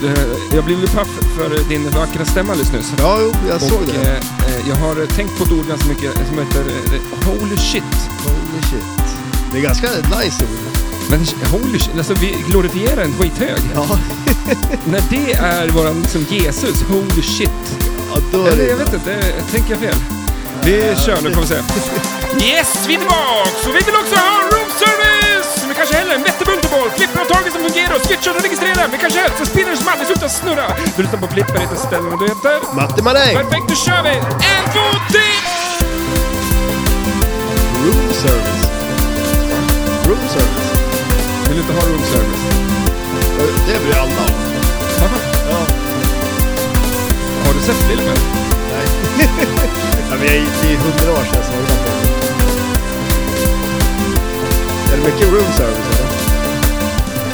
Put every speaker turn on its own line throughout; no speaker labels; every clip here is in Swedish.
Du, Eh, Jag blev lite paff för din vackra stämma alldeles nyss.
Ja, jo, jag såg
Och,
det.
eh, eh, jag har tänkt på ett ord ganska mycket som heter eh, holy shit.
Holy shit. Det är ganska nice ord.
Men holy shit, alltså vi glorifierar en skithög.
Ja,
När det är våran liksom Jesus, holy shit.
ja då är
Eller jag
det...
vet inte, jag tänker jag fel? Vi kör nu får vi se. Yes, vi är tillbaks! Och vi vill också ha room service! Vi kanske häller en vettig multiboll, flipper och taget som fungerar och switchar och registrerar. Vi kanske hälsar spinners som aldrig slutar snurra. Du lyssnar på Flipper, heter Stellan och du heter...
Matte Maräng!
Perfekt, då kör vi! En, två, tre!
Room service. Room service.
Vill du inte ha room service?
Det blir alla om. Ja.
Har du sett filmen?
Nej. ja, men jag gick i hundra år sedan så jag såg den. Är det mycket room service eller?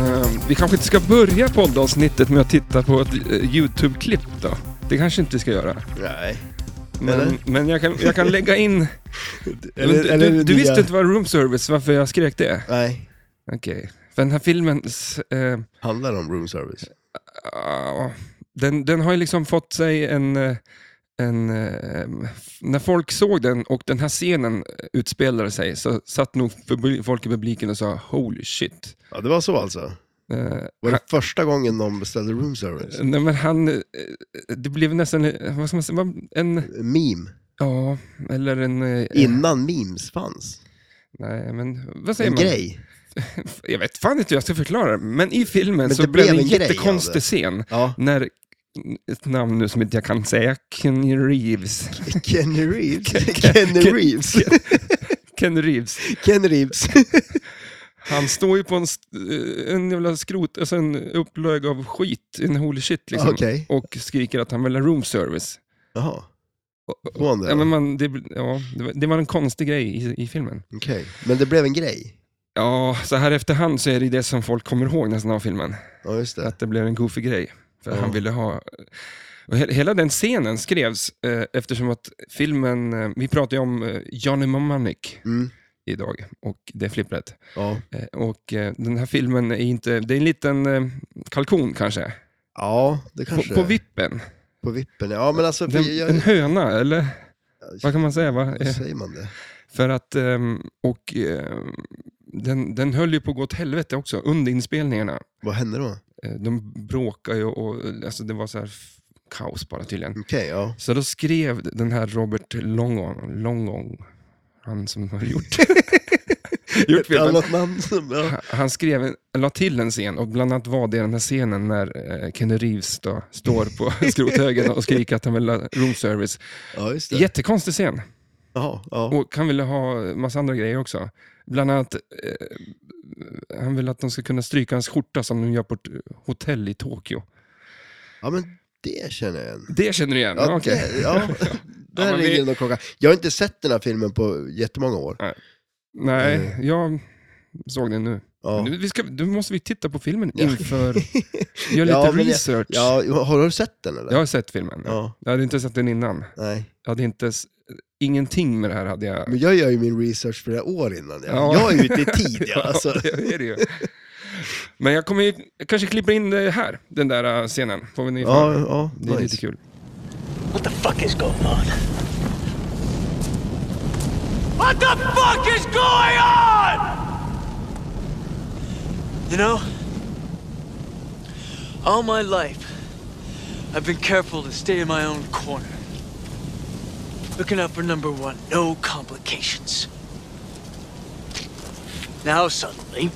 Ehm, vi kanske inte ska börja poddavsnittet med att titta på ett eh, YouTube-klipp då. Det kanske inte vi ska göra.
Nej. Eller?
Men, men jag, kan, jag kan lägga in...
Eller,
du
eller
du, du
nya-
visste inte vad room service, varför jag skrek det?
Nej.
Okej. För den här filmen, eh,
Handlar det om room service?
ah, den, den har ju liksom fått sig en... eh, En, eh, f- när folk såg den och den här scenen utspelade sig så satt nog publi- folk i publiken och sa holy shit.
Ja, det var så alltså.
Eh,
Var det första gången de beställde room service?
Nej, men han... eh, Det blev nästan... eh, Vad ska man säga? vad- En...
Meme.
Ja, eller en... eh,
Innan memes fanns.
Nej, men vad säger
En
man?
grej.
Jag vet fan inte hur jag ska förklara det, men i filmen
Men
så
det
blev
blev
det en
en grej av
jättekonstig
det.
scen.
Ja.
När... Ett namn nu som inte jag kan säga. Kenny Reeves.
Kenny Reeves.
Ken-
Kenny
Ken-
Reeves.
Kenny Reeves.
Kenny Reeves.
Han står ju på en, st- eh, en jävla skrot... Alltså en upplög av skit. En holy shit liksom.
Okej.
Och skriker att han vill ha room service.
Jaha.
Och-
Får han det?
Ja, men man, det, ja, det var- det var en konstig grej i, i filmen.
Okej. Men det blev en grej?
Ja, så här efterhand så är det ju det som folk kommer ihåg nästan av filmen.
Ja, just det.
Att det blev en goofy grej. För
Ja.
han ville ha... Och he- hela den scenen skrevs eh, eftersom att filmen... Eh, vi pratar ju om eh, Johnny Mnemonic
Mm.
idag och det flippret.
Ja.
Eh, och eh, den här filmen är inte... Det är en liten eh, kalkon kanske.
ja, det
På,
kanske
på vippen.
På vippen, ja. men alltså...
Den,
vi- jag,
En höna, eller vad kan man säga? Va?
hur
Eh,
säger man det?
För att... ehm, och... ehm, den, den höll ju på att gå åt helvete också under inspelningarna.
Vad hände då?
Eh, De bråkade ju och, och alltså det var så här f- kaos bara tydligen.
Okej, ja.
Så då skrev den här Robert Longong, Longong han som har gjort, gjort
Ett
filmen.
annat namn som... Ja.
Han- Han skrev, en- la till en scen och bland annat var det den här scenen när eh, Kenny Reeves då står på skrothögen och skriker att han vill ha room service.
ja, just det.
Jättekonstig scen.
Jaha, ja.
Och han ville ha massa andra grejer också. Bland annat, eh, han vill att de ska kunna stryka hans skjorta som de gör på ett hotell i Tokyo.
ja, men det känner jag igen.
Det känner du igen?
Ja,
Okej.
det, ja. Där
men vi-
ligger den och kokar. Jag har inte sett den här filmen på jättemånga år.
Nej, jag såg den nu.
Ja.
Nu, vi ska, nu måste vi titta på filmen
Ja.
inför... Gör lite
Ja, men jag-
research. Jag,
Ja, har du sett den eller?
har sett filmen.
Ja,
Jag hade inte sett den innan.
nej.
Jag hade inte... s- Ingenting med det här hade jag...
Men jag gör ju min research flera år innan. Jag,
Ja.
jag är ute i tid. Ja, alltså.
Ja, det är det ju. Men jag kommer ju, jag kanske klipper in det här, den där äh, scenen. Får vi
ja, ja
det är
nice.
lite kul.
What the fuck is going on?
What the fuck is going on?
You know, all my life, I've been careful to stay in my own corner. Looking out for number one, no complications. Now suddenly,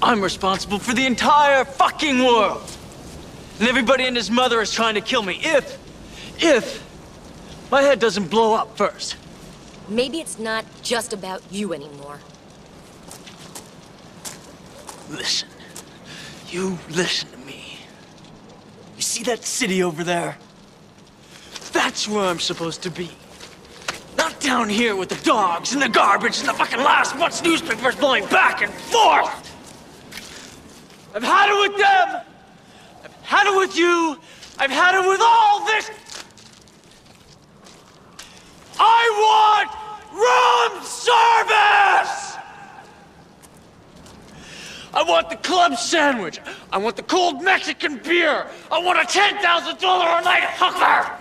I'm responsible for the entire fucking world. And everybody and his mother is trying to kill me if, if my head doesn't blow up first.
Maybe it's not just about you anymore.
Listen. You listen to me. You see that city over there? That's where I'm supposed to be. Not down here with the dogs and the garbage and the fucking last month's newspapers blowing back and forth. I've had it with them. I've had it with you. I've had it with all this. I want the club sandwich. I want the cold Mexican beer. I want a $10,000 a night hooker.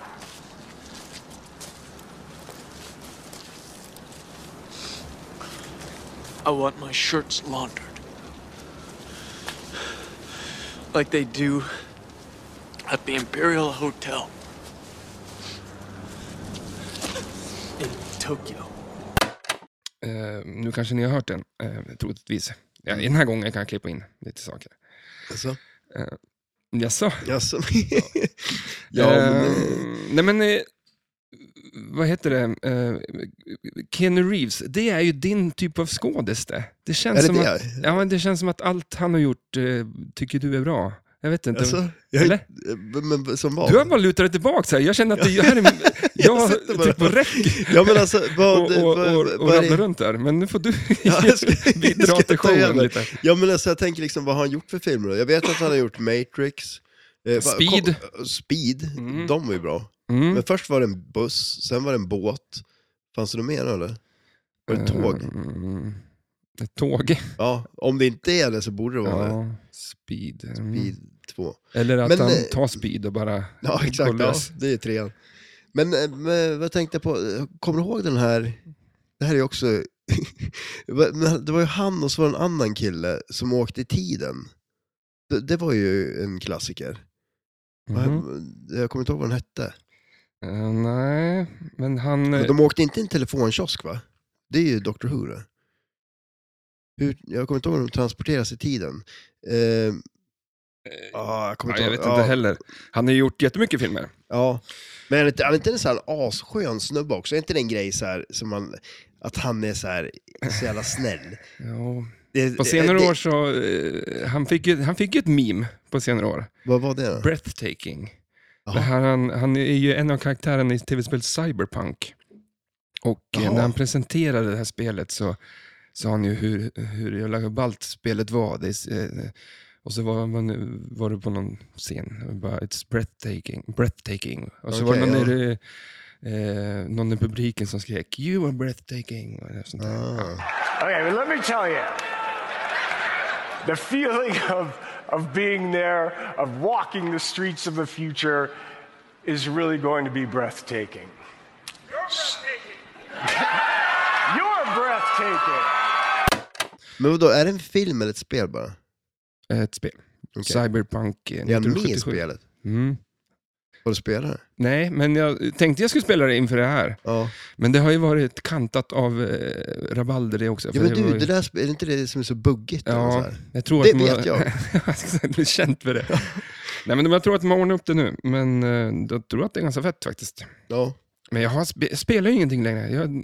I want my shirts laundered. Like they do at the Imperial Hotel in Tokyo.
Eh, nu kanske ni har hört den, eh, troligtvis. Ja,
Mm.
den här gången kan jag klippa in lite saker.
Alltså?
Jaså?
Jaså?
Ja,
ja, men,
nej men, eh, vad heter det? Eh, Keanu Reeves, det är ju din typ av skådis det. Det känns,
Är det
som
det?
Att, ja, men det känns som att allt han har gjort eh, tycker du är bra. Jag vet inte.
alltså, jag,
Eller?
men, men som vad?
Du har bara lutat dig tillbaka så här. Jag känner att det här är, jag
sitter
typ på
bara-
räck
Ja men alltså, vad...
och, och, och,
vad-
och,
vad- vad är-
ramlar runt där. Men nu får du
Ja, jag ska-
bidra
jag ska
till
ta igen
showen
det.
lite.
Ja men alltså jag tänker liksom, vad har han gjort för filmer då? Jag vet att han har gjort Matrix. eh, va-
Speed.
kom- Speed, de var ju bra.
Mm.
Men först var det en buss, sen var det en båt. Fanns det något mer eller? Var
Eh,
det tåg?
Mm, ett tåg.
Ja, om det inte är det så borde det vara det.
Ja, speed. Mm.
Speed 2.
Eller att
Men,
han
eh,
tar speed och bara
Ja,
går
exakt. Ja,
lös.
det är trean. Men, eh, men vad tänkte jag på? Kommer du ihåg den här? Det här är också... Men det var ju han och så var det en annan kille som åkte i tiden. Det, det var ju en klassiker.
Mhm.
Jag kommer inte ihåg vad den hette.
Eh, nej, men han...
Men de åkte inte i en telefonkiosk va? Det är ju Dr. Who det. Hur, jag kommer inte ihåg hur de transporteras i tiden. Eh, ah, jag kommer
ja, jag
inte ihåg.
vet
ja,
inte heller. Han har ju gjort jättemycket filmer.
Ja. Men han är inte- han är inte en sån här asskön snubbe också? Är inte det en grej så här, som man, att han är så, här, så jävla snäll?
Ja.
Det,
På senare år så... eh, han, fick ju, han fick ju ett meme på senare år.
Vad var det då?
Breathtaking.
Jaha.
Det här, han, han är ju en av karaktärerna i tv-spelet Cyberpunk. Och eh,
Jaha.
när han presenterade det här spelet så sa han ju hur, hur jävla ballt spelet var. Det, är s- eh, och så var, man, var du på någon scen och bara “It's breathtaking”. breathtaking. Och så var
Okej,
det någon,
ja.
i, det- eh, någon i publiken som skrek “You are breathtaking” och sånt där.
Ah.
Okay, but let me tell you the feeling of, of being there, of walking the streets of the future, is really going to be breathtaking. You're breathtaking.
Men vadå, är det en film eller ett spel bara?
Ett spel. Cyberpunk eh,
Är han med i
1977.
spelet?
Mm.
Har du spelat det?
Nej, men jag tänkte jag skulle spela det inför det här.
Ja.
Men det har ju varit kantat av eh, rabalder det också.
Ja
för
men
var
du,
ju-
det där, sp- är det inte det som är så buggigt? eller så
Ja,
här?
jag tror
Det
att man-
vet jag.
jag ska säga att du är känt för det. Nej, men jag tror att de har ordnat upp det nu, men eh, jag tror att det är ganska fett faktiskt.
ja.
Men jag, har spe, jag spelar ju ingenting längre. Jag,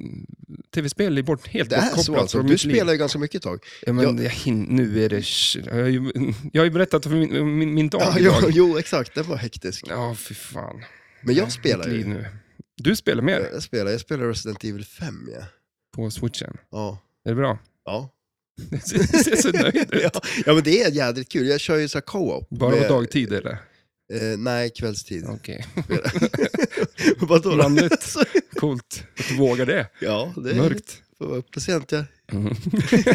Tv-spel är bort, helt
Det är så
bortkopplat
alltså.
från
Du
mitt liv.
spelar ju ganska mycket ett tag.
Ja, men
jag-
jag, hin- nu är det... Jag har ju, jag har ju berättat om min, min, min dag
Ja,
idag.
jo, jo, exakt. Den var hektisk.
Ja, fy fan.
Men jag
Mitt
spelar
liv
ju.
Nu. Du spelar mer
Jag spelar, jag spelar Resident Evil 5, ja.
på switchen.
Ja.
Är det bra?
Ja.
Du ser så nöjd ut.
ja. ja, men det är jädrigt kul. Jag kör ju så här co-op.
Bara
med-
på dagtid eller?
Eh, nej, kvällstid.
Okej,
Vadå då?
Blandat.
Så-
coolt. Att du vågar det.
ja, det är
Mörkt. Mm.
Får vara uppe sent, ja.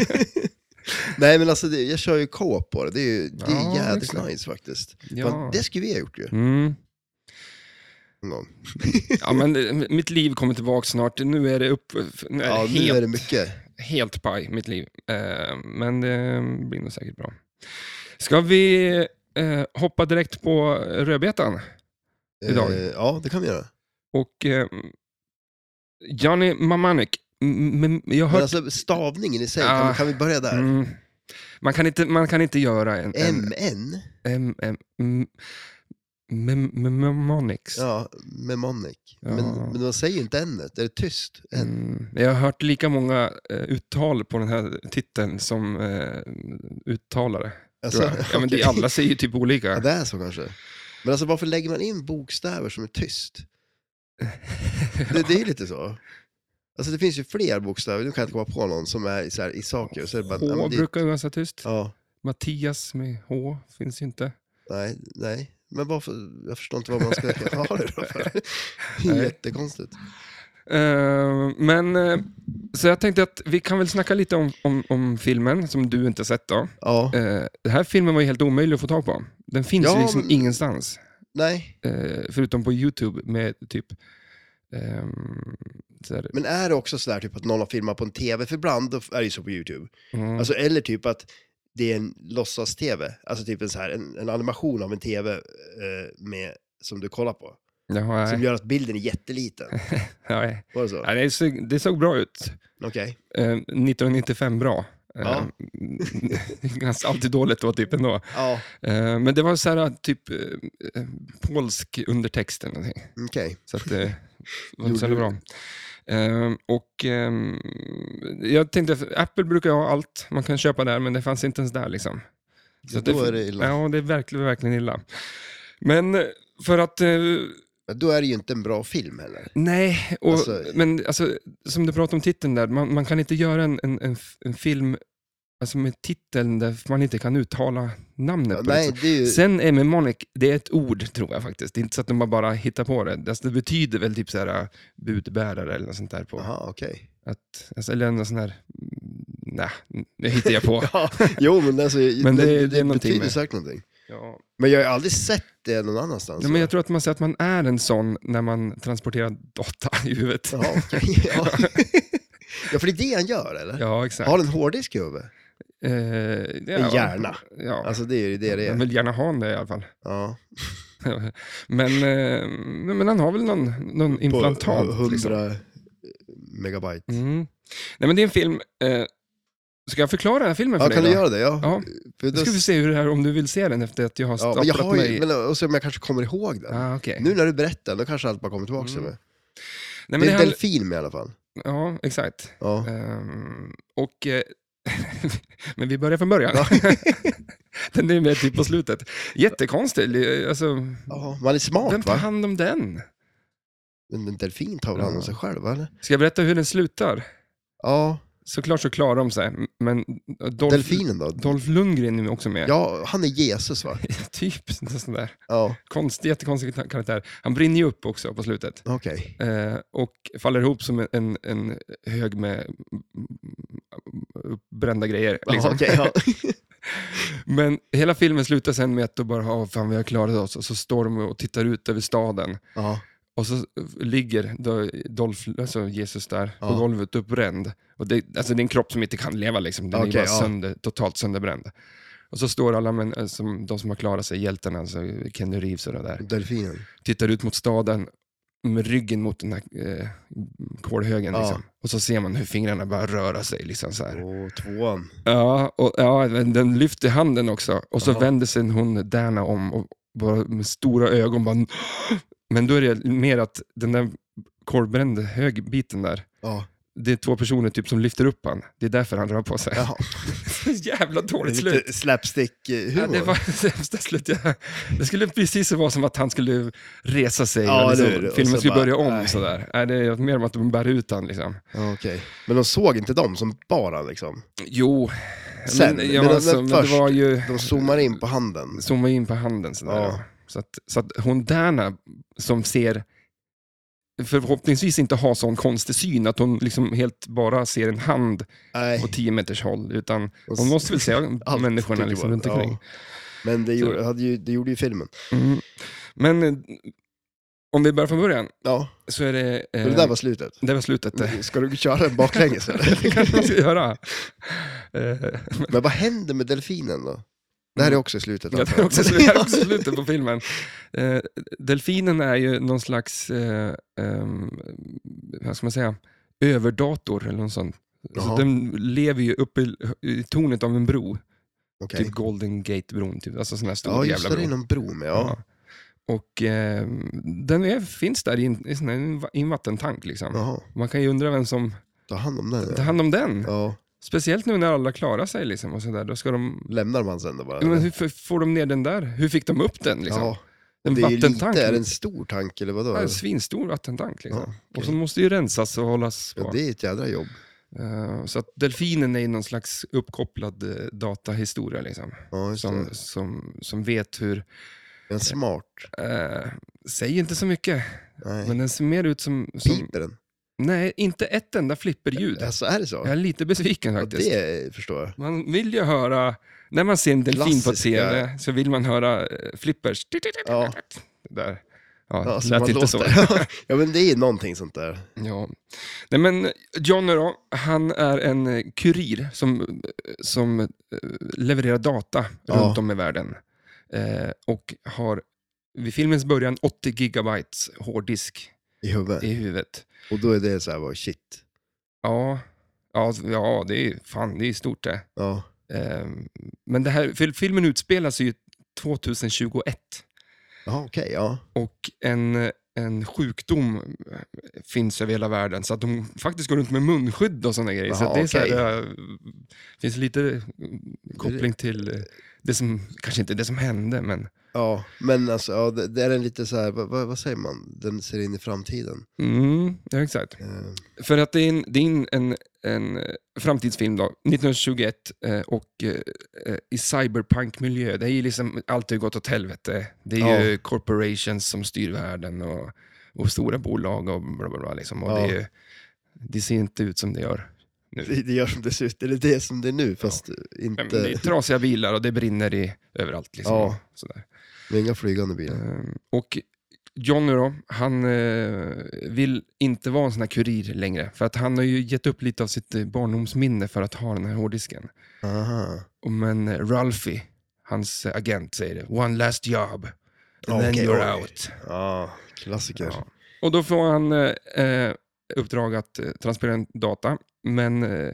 nej, men alltså det, jag kör ju co-op på det. Det är, ju, det är
Ja,
jädrigt
exakt.
nice faktiskt.
Ja.
Fan, det skulle vi ha gjort ju.
Mm.
Någon gång.
Ja, men eh, mitt liv kommer tillbaka snart. Nu är det upp... Nu är
Ja,
det
nu är
helt,
det mycket.
helt paj, mitt liv. Eh, men det blir nog säkert bra. Ska vi eh, hoppa direkt på rödbetan? Idag.
Eh, ja, det kan vi göra.
Och eh, Johnny Mamanek, m- m- jag har
Men
hört...
alltså stavningen i sig,
Ah.
kan, vi- kan vi börja där?
mm, man, kan inte, man kan inte göra en... en
MN?
M, M, M, M, M, Mnemonics.
Ja, Memonic. Men,
Ja.
men de säger ju inte N, det är tyst. N.
Mm. Jag har hört lika många eh, uttal på den här titeln som eh, uttalare.
Alltså,
tror jag. Ja, men det,
okej.
alla säger ju typ olika.
Ja, det är så kanske. Men alltså varför lägger man in bokstäver som är tyst? Det, det är lite så. Alltså det finns ju fler bokstäver, nu kan jag inte komma på någon, som är så här, i saker. Så är det bara, ja,
H
men det,
brukar ju vara så tyst.
ja,
Mattias med H finns ju inte.
nej, nej. Men varför, jag förstår inte vad man ska ha det då för. Det är
Nej.
Jättekonstigt.
Eh, men eh, Så jag tänkte att vi kan väl snacka lite om, om, om filmen, som du inte sett då.
Ja,
Eh, den här filmen var ju helt omöjlig att få tag på. Den finns
Ja,
ju liksom
men-
ingenstans,
nej.
eh, förutom på YouTube med typ... ehm, så här,
Men är det också sådär typ att någon har filmat på en tv? För ibland då är det ju så på YouTube.
mm,
Alltså, eller typ att det är en låtsas-tv. Alltså typ en, så här, en, en animation av en tv eh, med, som du kollar på.
jaha,
Som
nej,
gör att bilden är jätteliten.
nej,
Var det så?
nej, det, såg, det såg bra ut.
Okej.
Eh, 1995 bra. Eh,
Ja.
ganska alltid dåligt då, typ ändå.
Ja,
Eh, men det var så här, typ eh, eh, polsk undertext eller någonting.
okej.
Så att eh, det var inte så jävla bra. Ehm, och ehm, jag tänkte, att Apple brukar ju ha allt man kan köpa där, men det fanns inte ens där liksom.
Så
att
då är det illa.
Ja, det är verkligen, verkligen illa. Men eh, för att, eh,
Men Då är det ju inte en bra film heller.
nej, och,
Alltså-
men alltså, som du pratade om titeln där, man, man kan inte göra en, en, en, f- en film alltså med titeln där man inte kan uttala namnet. på
Nej,
det.
det är ju...
Sen är mnemonic, det är ett ord tror jag faktiskt. Det är inte så att de bara- bara hittar på det. Alltså, det betyder väl typ så här budbärare eller något sånt där. På.
Jaha, okej.
Att, alltså, eller någon sån här, mm, nej, det hittar jag på.
Ja, jo, men alltså,
Men det- det är någonting
betyder
med-
säkert någonting.
ja.
Men jag har ju aldrig sett det någon annanstans.
Ja, men jag tror att man säger att man är en sån när man transporterar data i huvudet.
Jaha, okej. ja. ja, för det är det han gör, eller?
Ja, exakt.
Har den hårddisk i huvudet?
Eh, det är-
En hjärna.
Ja.
Alltså det är ju det det
han
är.
vill gärna ha en det i alla fall.
Ja.
men, eh, nej, men han har väl någon, någon
På
implantat.
100
liksom.
megabyte.
Mm. Nej, men det är en film. Eh, ska jag förklara den här filmen för
Ja,
dig?
kan du
då?
göra det? Ja.
Ja.
För
Då
då-
ska vi se hur det här, om du vill se den efter att jag har
ja,
staplat
men jag har
mig.
ju, men, och se om jag kanske kommer ihåg den.
Ah, okej.
Nu när du berättar, då kanske allt bara kommer tillbaka
Mm.
till mig.
Nej, men
Det är en
handl-
delfin med i alla fall.
Ja, exakt.
Ja.
Ehm, och, eh, men vi börjar från början. den är med typ på slutet. Jättekonstig. eh, Alltså,
Ja, man är
vem
smart
tar
va?
hand om den?
Men En delfin tar väl hand om sig själv, va, eller?
Ska jag berätta hur den slutar?
Ja,
Såklart så klarar de sig, men Dolph,
delfinen då?
Dolph Lundgren är också med.
Ja, han är Jesus va?
typ en sån där
Ja,
konstig, jättekonstig karaktär. Han brinner ju upp också på slutet.
okej.
Eh, och faller ihop som en, en, en hög med mm, brända grejer. Liksom.
Ja, okej, ja.
Men hela filmen slutar sen med att de bara, oh, fan vi har klarat oss. Och så står de och tittar ut över staden.
ja.
Och så ligger då Dolph, alltså Jesus där på
Ja.
golvet uppbränd. Och det, alltså det är en kropp som inte kan leva, liksom. den är
Okej,
bara
ja.
sönder, totalt sönderbränd. Och så står alla, men, eh, som, de som har klarat sig, hjältarna, alltså Kenny Reeves och det där
Delfinen.
tittar ut mot staden med ryggen mot den här eh, kolhögen.
Ja.
Liksom. Och så ser man hur fingrarna börjar röra sig. Liksom, så här.
Och tvåan.
Ja, och, ja, den den lyfter handen också och så vänder sig hon Dana om och bara med stora ögon bara... Men då är det mer att den där kolbrända högbiten där,
Ja.
det är två personer typ som lyfter upp han. Det är därför han rör på sig.
ja.
Jävla dåligt
Lite
slut. Ja,
slapstick-humor.
det var det sämsta slutet. jag- Det skulle precis vara som att han skulle resa sig.
Ja,
och
eller hur?
liksom,
Och
filmen
så
skulle
bara,
börja om.
nej.
Sådär. Nej, det är mer om att de bär ut han. Liksom.
ja, okej. Men de såg inte dem som bara liksom.
Jo,
Sen,
men, ja,
men- men
alltså, men
först-
det var ju...
De zoomar in på handen.
Zooma in på handen sådär.
Ja.
Ja. Så, att, så att hon Dana som ser förhoppningsvis inte har sån konstig syn att hon liksom helt bara ser en hand
Nej.
på 10 meters håll. Utan
Och
hon
s-
måste väl se
allt
människorna
tycker
liksom
jag.
runt omkring.
Ja. Men det gjorde, hade ju, det gjorde ju filmen.
Mm. Men eh, om vi börjar från början.
Ja,
så är det... Eh,
så det där var slutet.
det var slutet. det.
Ska du köra den baklänges eller?
Det kanske man ska göra. Eh,
Men vad händer med delfinen då? Det här är också slutet.
Mm. det
antar
här är också,
jag.
det här är också slutet på filmen. Eh, delfinen är ju någon slags, eh, ehm, vad ska man säga, överdator eller något sånt. Så
Jaha.
den lever ju uppe i, i tornet av en bro,
Okej.
typ Golden Gate-bron, typ. alltså sån här stor
Ja, just
jävla
det,
bro.
det är någon bro med. Ja.
Och eh, den är, finns där i en, i sån här- i en vattentank. Liksom.
Jaha,
Man kan ju undra vem som
ta hand om den.
tar
Ja.
hand om den.
ja.
Speciellt nu när alla klarar sig. Liksom, och så där, då ska de...
Lämnar man sen då bara?
Ja, Men
eller?
hur f- får de ner den där? Hur fick de upp den? Liksom?
Ja,
en
det är ju lite,
vattentank. liksom.
är det en stor tank eller vadå?
Ja, en svinstor vattentank. Liksom.
Ja, okej.
Och så måste ju rensas och hållas på.
Ja, det är ett jädra jobb.
Eh, Så att delfinen är ju någon slags uppkopplad eh, datahistoria. Liksom.
Ja, just
Som,
det.
som, som vet hur...
En smart.
Eh, säger inte så mycket,
Nej.
men den ser mer ut som... som
Piper den?
Nej, inte ett enda flipperljud.
Alltså, är det så?
Jag är lite besviken
Ja,
faktiskt.
det förstår jag.
Man vill ju höra, när man ser en delfin på
Klassiska-
tv så vill man höra eh, flippers.
Ja.
Där. Ja,
Ja,
det
så man
lät inte så.
låter. ja, men det är någonting sånt där.
Ja. Nej, men Johnny då, han är en eh, kurir som, eh, som eh, levererar data
Ja.
runt om i världen. Eh, och har vid filmens början 80 gigabytes hårddisk
I huvudet.
i huvudet.
Och då är det så här, bara, shit.
Ja, ja, alltså, ja det är fan, det är stort det.
Ja.
Eh, men det här, fil- filmen utspelar sig ju 2021.
Jaha, okej, ja.
Och en, en sjukdom eh, finns över hela världen, så att de faktiskt går runt med munskydd och sådana grejer. så
Jaha,
att det är så här,
okej.
det är- finns lite eh, koppling till eh, det som, kanske inte det som hände, men
Ja, men alltså, ja, det, det är en lite så här, vad, vad, vad säger man? Den ser in i framtiden.
mm, ja, exakt.
Eh,
För att det är en, det är en, en, en eh, framtidsfilm då, 1921 eh, och eh, eh, i cyberpunkmiljö. Det är ju liksom, allt har ju gått åt helvete. Det är ju corporations som styr världen och, och stora bolag och bla bla bla. Liksom. Och
Ja.
det, är ju, det ser inte ut som det gör nu.
det, det gör som det ser ut, eller det är som det är nu, fast
Men Det är
inte,
trasiga bilar och det brinner i, överallt. Liksom,
Ja.
och sådär.
med inga flygande bilar.
Ehm, Och Johnny då, han eh, vill inte vara en sån här kurir längre. För att han har ju gett upp lite av sitt eh, barndomsminne för att ha den här hårddisken.
Aha.
Och Men eh, Ralphie, hans eh, agent, säger det. One last job, and then
Okej,
you're
oj.
out.
Ja, klassiker.
Ja. Och då får han eh, eh, uppdrag att eh, transportera en data. Men eh,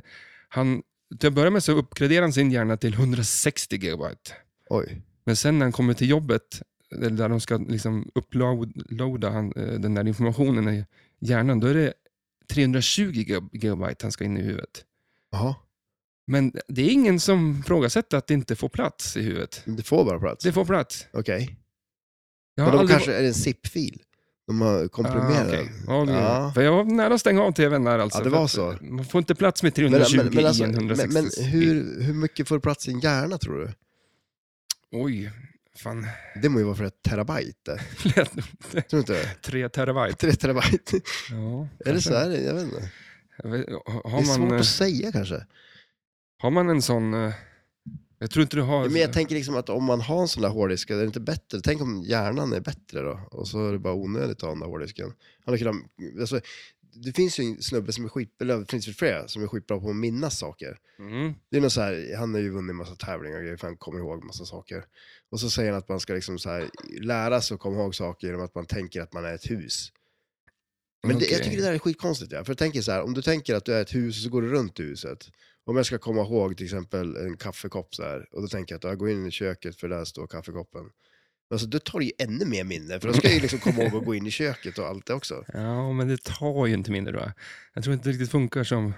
han, till att börja med så uppgraderar han sin hjärna till 160 gigabyte.
Oj.
Men sen när han kommer till jobbet, eller där de ska liksom uploada han, eh, den där informationen i hjärnan, då är det 320 gig- gigabyte han ska in i huvudet.
Jaha,
Men det är ingen som ifrågasätter att det inte får plats i huvudet.
men det får bara plats?
Det får plats.
Okej.
Jag
Men
har
de
aldrig-
kanske är en zip-fil? De har komprimerat
Ah, okej.
den?
ja,
Ja.
För jag var nära att stänga av tvn där alltså.
Ja, det
för
var
att
så.
Man får inte plats med
Men,
320
men, men, alltså,
i en
men,
160.
men hur, hur mycket får plats i en hjärna tror du?
Oj, fan.
Det må ju vara för ett terabyte. Tror du inte det?
Tre terabyte.
Tre terabyte?
Ja,
Eller så
kanske.
är det, jag vet inte.
Jag vet- Har
Det är
man,
svårt
eh,
att säga kanske.
Har man en sån... eh, Jag tror inte du har...
Men jag tänker liksom att om man har en sån där hårddisk, är det inte bättre? Tänk om hjärnan är bättre då? Och så är det bara onödigt att ha den där hårddisken. Han har kunnat, alltså, det finns ju en snubbe som är skit, eller det finns ju flera som är skitbra på att minnas saker.
Mm.
Det är något så här, han har ju vunnit massa tävlingar och grejer för han kommer ihåg massa saker. Och så säger han att man ska liksom så här, lära sig att komma ihåg saker genom att man tänker att man är ett hus. Men det, jag
Okej.
tycker det där är skitkonstigt. Ja. För jag tänker så här, om du tänker att du är ett hus och så går du runt i huset. Om jag ska komma ihåg till exempel en kaffekopp så här, och då tänker jag att jag går in i köket för där står kaffekoppen. Men alltså, då tar det ju ännu mer minne, för då ska jag ju liksom komma ihåg att gå in i köket och allt det också.
Ja, men det tar ju inte mindre då. Jag tror inte det riktigt funkar som...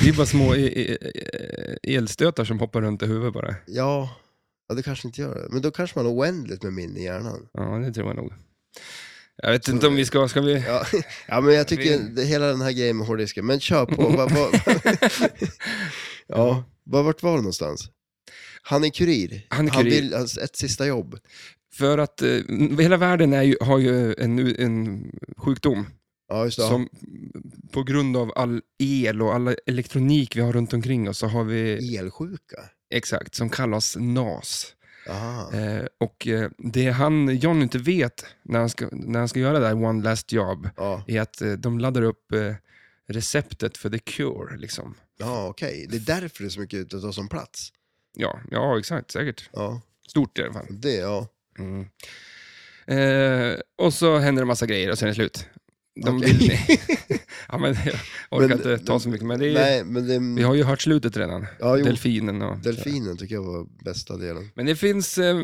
Det är bara små e- e- e- elstötar som hoppar runt i huvudet bara.
Ja, ja det kanske inte gör det. Men då kanske man har oändligt med minne i hjärnan.
Ja, det tror jag nog. Jag vet inte om vi ska... Ska vi...
Ja, ja men jag tycker
Vi-
det, hela den här grejen med hårddisken, men kör på. Va, va, ja, va, vart var det någonstans? Han är kurir.
Han är
Han
kurir.
vill, alltså, ett sista jobb.
För att eh, hela världen är ju, har ju en, en sjukdom
Ja, just det.
som på grund av all el och all elektronik vi har runt omkring oss så har vi,
Elsjuka?
exakt, som kallas NAS.
Ah.
Eh, och eh, det han, John inte vet när han, ska, när han ska göra det här One Last Job
Ja,
är att eh, de laddar upp eh, receptet för The Cure. Liksom.
ja okej. Det är därför det är så mycket ute att ta som plats.
Ja, ja, exakt, säkert.
Ja,
Stort i alla fall.
det, ja.
Mm. Eh, och så händer en massa grejer och sen är det slut. De
Okej.
vill, ja, men, jag orkar
Men-
inte ta så mycket, men det är,
Nej, men det,
vi har ju hört slutet redan.
Ja, jo.
Delfinen och...
delfinen tycker jag var bästa delen.
Men det finns... Eh,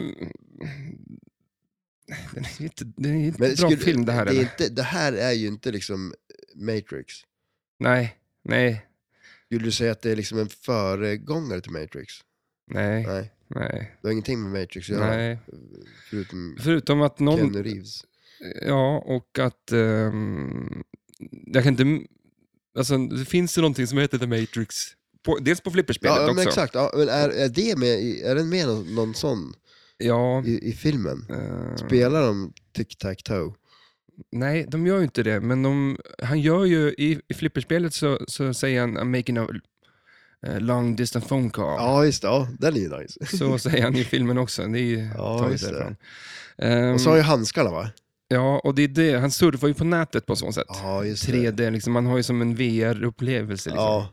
den är inte, den är inte
Men
bra
skulle-
film det här.
det,
eller?
är inte, det här är ju inte liksom Matrix.
Nej, nej,
Skulle du säga att det är liksom en föregångare till Matrix?
nej,
Nej.
nej.
Det har ingenting med Matrix att göra,
nej.
förutom
Förutom att någon...
Keanu Reeves.
Ja, och att... ehm, jag kan inte... Alltså, det finns ju någonting som heter The Matrix. På, dels på flipperspelet
Ja,
också.
men exakt. Ja, men är, är, det med, i- är den med någon, någon sån
Ja.
i, i filmen?
eh,
Spelar de tic tac toe?
Nej, de gör ju inte det, men de, han gör ju, i, i flipperspelet så, så säger han I'm making a eh, long distance phone call.
Ja, just det. Ja, den är ju nice.
Så säger han i filmen också, det är ju
Ja,
taget
just det.
därifrån. Ehm,
Och så har ju handskarna va?
Ja, och det är det, han surfar ju på nätet på så sätt.
Ja, just det.
3D, liksom, man har ju som en VR-upplevelse. Liksom.
Ja,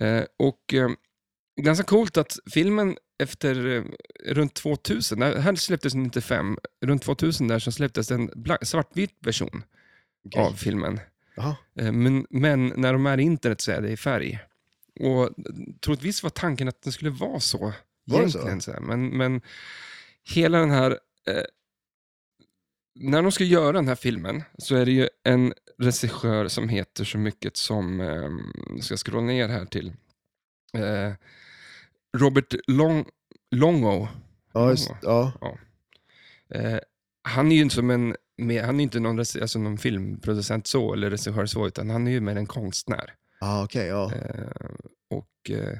Eh, och eh, ganska coolt att filmen efter eh, runt 2000, där, här släpptes den 95, runt 2000 där så släpptes en bla- svartvit version
okej.
av filmen.
Jaha.
Eh, men, men när de är i internet så är det i färg. Och eh, troligtvis var tanken att den skulle vara så.
Var det så?
egentligen, så? här. Men, men hela den här... Eh, när de ska göra den här filmen så är det ju en regissör som heter så mycket som... Eh, jag ska scrolla ner här till. Eh, Robert Long, Longo.
Ja, just, ja.
Eh, han är ju inte som en, med, han är inte någon, rec- alltså någon filmproducent så, eller regissör så, utan han är ju mer en konstnär.
Ah, okej, ja.
Eh, och eh,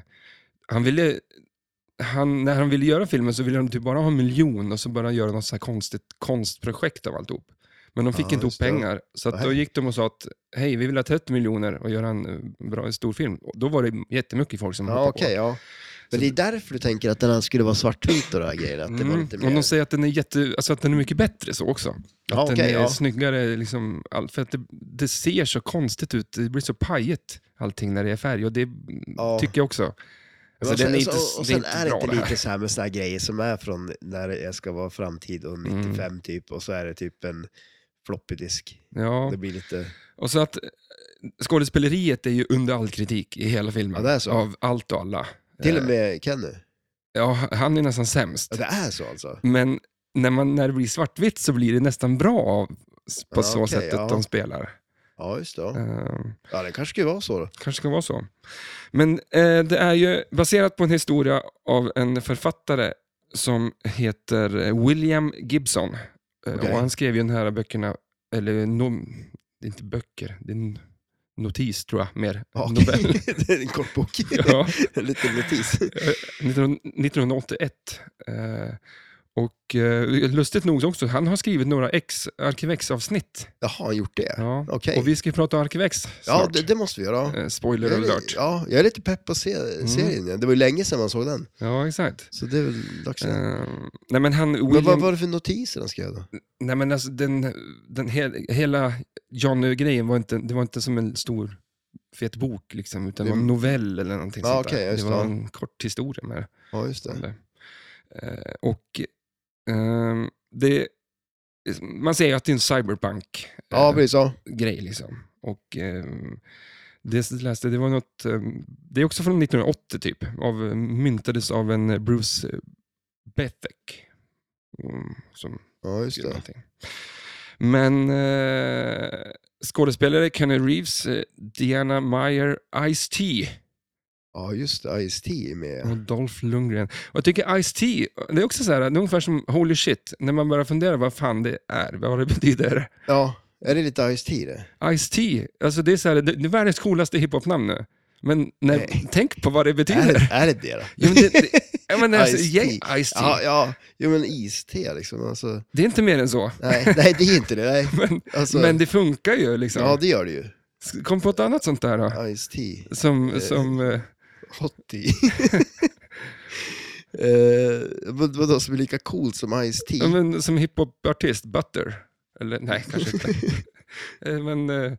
han ville, han, när han ville göra filmen så ville de typ bara ha en miljon och så började han göra något så här konstigt konstprojekt av alltihop. Men de fick
Ja,
inte ihop
just det.
pengar, så att då
Nej.
gick de och sa att hej, vi vill ha 30 miljoner och göra en eh, bra, en stor film. Och då var det jättemycket folk som
Ja,
hoppade
okej, ja.
Så-
Men det är därför du tänker att den här skulle vara svartvit och de här grejerna, att
på.
det var lite
Mm, Och
mer...
de säger att den är, jätte, alltså att den är mycket bättre så också. Att
Ja,
den
okej,
är
ja.
snyggare, liksom, all, för att det, det ser så konstigt ut. Det blir så pajigt allting när det är färg och det
Ja.
tycker jag också.
Men
Alltså,
och sen-
den är
och
inte,
så- och
det är
sen
inte
är det
bra
inte
det här.
lite så här med såna här grejer som är från när jag ska vara framtid och
Mm.
95 typ, och så är det typ en floppy disk.
Ja,
Det blir lite...
och så att eh, skådespeleriet är ju under all kritik i hela filmen.
Ja, det är så.
Av allt och alla.
Till
Eh,
och med Kenny.
Ja, han är nästan sämst.
Ja, det är så alltså?
Men när, man, när det blir svartvitt så blir det nästan bra av, på
Ja,
så
okej,
sättet
ja.
de spelar.
Ja, just det. Ja,
Eh,
ja det kanske skulle vara så då.
kanske ska vara så. Men eh, det är ju baserat på en historia av en författare som heter eh, William Gibson. Eh,
Okej.
Och han skrev ju de här böckerna, eller no, det är inte böcker, det är en notis tror jag mer.
Ja,
Nobel.
det är en kort bok.
Ja.
en liten notis.
19- 1981. Eh, och eh, lustigt nog också, han har skrivit några X- Arkivex-avsnitt.
Jaha, han har gjort det?
Ja.
Okej.
Och vi ska ju prata Arkivex snart.
Ja, det, det måste vi göra.
Eh, Spoiler
Jag är,
alert. Ja,
ja, jag är lite pepp på att se
Mm.
serien igen. Det var ju länge sedan man såg den.
exakt.
Så det är väl dags igen.
Eh, nej men han, William,
Men vad var det för notiser han skrev då?
nej men alltså den, den he, hela John-grejen var inte, det var inte som en stor fet bok liksom, utan det var en novell eller någonting
Ja,
sånt
Ah, okej,
där. Det
just det,
var
ja.
en kort historia med det.
Ja, just
om
det.
det. Eh, och ehm, det, man säger att det är en eh, cyberpunk-grej.
Ja, precis. Ja.
liksom. Och ehm, det jag läste, det var något, ehm, det är också från 1980 typ, av, myntades av en Bruce Bethek. Mm, som
ja, just
skrev
det.
någonting. Men eh, skådespelare Kenny Reeves, eh, Diana Meyer, Ice-T
Ja, just det. Ice-T är med.
och Dolph Lundgren. Och jag tycker Ice-T, det är också så här, det är ungefär som Holy Shit, när man börjar fundera vad fan det är, vad det betyder.
Ja, är det lite Ice-T det?
Ice-T, alltså det är så här, det, det är världens coolaste hiphop-namn nu. Men när,
Nej.
tänk på vad det
Är
betyder.
det är det, det då?
Jo, men det, det, jag menar, alltså,
Ice-T.
gäng Ice-T,
Ja, ja. Jo, men is-te liksom. Alltså,
det är inte mer än så.
nej, nej, det är inte det. Nej.
Men,
Alltså,
men det funkar ju liksom.
Ja, det gör det ju.
Kom på ett annat sånt där då.
Ice-T.
Som, som, eh,
Hot tea. Eh, vad, vadå, som är lika coolt som Ice-T?
ja, men, som hiphop-artist, Butter. Eller nej, kanske inte. Eh, men, eh,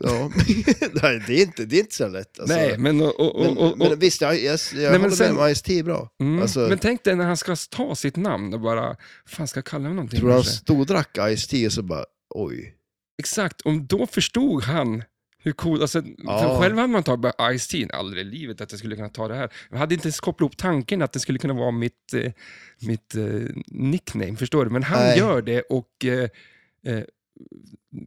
Ja. nej, det är, inte, det är inte så lätt. Alltså.
nej, men, och, och,
men,
och, och,
men visst, jag, jag, jag
men
håller
sen-
med om Ice-T är bra.
Mm.
Alltså,
men tänk dig när han ska ta sitt namn och bara, fan ska jag kalla honom någonting?
tror du han
kanske?"
stordrack Ice-T och så bara, oj.
Exakt, om då förstod han hur cool, alltså, för
Ja.
själv hade man tagit bara Ice-T, aldrig i livet att jag skulle kunna ta det här. Jag hade inte ens kopplat ihop tanken att det skulle kunna vara mitt, eh, mitt eh, nickname, förstår du? Men han
Nej.
gör det och eh, eh,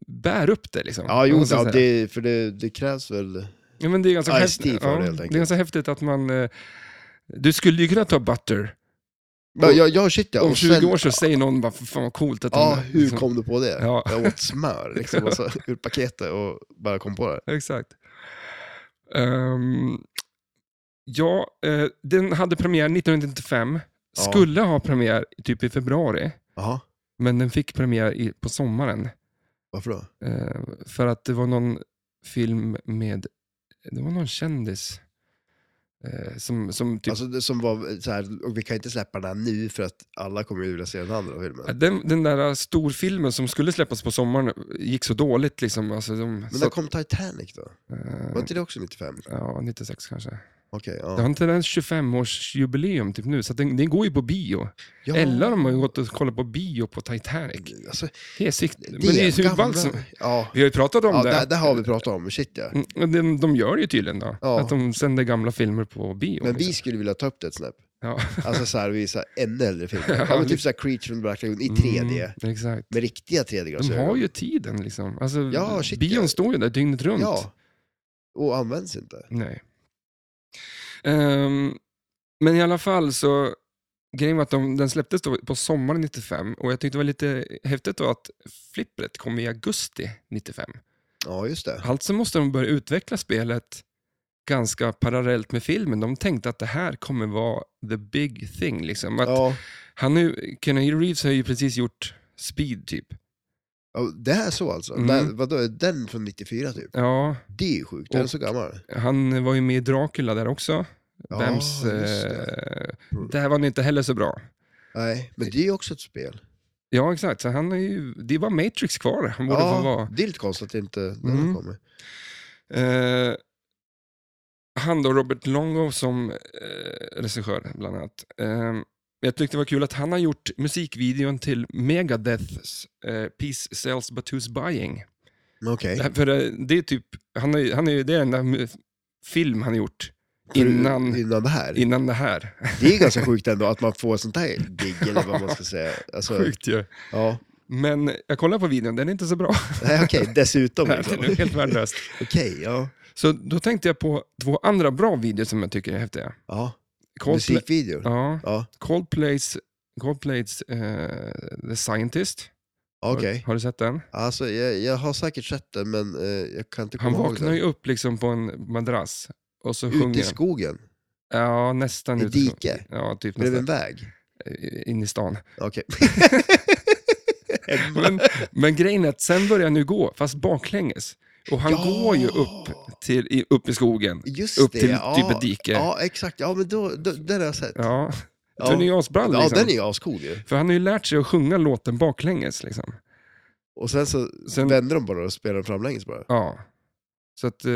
bär upp det liksom.
Ja, jo,
Och så
ja,
så här-
det, för det, det krävs väl...
ja, men det är ganska
Ice-T
häftigt,
för det, helt
det,
enkelt.
är ganska häftigt att man, eh, du skulle ju kunna ta Butter,
Ja, ja, ja shit ja.
om
och
20
sen-
år så säger någon bara, "För fan vad coolt att
Ja,
han är-"
hur
liksom.
kom du på det?
Ja.
Jag åt smör liksom, alltså, ur paketet och bara kom på det.
Exakt. Ehm, ja, eh, den hade premiär 1995.
Ja.
Skulle ha premiär typ i februari,
Jaha.
men den fick premiär i, på sommaren.
Varför då?
Eh, för att det var någon film med, det var någon kändis eh, som, som typ
Alltså det som var så här, och vi kan inte släppa den här nu för att alla kommer ju vilja se den andra filmen.
Ja, eh, Den, den där storfilmen som skulle släppas på sommaren eh, gick så dåligt. Liksom. Alltså, de,
Men
så,
när kom Titanic då?
eh,
Var inte det också 95?
ja, 96 kanske.
Okej,
Det har
ja.
inte ens 25-årsjubileum typ nu, så att den, den går ju på bio.
ja.
Eller de har ju gått och kollat på bio på Titanic.
Alltså,
Det är sikt. Men
det,
det är ju
gamla-
så ballt som,
Ja,
Vi har ju pratat om
ja
det.
det, det har vi pratat om. Shit ja.
Mm, och De, de gör det ju tydligen då.
Ja.
Att de sänder gamla filmer på bio.
Men vi
liksom.
skulle vilja ta upp det ett snäpp.
ja.
Alltså så här, vi är så här, ännu äldre filmer. Ja, men typ så här Creature from the Black Lagoon i 3D.
Mm, exakt.
Med riktiga
De
3D-glasögon.
har ju tiden liksom. Alltså,
Ja, shit,
bion
ja.
står ju där dygnet runt.
Ja. Och används inte.
Nej. Ehm, men i alla fall så, grejen var att de, den släpptes då på sommaren 95 och jag tyckte det var lite häftigt då att flippret kom i augusti 95.
Ja, just det.
Alltså måste de börja utveckla spelet ganska parallellt med filmen. De tänkte att det här kommer vara the big thing. Liksom. Att
Ja.
han nu, Kenny Reeves har ju precis gjort Speed typ.
Ja, Det här så alltså?
Mm.
Den, vadå, den från 94 typ?
Ja,
Det är ju sjukt, den är
Och-
så gammal.
han var ju med i Dracula där också.
Ja,
Vems, eh,
just
det. det här var nog inte heller så bra.
Nej, men det är ju också ett spel.
Ja, exakt. Så han är ju, det är bara Matrix kvar han borde få vara.
det är lite konstigt att inte den
Mm.
har kommit.
Eh, han då, Robert Longo som eh, regissör bland annat. Eh, jag tyckte det var kul att han har gjort musikvideon till Megadeths eh, Peace Sells But Who's Buying.
Men Okej.
Det här- För eh, det är typ, han har, ju- han är, ju- det är den där mu- film han har gjort
För-
innan,
innan det här.
innan det här.
Det är ganska sjukt ändå att man får sånt här gig eller vad man ska säga. Alltså,
Sjukt ju.
Ja.
Men jag kollar på videon, den är inte så bra.
Nej, okej, dessutom.
Den
Liksom.
är helt värdelös.
Okej, ja.
Så då tänkte jag på två andra bra videor som jag tycker är häftiga.
ja.
Coldplay,
Musikvideo. Ja.
ja,
Ja,
Coldplays, Coldplays eh, The Scientist.
okej.
Har, har du sett den?
Alltså, jag, jag har säkert sett den, men eh, jag kan inte
Han
komma ihåg
vaknar
den.
ju upp liksom på en madrass och så
Ute i
sjunger han.
skogen,
Ja, nästan.
I
ute i sko-
dike?
Ja, typ
bredvid en
nästan.
väg.
In i stan.
Okej.
Men, men grejen är att sen börjar han nu gå, fast baklänges. Och han
Ja!
går ju upp, till, i- upp i skogen.
Just
upp
det,
till
ja.
typ ett dike. Ja.
Ja, exakt. Ja, men då, då, den har jag sett. Ja,
ja.
Ja.
Den är ju asball liksom.
den är ju ascool ju.
För han har ju lärt sig att sjunga låten baklänges. Liksom.
Och sen så
Sen-
vänder de bara och spelar den framlänges bara.
Ja. Så att... eh,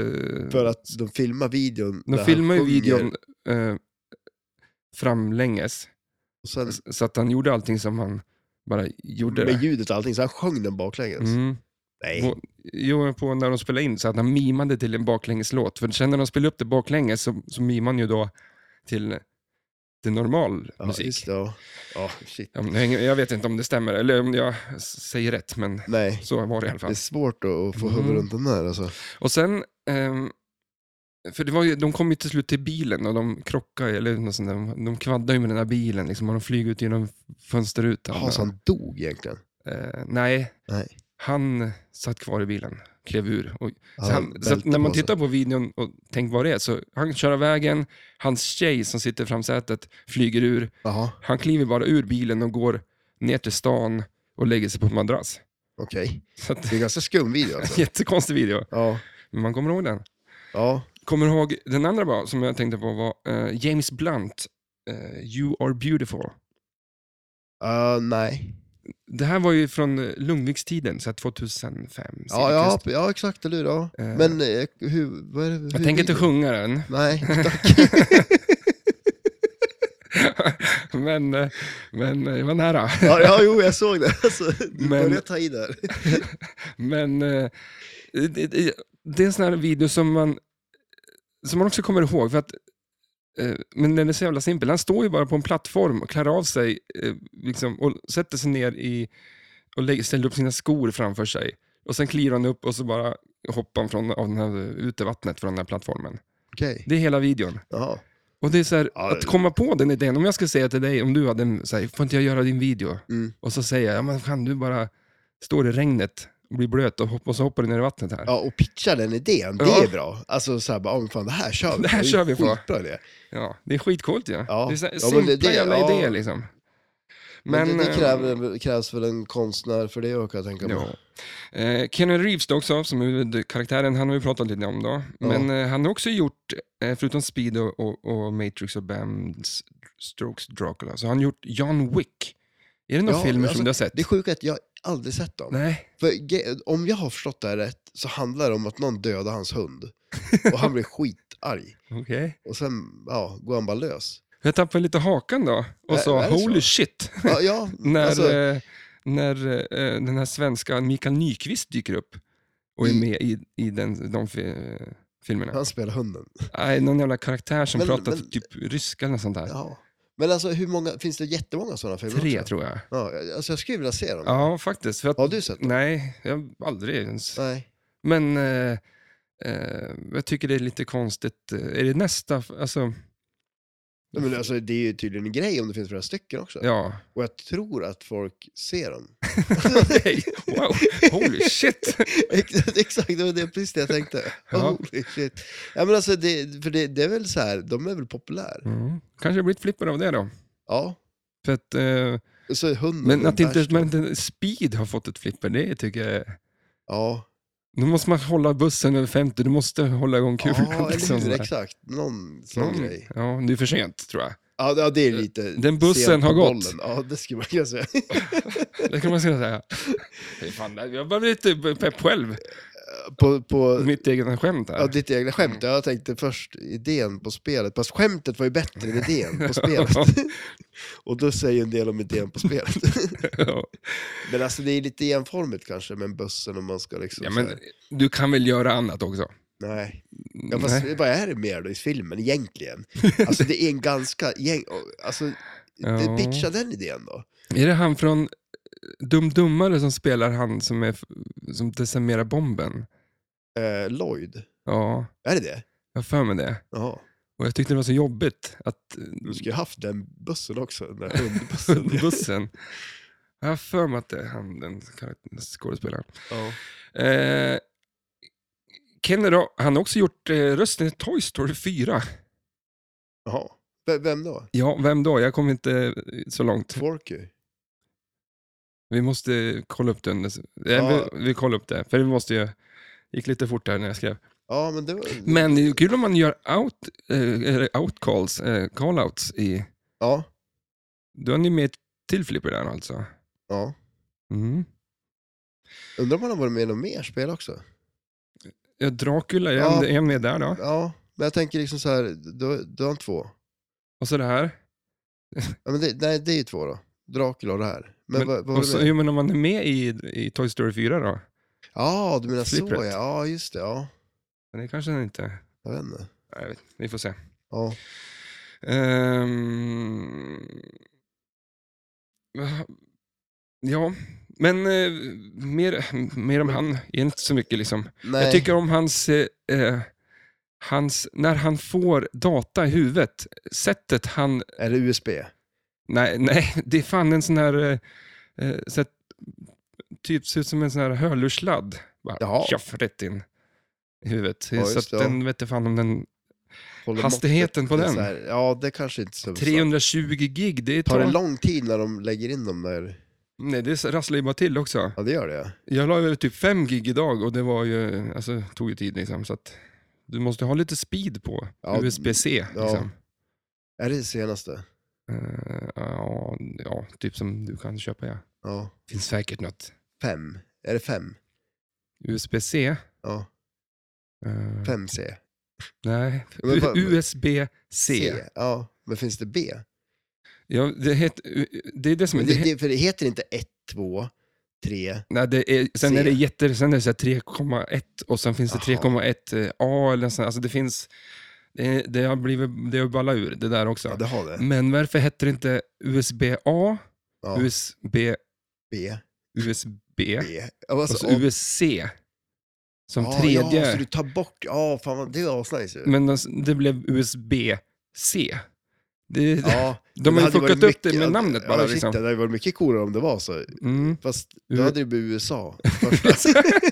För att de filmar videon när
De
han
filmar ju
sjunger,
videon eh, framlänges,
och sen,
s- så att han gjorde allting som han bara gjorde.
Alltså- med ljudet och allting, så han sjöng den baklänges.
Mm.
Nej.
Och, jo, på när de spelade in så att han mimade till en baklängeslåt. För sen när de spelade upp det baklänges så, så mimade han ju då till, till normal
Ja,
musik.
just det, ja. Ja, shit.
Ja, men jag- jag vet inte om det stämmer, eller om jag s- säger rätt, men
Nej.
så var det i alla
Det är
fall.
svårt att att få
Mm.
huvudet runt den där alltså.
Och sen, ehm, för det var ju, de kom ju till slut till bilen och de krockade, ju, eller något sånt där, de- de kvaddade ju med den här bilen liksom, och de flyger ut genom fönsterrutan.
Ja, så han dog egentligen.
Eh, nej,
Nej.
han satt kvar i bilen, klev ur. Och, så
Han
han, så att
välte
när man
på sig.
tittar på videon och tänker vad det är, så han kör av vägen, hans tjej som sitter framsätet flyger ur,
Jaha,
han kliver bara ur bilen och går ner till stan och lägger sig på en madrass.
okej.
Så att,
Det är en ganska skum video alltså.
jättekonstig video,
Ja,
men man kommer ihåg den.
ja.
Kommer du ihåg den andra bra som jag tänkte på var eh, James Blunt, eh, You are beautiful.
Ah, nej.
Det här var ju från eh, Lundvikstiden, så här 2005.
Ja, ja,
cirkus.
ja, exakt, eller hur? Ja.
Eh.
Men eh, hur, vad är det? Hur
Jag tänker inte
video?
sjunga den,
Nej, tack.
men, eh, men eh, jag var nära.
ja, ja, jo, jag såg det. Alltså, du
Men-
började ta i där.
Men eh, det, det, det är en sån här video som man, som man också kommer ihåg. För att, eh, men den är så jävla simpel. Han står ju bara på en plattform och klär av sig eh, liksom, och sätter sig ner i, och lägger, ställer upp sina skor framför sig. Och sen kliver han upp och så bara hoppar han från, av den här, ut i vattnet från den här plattformen.
Okej,
Det är hela videon.
jaha.
Och det är så här,
Ja,
att
det-
komma på den idén, om jag ska säga till dig, om du hade en, så här, får inte jag göra din video?
Mm.
Och så säger jag, ja, men kan du bara står i regnet och blir blöt och, hopp, och så hoppar du ner i vattnet här.
Ja, och pitcha den idén, det
Ja.
är bra. Alltså så här, bara, ja, men fan, det här kör vi
Det här
är
kör vi på.
skitbra idé.
Ja, det är skitcoolt ju.
Ja.
Det är så här,
Ja, men
simpla
det- det-
jävla
ja.
idéer liksom.
Men,
Men,
det, det
eh,
kräver, krävs väl en konstnär för det också, kan jag tänka mig.
Ja. Eh, Keanu Reeves då också, som är huvudkaraktären, han har vi pratat lite om då. Men eh, han har också gjort, eh, förutom Speed och, och, och Matrix och Bam Strokes Dracula, så har han gjort John Wick. Är det några
Ja,
filmer
alltså,
som du har sett?
Det är sjukt att jag aldrig sett dem.
Nej.
För ge- om jag har förstått det här rätt så handlar det om att någon dödar hans hund. Och han blir skitarg.
Okej.
Och sen ja, går han bara lös.
Jag tappade lite hakan då och
Ä-
sa
är det
holy
så?
shit
Ja, ja
när,
alltså,
eh, när eh, den här svenska Mikael Nyqvist dyker upp och är
I-
med i, i den, de fi, filmerna.
han spelar hunden.
Nej, någon jävla karaktär som
Men-
pratar
men-
typ ryska eller något sånt där.
Ja. Men alltså, hur många, finns det jättemånga sådana filmer?
Tre
också?
tror jag.
Ja, alltså, jag skulle vilja se dem.
Ja, faktiskt. För att,
Har du sett dem?
Nej, jag aldrig ens.
Nej.
Men eh, eh, jag tycker det är lite konstigt. Eh, Är det nästa? f- Alltså,
Nej, Men alltså, det är ju tydligen en grej om det finns flera stycken också.
ja.
Och jag tror att folk ser dem.
Hej, wow, holy shit.
Ex- Exakt, det var det precis det jag tänkte.
Ja.
Holy shit. Ja, men alltså, det, för det, det är väl så här, de är väl populära?
Mm. Kanske det blir ett flipper av det då.
Ja.
För att, eh,
Så Mm, är hunden
men att inte,
värst.
men inte Speed har fått ett flipper, det tycker jag är-
Ja,
Nu måste man hålla bussen över 50, du måste hålla igång kulan.
ja
liksom,
eller hur,
sådär.
exakt. Någon sån
Mm.
grej.
Ja, det är för sent tror jag.
Ja, det- ja, det är lite...
Den bussen
sent på
har gått.
bollen. Ja, det skulle man kunna säga.
Det kan man säga. såhär. Fy Fan, jag börjar bli lite pepp själv.
På, på
Mitt egna skämt här.
ja, ditt egna skämt.
Mm.
Jag tänkte först idén på spelet. Fast skämtet var ju bättre än idén på spelet. Och då säger ju en del om idén på spelet.
Ja.
Men alltså det är lite enformigt kanske med bussen om man ska liksom...
Ja,
så här-
men du kan väl göra annat också?
Nej. Ja, fast
Nej.
vad är det mer då i filmen egentligen? Alltså det är en ganska... Gäng... Alltså,
Ja.
det pitcha den idén då.
Är det han från eh, Dum Dummare som spelar han som, är, som decimerar bomben?
Eh, Lloyd,
Ja,
är det det?
jag har för mig det.
Ja.
Och jag tyckte det var så jobbigt att
Du skulle ju haft den bussen också, den där hundbussen.
hundbussen... Jag har för mig att det är han, den karaktären- skådespelaren.
ja.
Eh, Kenny då, han har också gjort eh, rösten i Toy Story 4.
Jaha. V- vem då?
Ja, vem då? Jag kom inte eh, så långt.
Forky?
Vi måste kolla upp den. Ja.
Ja.
Vi, vi kollar upp det, för vi måste ju... gick lite fort här när jag skrev.
Ja, men det var...
Men det är ju kul om man gör out, eh, eller outcalls, eh, callouts i...
Ja.
Då är ni med i ett till flipper där alltså.
ja.
Mm.
Undrar om han har varit med i något mer spel också?
Ja, Dracula, är
Ja.
han- är han med där då?
Ja, men jag tänker liksom så här, då, då har han två.
Och så det här.
Ja, men det, nej, det är ju två då. Dracula och det här. Men,
Men,
vad, vad
och
var
så,
det?
jo, men om man är med i, i Toy Story 4 då?
Ja, du menar så
Flippret.
ja. Ja, just det. Ja,
Men det kanske den inte...
jag vet inte.
Nej, jag vet, vi får se.
Ja.
Ehm, va- ja, men eh, mer, mer om han är inte så mycket liksom.
Nej.
Jag tycker om hans, eh, eh, hans, när han får data i huvudet, sättet han,
Är det USB?
nej, nej, det är fan en sån här, eh, eh, sätt, typ ser ut som en sån här hörlursladd. Bara
Jaha.
tjoff, rätt in i huvudet.
Ja,
så
just
att
det, ja.
den vet jag fan om den,
Håller
Hastigheten
måttet.
på
Det är
den.
så här, ja, det kanske inte så...
320 gig, det
Tar
tar-
det lång tid när de lägger in dem där?
Nej, det rasslar ju bara till också.
Ja, det gör det. ja.
Jag la över typ 5 gig idag och det var ju, alltså, tog ju tid liksom. Så att du måste ha lite speed på
Ja,
USB-C.
ja.
Liksom.
Är det det senaste?
Eh, ja, ja, typ som du kan köpa ja.
Ja.
Finns säkert något.
Fem. Är det fem?
USB-C?
Ja,
Eh,
5C.
nej,
Ja, men
U-
vad-
USB-C.
Ja, men finns det B?
Ja, det, heter, det är det som...
Men
det,
det, det, för det heter inte 1, 2, 3.
nej, det är, sen
C.
är det jätte, sen är det så här 3,1 och sen finns det
Jaha.
3,1A eller så, alltså det finns... Det, det har blivit, det har ballat ur det där också.
Ja, det har det.
Men varför hette det inte USB-A,
Ja,
USB,
B,
USB
B. Ja,
och så
A-
USC Alltså, som
ja,
tredje?
Ja, så du tar bort... Ja, fan vad, det är asnice ju.
Men alltså, det blev USB-C. Det,
Ja,
de har ju
hade
fuckat
varit
upp
mycket-
det med namnet
ja,
bara,
shit,
liksom.
Det hade varit mycket coolare om det var så.
mm.
Fast
U-
då hade det blivit USA. Första.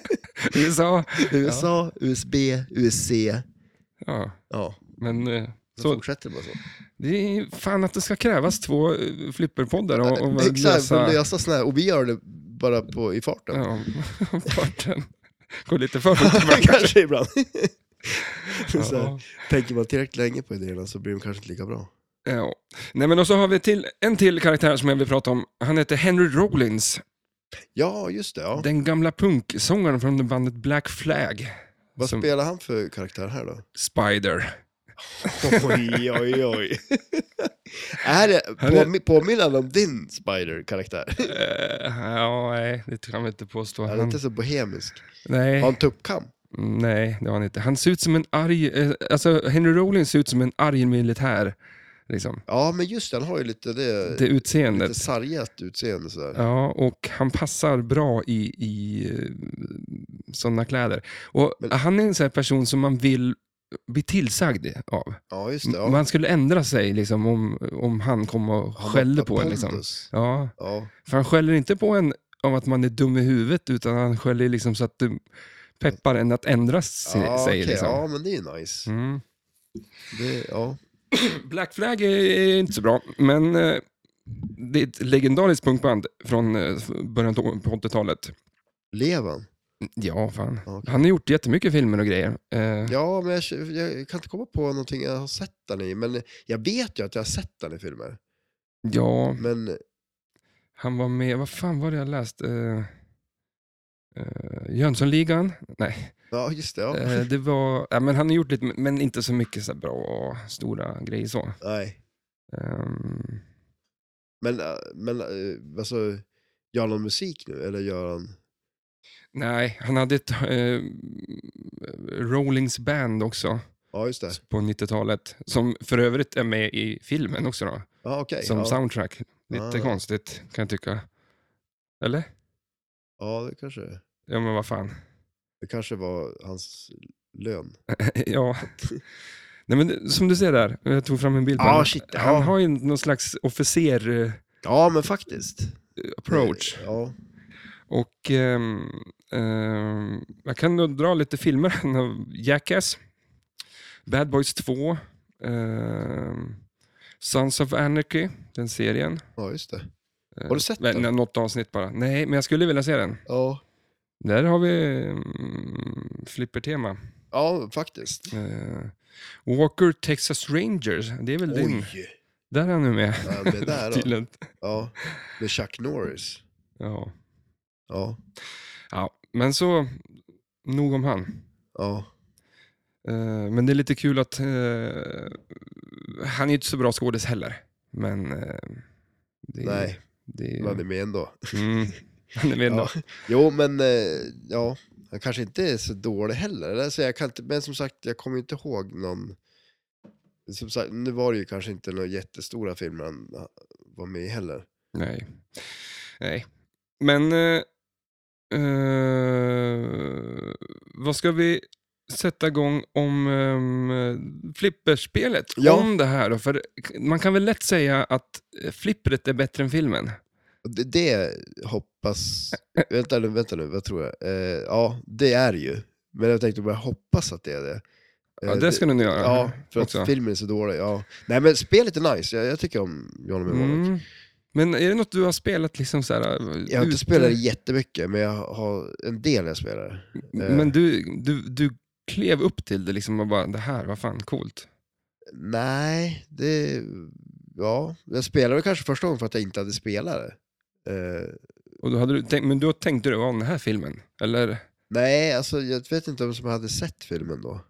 USA.
USA, USB, USC.
Ja,
Ja.
men eh,
Så. Fortsätter det bara så.
Det är fan att det ska krävas två eh, flipperpoddar och, och
Exakt, lösa...
lösa...
lösa sådana här, och vi gör det bara på, i farten.
Ja, farten. Går lite för fort.
kanske ibland. så
Ja.
här, tänker man tillräckligt länge på idéerna så blir de kanske inte lika bra.
Ja. Nej men och så har vi till, en till karaktär som jag vill prata om. Han heter Henry Rollins.
Ja, just det. Ja.
Den gamla punksångaren från bandet Black Flag.
Vad
som-
spelar han för karaktär här då?
Spider.
Oj, oj, oj. är det
Han är-
påmi- påminnande om din Spider-karaktär?
Eh, ja, nej, det kan vi inte påstå.
Han är
Han, Eh.
inte så bohemisk.
nej,
Har han tuppkam?
nej, det var han inte. Han ser ut som en arg... eh, Alltså, Henry Rollins ser ut som en arg militär. Liksom.
Ja, men just det, han har ju lite det,
Det
lite
utseendet.
sargat utseende sådär.
Ja, och han passar bra i, i sådana kläder. Och han är en sån här person som man vill bli tillsagd av.
Ja, just det. Ja.
Man skulle ändra sig liksom, om, om han kom och
Han
skällde
var
på en. Liksom.
pondus.
Ja,
Ja.
för han skäller inte på en om att man är dum i huvudet, utan han skäller liksom så att du peppar en att ändra sig.
Ja,
sig,
okej.
liksom.
ja, men det är ju nice.
Mm.
Det, ja.
Black Flag är, är inte så bra, men eh, det är ett legendariskt punkband från eh, början på 80-talet.
Levan?
Ja, fan.
Okej.
Han har gjort jättemycket filmer och grejer. Eh,
Ja, men jag, jag kan inte komma på någonting jag har sett den i, men jag vet ju att jag har sett den i filmer.
ja,
Men
han var med, vad fan var det jag läst? Eh, eh, Jönssonligan? Nej,
ja, just det. Ja.
eh, det var, ja, men han har gjort lite, men inte så mycket så här bra och stora grejer så.
Nej.
Ehm,
Men, eh, men eh, alltså, gör han musik nu, eller gör han...
nej, han hade ett eh, Rollings band också
Ja, just det.
på 90-talet, som för övrigt är med i filmen också då,
Ja, okej.
som
ja.
soundtrack. Lite
Ah.
konstigt kan jag tycka. Eller?
ja, det kanske,
Ja, men vad fan.
det kanske var hans lön.
Ja. Nej, men det- som du ser där, jag tog fram en bild på
Ja,
honom.
shit, ja.
Han har ju någon slags eh, officer-approach.
Ja, men faktiskt. Eh, Ja,
Och ehm, ehm, jag kan nog dra lite filmer. Han har Jackass, Bad Boys 2, ehm, Sons of Anarchy, den serien. Eh,
ja just det. Har du sett
Nej,
den?
Något avsnitt bara. Nej, men jag skulle vilja se den.
Ja,
Där har vi mm, flippertema.
ja faktiskt.
Eh, Walker Texas Rangers, det är väl din?
Oj!
Där är han nu med.
Ja, det där då.
Tydligen.
Ja, med Chuck Norris.
Ja.
Ja,
ja, men så, nog om han.
ja.
Eh, men det är lite kul att eh, han är inte så bra skådis heller. Men eh, det, är-
Nej,
det är,
men han är med ändå.
mm, han är med ändå.
Ja. Jo, men eh, ja, han kanske inte är så dålig heller. Eller? Så jag kan inte, men som sagt, jag kommer ju inte ihåg någon... Som sagt, nu var det ju kanske inte några jättestora filmer han var med i heller.
Nej. Nej. Men eh, eh, vad ska vi sätta igång om um, flipperspelet?
Ja.
Om det här då? För man kan väl lätt säga att eh, flippret är bättre än filmen?
Och Det, det hoppas... Vänta nu, vänta nu, vad tror jag? Eh, ja, det är det ju. Men jag tänkte bara hoppas att det är det.
Ja,
Eh,
det ska du nog göra.
Ja, för att
också.
filmen är så dålig. Ja. Nej, men spelet är nice. Jag, jag tycker om Johnny Mnemonic.
Mm. Men är det något du har spelat liksom så här? eh,
Jag har inte
ute?
spelat det jättemycket, men jag har en del jag spelar. eh.
Men du, du, du klev upp till det liksom och bara, det här, vad fan, coolt.
Nej, det... Ja, jag spelade kanske första gången för att jag inte hade spelare. Eh,
Och då hade du tänkt, men då tänkte du, ja, den här filmen, eller?
nej, alltså jag vet inte vem som hade sett filmen då.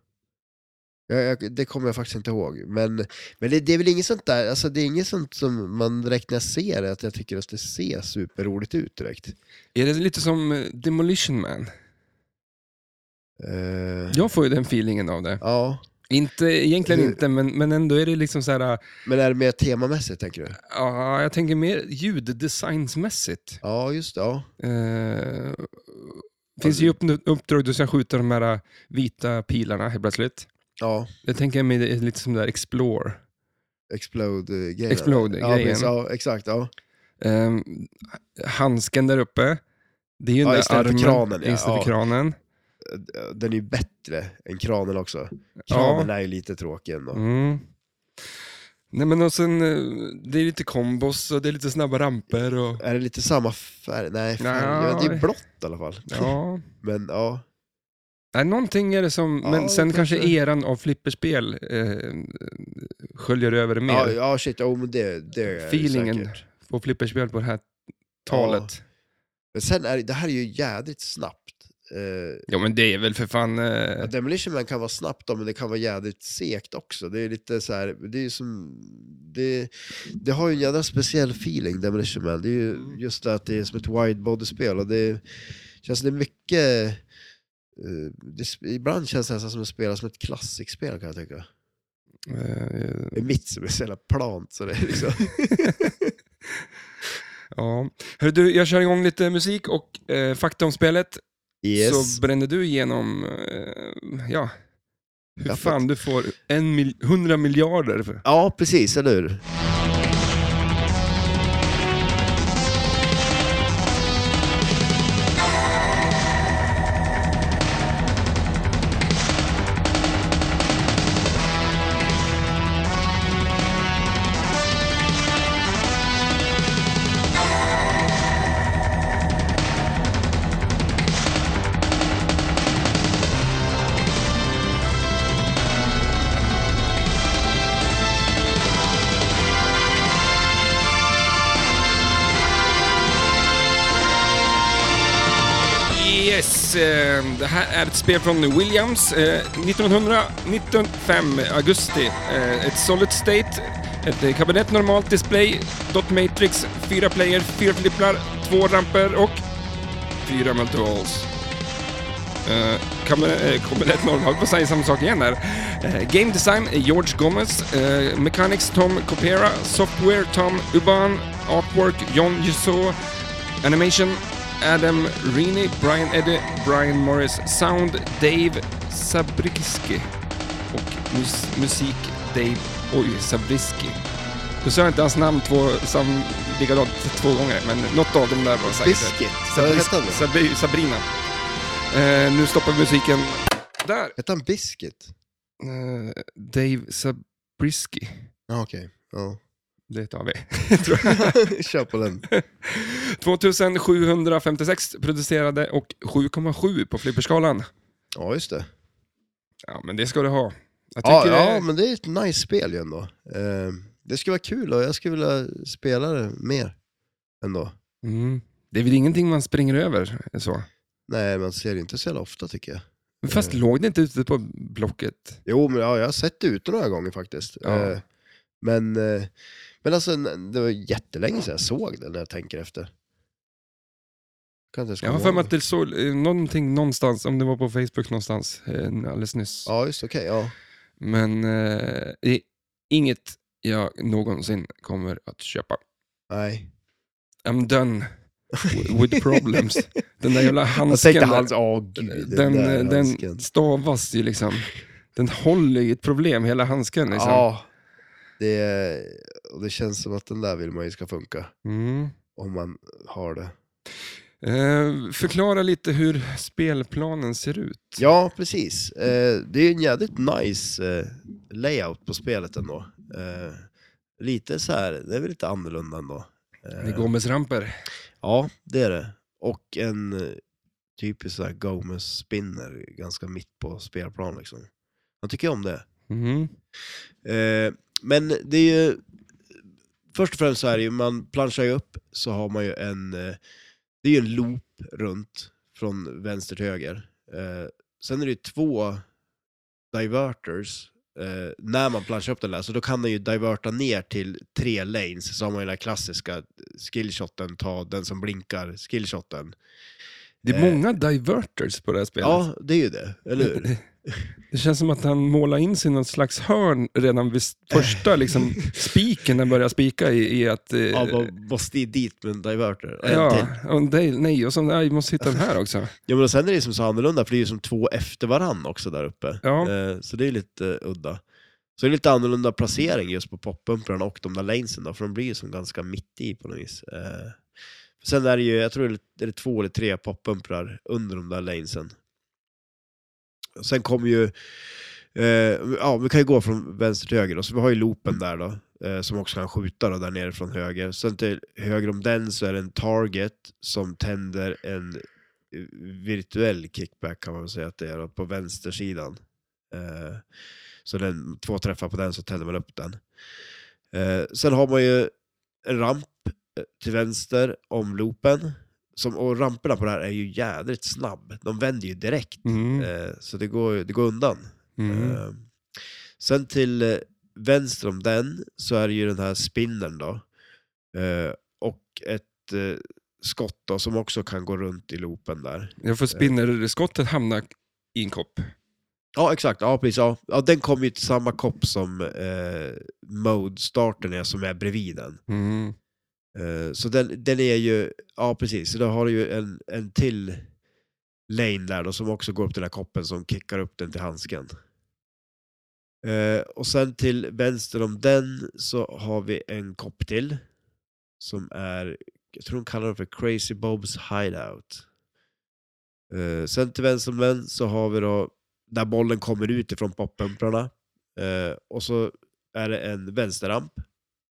Jag, jag, det kommer jag faktiskt inte ihåg. Men, men det, det är väl inget sånt där, alltså det är inget sånt som man direkt när jag ser det, att jag tycker att det ser superroligt ut direkt.
Är det lite som eh, Demolition Man?
Eh,
Jag får ju den feelingen av det.
ja.
Inte, egentligen
Hur-
inte, men, men ändå är det liksom så här,
Men är det mer temamässigt tänker du?
ja, jag tänker mer ljuddesignsmässigt.
Ja, just det. Ja.
Eh, finns
Alltså-
ju upp, uppdrag du ska skjuta de här uh, vita pilarna helt plötsligt.
ja.
Jag tänker mig det är lite som där Explore.
Explode-grejen. Ja,
Explode-grejen.
precis, ja, exakt. Ja.
Eh, handsken där uppe. Det är ju
Ja,
den där
istället för
armen.
kranen, ja.
Istället för
Ja.
kranen.
Den är ju bättre än kranen också. Kranen
Ja.
är ju lite tråkig ändå.
Mm. Nej men och sen, eh, det är lite kombos och det är lite snabba ramper och...
Är det lite samma färg? Nej, färg. Ja, det är ju blått i alla fall.
Ja.
Men ja,
Nej, någonting är det som, men
Ja,
sen
det
kanske
kanske-
eran av flipperspel eh, sköljer över mer.
ja, ja shit, ja, men det, det är det
Feelingen
säkert.
på flipperspel på det här talet.
Men sen är det- det här är ju jädrigt snabbt. Eh,
Ja men det är väl för fan...
Ja,
Eh,
Demolition Man kan vara snabbt då, men det kan vara jädrigt segt också. Det är lite så här, det är ju som, det, det har ju en jädra speciell feeling, Demolition Man. Det är ju just det att det är som ett wide body-spel och det känns det är mycket, eh, det, sp- ibland känns det nästan som att spela som ett klassikspel kan jag tycka.
eh,
Det är mitt som är så jävla plant så det är liksom.
ja. Hörru du, jag kör igång lite musik och eh, fakta om spelet.
Yes.
Så bränner du igenom, eh, ja, hur
Kaffet.
fan du får en mil- 100 miljarder. För.
Ja, precis, eller hur?
Yes, eh, det här är ett spel från Williams. Eh, 1900, 1905, augusti. Eh, ett solid state, ett eh, kabinett normalt display, dot matrix, fyra player, fyra flipplar, två ramper och fyra multiballs. Eh, kabinett, eh, kabinett normalt, på att säga samma sak igen här. Eh, game design, eh, George Gomez. Eh, mechanics, Tom Copera. Software, Tom Uban. Artwork, John Jusso. Animation, Adam Rini, Brian Eddy, Brian Morris, Sound, Dave Sabriski och mus- musik, Dave, oj, Sabriski. Nu sa jag inte hans namn två, sam, likadant två gånger, men något av dem där var säkert.
Biscuit. Vad hette han
Sabris-
då?
Sabri, Sabrina. Eh, nu stoppar vi musiken. Där!
Hette han Biscuit?
Eh, Dave Sabriski.
Ja, okej. Ja.
Det tar vi, tror jag.
Kör på den.
2756 producerade och 7,7 på flipperskalan.
Ja, just det.
Ja, men det ska du ha. Jag
Ja,
tycker
ja,
det-
men det är ett nice spel ju ändå. Eh, det skulle vara kul och jag skulle vilja spela det mer ändå.
Mm. Det är väl ingenting man springer över så.
Nej, man ser det inte så jävla ofta tycker jag. Eh.
Fast låg det inte ute på Blocket?
Jo, men ja, jag har sett det ute några gånger faktiskt.
Ja.
Eh, men, eh, men alltså, n- det var jättelänge sedan jag såg det när jag tänker efter. Kan inte ens
Jag har
komma
för mig
ihåg
att
det.
det såg eh, någonting någonstans, om det var på Facebook någonstans eh, alldeles nyss.
Ja, just det, okej. ja.
Men eh, det är inget jag någonsin kommer att köpa.
Nej.
I'm done wi- with problems. Den där jävla handsken.
Jag tänkte
där,
hans, åh gud,
den, eh,
där
den,
handsken.
stavas ju liksom. Den håller ju ett problem, hela handsken liksom.
Ja. Det, är- och det känns som att den där vill man ju ska funka.
Mm.
Om man har det.
Eh, förklara lite hur spelplanen ser ut.
Ja, precis. Eh, det är ju en jävligt nice eh, layout på spelet ändå. Eh, lite så här, det är väl lite annorlunda ändå. Eh,
Det är Gomez-ramper.
Ja, det är det. Och en eh, typisk så här Gomez-spinner ganska mitt på spelplan liksom. Jag tycker om det.
Mm.
Eh, men det är ju... Först och främst så är det ju, man planschar ju upp så har man ju en... eh, Det är ju en loop runt från vänster till höger. Eh, sen är det ju två diverters. Eh, när man planschar upp den där, så då kan den ju diverta ner till tre lanes. Så har man ju den här klassiska skillshoten, ta den som blinkar, skillshoten.
Det är
Eh.
många diverters på det här spelet.
Ja, det är ju det, eller hur?
Det känns som att han målar in sig i något slags hörn redan vid s- första liksom, spiken när han börjar spika i, i att... Eh,
Ja, man måste dit med en diverter. Och en till.
ja, och en del, nej, och så, nej, jag måste hitta den här också.
Ja men och sen är det som så annorlunda, för det är ju som två efter varann också där uppe.
Ja.
Eh, Så det är lite eh, udda. Så det är lite annorlunda placering just på poppumprarna och de där lanesen då, för de blir ju som ganska mitt i på något vis. Eh, Sen är det ju, jag tror det är- är det två eller tre poppumprar under de där lanesen. Och Sen kommer ju, eh, ja vi kan ju gå från vänster till höger då, så vi har ju loopen där då. eh, som också kan skjuta då, där nere från höger. Sen till höger om den så är det en target som tänder en eh, virtuell kickback kan man väl säga att det är då, på vänstersidan. Eh, så den, två träffar på den så tänder man upp den. Eh, sen har man ju en ramp eh, till vänster om loopen. Som, och ramperna på det här är ju jädrigt snabb. De vänder ju direkt.
Mm.
Eh, Så det går, det går undan.
Mm.
Eh, Sen till eh, vänster om den så är det ju den här spinnen då. Eh, Och ett eh, skott då, som också kan gå runt i loopen där.
Jag får spinnerskottet hamna i en kopp.
Ja exakt, ja precis. Ja. Ja, den kommer ju till samma kopp som eh, mode-starten är som är bredvid den.
Mm.
Eh, Så den, den är ju, ja precis, så då har du ju en, en till lane där då som också går upp till den här koppen som kickar upp den till handsken. Eh, och sen till vänster om den så har vi en kopp till som är, jag tror de kallar den för Crazy Bob's Hideout. Eh, sen till vänster om den så har vi då där bollen kommer ut ifrån poppumprarna eh, och så är det en vänsterramp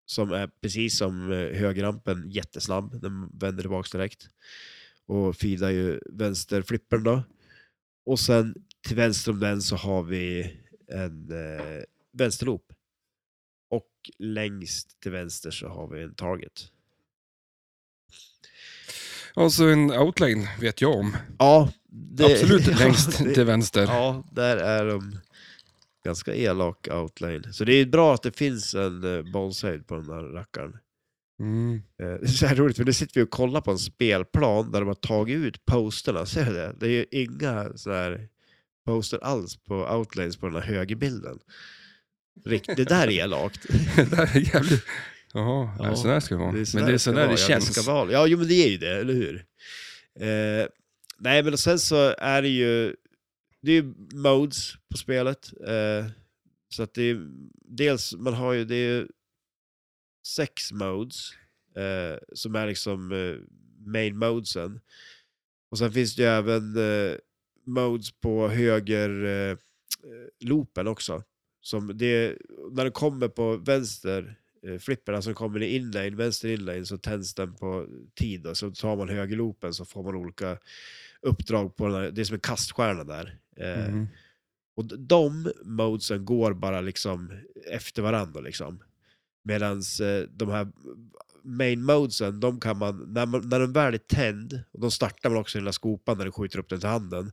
som är precis som eh, högerrampen, jättesnabb. Den vänder tillbaks direkt. Och feedar ju vänsterflippen då. Och sen till vänster om den så har vi en eh, vänsterloop. Och längst till vänster så har vi en target.
Och så en outlane vet jag om.
Ja, det,
Absolut
ja,
längst
det-
till vänster.
Ja, där är de ganska elak outline. Så det är bra att det finns en eh, bollshöjd på den där rackaren.
Mm.
Eh, Det är så här roligt, för nu sitter vi och kollar på en spelplan där de har tagit ut posterna. Ser du det? Det är ju inga så här poster alls på outlines på den här högerbilden. Rikt- det där är elakt.
det här är jävligt... Jaha,
Ja,
ja, sådär ska det vara.
så
men
där
det är sådär
ska
det
vara. Ja,
känns.
det ska vara. Ja, jo, men det är ju det, eller hur? Eh, nej, men och sen så är det ju... Det är ju modes på spelet. Eh, så att det är... Dels, man har ju... Det är ju sex modes. Eh, som är liksom eh, main modesen. Och sen finns det ju även eh, modes på höger eh, loopen också. Som det, när den kommer på vänster eh, flippen, alltså kommer i inlane, vänster inlane, så tänds den på tid. Då. Så tar man högerloopen så får man olika uppdrag på den här, det är som en kaststjärna där. Eh,
Mm.
Och d- de modesen går bara liksom efter varandra liksom. Medan eh, de här main modesen, de kan man, när, man, när den väl är tänd, och de startar man också i den där skopan när den skjuter upp den till handen,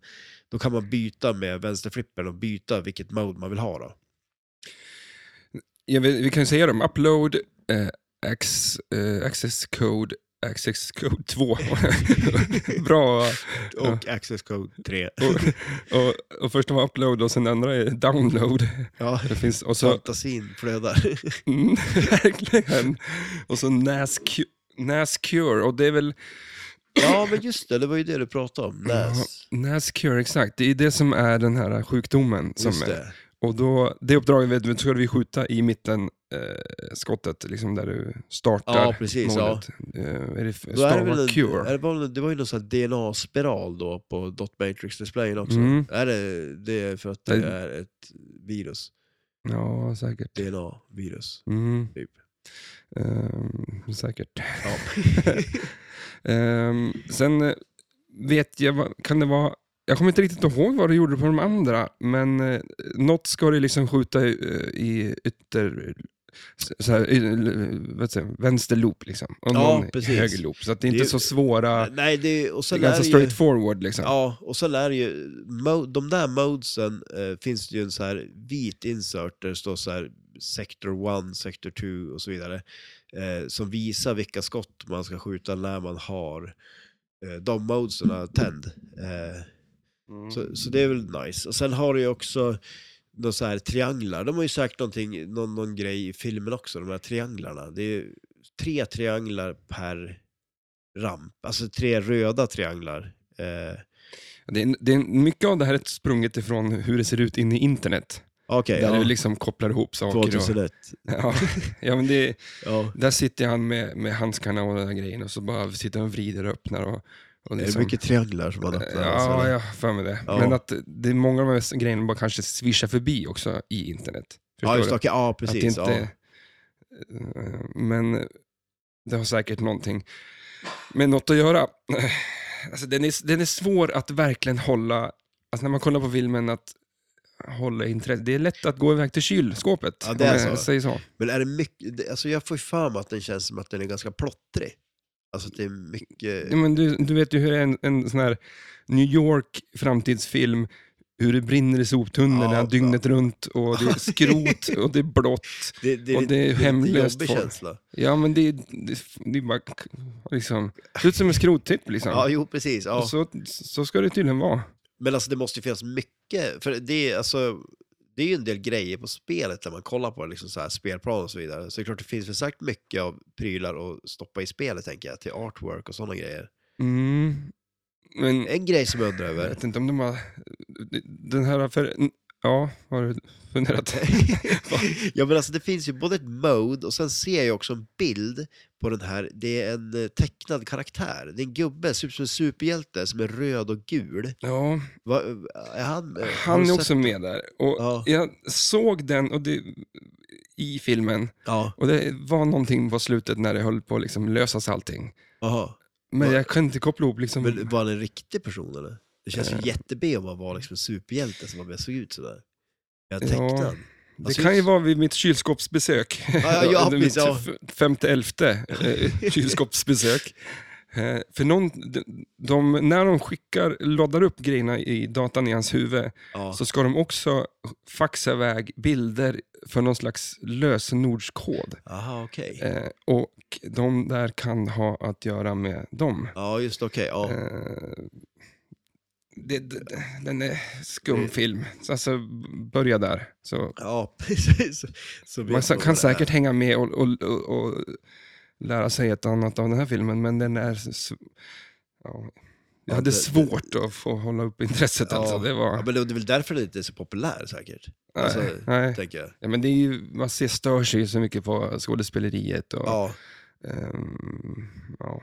då kan man byta med vänsterflippen och byta vilket mode man vill ha då.
Ja, vi, vi kan ju säga dem. Upload, eh, access, eh, access code, access code 2. Bra.
Och access code 3.
Och, och, och första var upload och sen andra är download.
Ja,
Det finns, och så,
fantasin flödar.
Mm, verkligen. Och så NASQ, NASCure, och det är väl
Ja, men just det, det var ju det du pratade om. Näs.
NASCure, exakt. Det är det som är den här sjukdomen. Som
Just
är,
det.
och då, det uppdraget vet, du, ska vi skjuta i mitten, eh, skottet, liksom där du startar
Ja, precis, ja.
målet. Eh, är det
Då är det,
Star
väl
Wars
en,
Cure?
är det, bara, det var ju någon sån här DNA-spiral då på dot matrix-displayen också.
Mm.
Är det, det är för att det
Det-
är ett virus,
Ja, säkert.
DNA-virus.
Mm.
Typ.
Ehm, säkert.
Ja.
Ehm, sen eh, vet jag, vad- kan det vara, jag kommer inte riktigt ihåg vad du gjorde på de andra, men eh, något ska du liksom skjuta i, eh, i ytter, så- så här, i- l- vad säger, jag, vänster loop liksom. Och
Ja,
någon i
precis.
höger loop. Så att det är
Det
inte
är-
så svåra,
Nej, det, och
det är
sen
ganska
är det ju,
straight forward liksom.
Ja, och sen är det ju, mo- de där modesen eh, finns det ju en så här vit insert där det står så här sector 1, sector 2 och så vidare. Eh, som visar vilka skott man ska skjuta när man har eh, de modesen tänd. Eh, så, så det är väl nice. Och sen har du ju också de så här trianglar. De har ju säkert någonting, någon, någon grej i filmen också, de här trianglarna. Det är ju tre trianglar per ramp, alltså tre röda trianglar. Eh,
Det är, det är, mycket av det här är sprunget ifrån hur det ser ut inne i internet.
Okej,
där
ja.
du liksom kopplar ihop saker. Och,
2001.
ja, ja, men det,
Ja.
Där sitter han med, med handskarna och den här grejen och så bara sitter han och vrider och öppnar. Och, och
Det är
liksom-
mycket trianglar som man öppnar. alltså,
Ja,
eller?
jag har för mig det.
Ja.
Men att det är många av de här grejerna bara kanske svischar förbi också i internet.
ja, just,
du?
det. Okej, ja
Att
precis.
det inte,
ja.
Eh, Men det har säkert någonting med något att göra. Alltså, den, är, den är svår att verkligen hålla, alltså när man kollar på filmen, att hålla intresse. Det är lätt att gå iväg till kylskåpet,
Ja, det är
om
så.
jag säger så.
Men är det mycket, det- alltså jag får ju för mig att den känns som att den är ganska plottrig. Alltså att det är mycket,
Ja, men du, du vet ju hur det är en, en sån här New York framtidsfilm, hur det brinner i soptunnorna
Ja,
dygnet runt och det är skrot och det är blått.
det, det
och
lite-
det är
lite
hemlöst
jobbig
folk. liksom.
känsla.
Ja, men det, det, det är bara liksom, det ser ut som en skrottipp liksom.
Ja, jo precis. Ja.
Och så, så ska det tydligen vara.
Men alltså det måste ju finnas mycket, för det är, alltså, det är ju en del grejer på spelet när man kollar på det, liksom så här, spelplan och så vidare. Så det är klart det finns väl säkert mycket av prylar att stoppa i spelet tänker jag, till artwork och sådana grejer.
Mm. Men
En grej som jag undrar
jag
över,
vet inte om de har... Den här för... Ja, har du funderat?
ja men alltså det finns ju både ett mode och sen ser jag också en bild på den här, det är en eh, tecknad karaktär. Det är en gubbe, ser ut som en superhjälte som är röd och gul.
ja,
Va, är han, eh, har
han
du
är
sett-
också med där. Och
Ja.
Jag såg den och det, i filmen
Ja,
och det var någonting på slutet när det höll på att liksom lösas allting.
aha.
Men
Ja.
jag kunde inte koppla ihop liksom...
Men var han en riktig person eller? Det känns
Eh.
ju jätte-B om man var liksom en superhjälte som man såg ut sådär. Jag
Ja.
tecknad.
det
alltså,
kan ju vara vid mitt kylskåpsbesök.
ja, ja,
mitt
precis, ja.
f- femte, elfte eh, kylskåpsbesök. Eh, För någon, de, de, när de skickar, laddar upp grejerna i datan i hans huvud
Ja.
så ska de också faxa iväg bilder för någon slags lösenordskod.
Aha, okej.
Eh, och de där kan ha att göra med dem.
Ja, just det, okej. Ja.
Eh, det, det, den är skum film. Så Alltså, börja där. Så
ja, precis. Så vet
man sa-
vad
kan
det är.
säkert hänga med och, och, och, och lära sig ett annat av den här filmen, men den är... s- Ja. Jag
Ja,
hade
det-
svårt att få hålla upp intresset alltså.
Ja.
Det var...
Ja, men det det är väl därför den inte är så populär säkert. Alltså,
nej, nej.
tänker jag.
Ja, men det är ju, man ser, stör sig ju så mycket på skådespeleriet och...
Ja.
ehm, ja.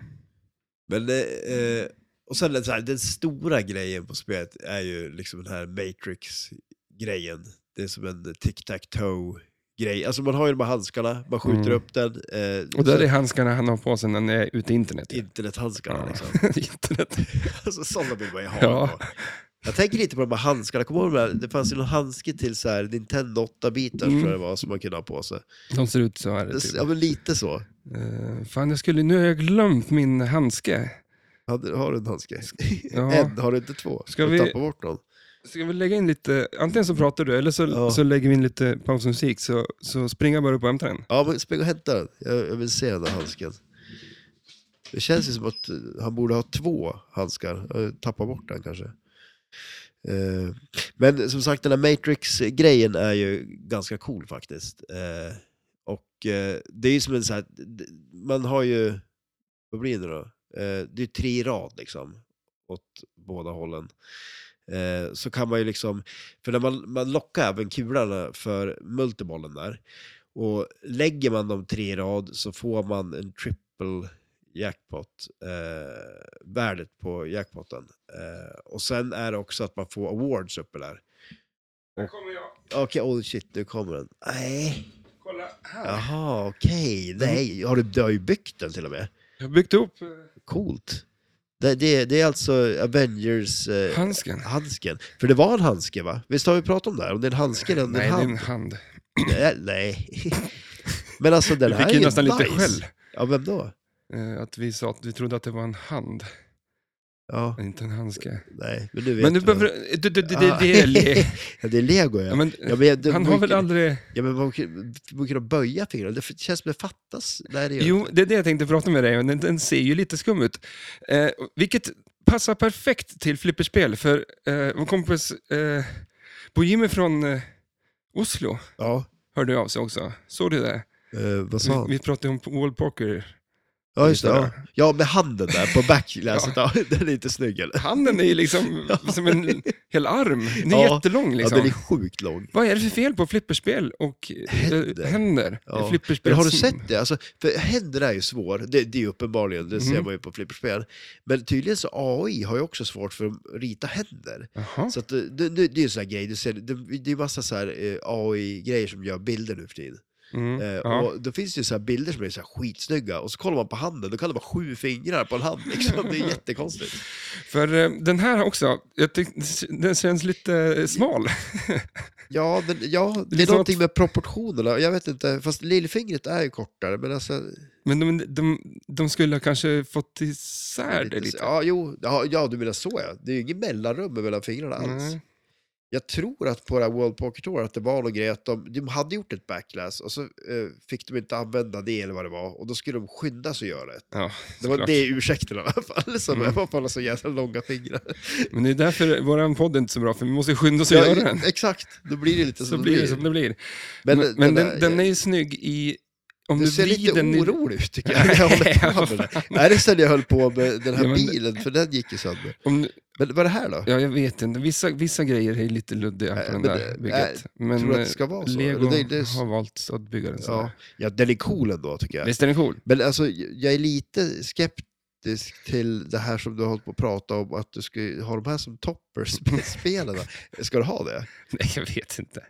Men, eh, eh, och sen den, så här, den stora grejen på spelet är ju liksom den här Matrix-grejen. Det är som en tic-tac-toe-grej. Alltså man har ju de här handskarna, man skjuter
Mm.
upp den. Eh,
Och
så-
där är handskarna han har på sig när han är ute i internet. ju.
internethandskarna
Ja.
liksom.
internet.
Alltså sådana vill man ju ha.
Ja.
på. Jag tänker lite på de här handskarna, kommer du ihåg de här? det fanns ju någon handske till så här Nintendo 8-bitar
Mm.
tror jag det var som man kunde ha på sig.
De ser ut så här. Typ.
Ja men lite så.
Eh, fan, jag skulle, nu har jag glömt min handske.
Hade- Har du en handske?
Ja.
En, har du inte två?
Ska
Har du
vi-
tappat bort någon?
Ska vi lägga in lite, antingen så pratar du eller så,
Ja.
så lägger vi in lite pausmusik så, så springer jag bara upp och hämtar den.
Ja men spring och hämta den, jag, jag vill se den där handsken. Det känns ju som att eh, han borde ha två handskar, jag tappar bort den kanske. Eh, Men som sagt, den här Matrix-grejen är ju ganska cool faktiskt. Eh, Och eh, det är ju som en sån här, d- man har ju, vad blir det då? Eh, Det är tre i rad liksom, åt båda hållen. Eh, Så kan man ju liksom, för när man, man lockar även kulorna för multibollen där, och lägger man de tre i rad så får man en triple jackpot, eh, värdet på jackpotten. Eh, och sen är det också att man får awards uppe där.
Där kommer jag.
Okej, oh shit, nu kommer den. Nej,
Kolla här.
jaha, okej, nej, har du, du har ju byggt den till och med.
Jag har byggt upp eh,
Coolt. Det, det, det är alltså Avengers... Eh,
handsken.
Handsken. För det var en handske va? Visst har vi pratat om det här? Om det är en handske eller om det är
Nej,
en
det är
hand?
en hand.
Nej, Eh, nej. Men alltså den
Vi
här
fick ju
är ju
nästan lite
nice.
skäll.
Ja, vem då?
Eh, Att vi sa att vi trodde att det var en hand,
Ja,
inte en handske.
nej, men du vet
Men nu
vad-
behöver du... du- du- Det
Ah.
det är le-
Ja, det är lego ja.
Ja, men,
Ja, men jag- det-
Han har väl aldrig...
Ja, men man kan man kan böja fingrarna, det känns som det fattas. Nej, det gör
Jo,
inte.
det är det jag tänkte prata med dig om. Den, den ser ju lite skum ut. Eh, vilket passar perfekt till flipperspel, för eh, vår kompis eh, Bo Jimmy från eh, Oslo
Ja,
hörde av sig också. Såg du det?
eh, vad sa
Vi,
han?
vi pratade om wallpoker.
Ja, just det. Ja. ja, med handen där på backglaset, ja. den är inte snygg eller?
Handen är ju liksom som en hel arm. Den är
Ja.
jättelång liksom.
Ja, den är sjukt lång.
Vad är det för fel på flipperspel och eh,
Händer.
händer?
Ja.
Flipperspel
Men har du
som-
sett det? Alltså, för händer är ju svår, det, det är ju uppenbarligen, det ser
Mhm.
man ju på flipperspel. Men tydligen så AI har ju också svårt för att rita händer.
Jaha.
Så att, det, det, det är ju en sån här grej, du ser, det, det är ju massa så här eh, AI-grejer som gör bilder nu för tiden. eh,
Mm, ja.
och då finns det ju så här bilder som är så här skitsnygga och så kollar man på handen, då kan det vara sju fingrar på en hand. Liksom. Det är jättekonstigt.
För eh, den här också, jag tyck, den känns lite eh, smal.
Ja, men, ja det är
Liksom
någonting med proportionerna. Jag vet inte, fast lillfingret är ju kortare. Men alltså,
Men de, de, de skulle ha kanske fått isär det lite.
Ja, jo, ja, ja, du menar så ja. Det är ju inget mellanrum mellan fingrarna alls.
Nej.
Jag tror att på det här World Poker Tour att det var någon grej att de, de hade gjort ett backlash och så eh, fick de inte använda det eller vad det var och då skulle de skynda sig att göra det.
Ja,
Det var
såklart. Mm.
det ursäkten i alla fall, som var på alla så jävla långa fingrar.
Men det är därför vår podd är inte så bra, för vi måste skynda oss att
Ja,
göra den.
Exakt, då blir det lite
Så
som
blir det som det blir. Men,
Men,
men,
men
den,
där-
den är ju snygg i... Om
Du
du
ser
vrider
lite
den i-
orolig ut tycker jag, när jag håller på med det. Nej, det är sen jag höll på med den här
Ja, men-
bilen, för den gick ju sönder.
Om, du-
Men vad är det här då?
ja, jag vet inte. Vissa, vissa grejer är lite luddiga på
Äh,
den
men,
där
äh,
bygget. Men
tror du att det
eh,
ska vara så?
Lego
Eller det- det är s-
har valt att bygga den så.
Ja.
Ja.
ja, den är cool ändå tycker jag.
Visst är den cool?
Men alltså, jag är lite skeptisk till det här som du har hållit på att prata om, att du ska ha de här som toppers på spelen. Ska du ha det?
Nej, jag vet inte.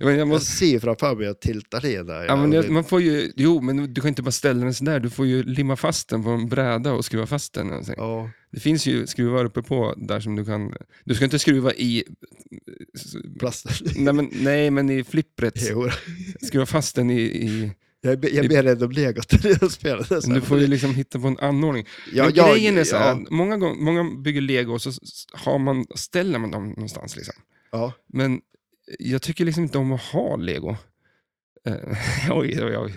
Men jag
Jag
måste,
ser ju framför mig att tiltar ner där.
ja, men
Och
jag,
det-
man får ju, jo, men du kan inte bara ställa den sådär. Du får ju limma fast den på en bräda och skruva fast den. Alltså.
ja.
Det finns ju skruvar uppe på där som du kan... Du ska inte skruva i...
Plasten.
Nej, men, nej, men i flippret.
Jo,
Skruva fast den i... i
jag är be- jag är mer rädd om legot än jag spelar det.
du får ju liksom hitta på en anordning.
Ja,
men
ja,
grejen är så här,
ja.
många, gång- många bygger lego och så s- har man, ställer man dem någonstans. Liksom.
Ja.
Men jag tycker liksom inte om att ha lego. Eh, oj, oj, oj.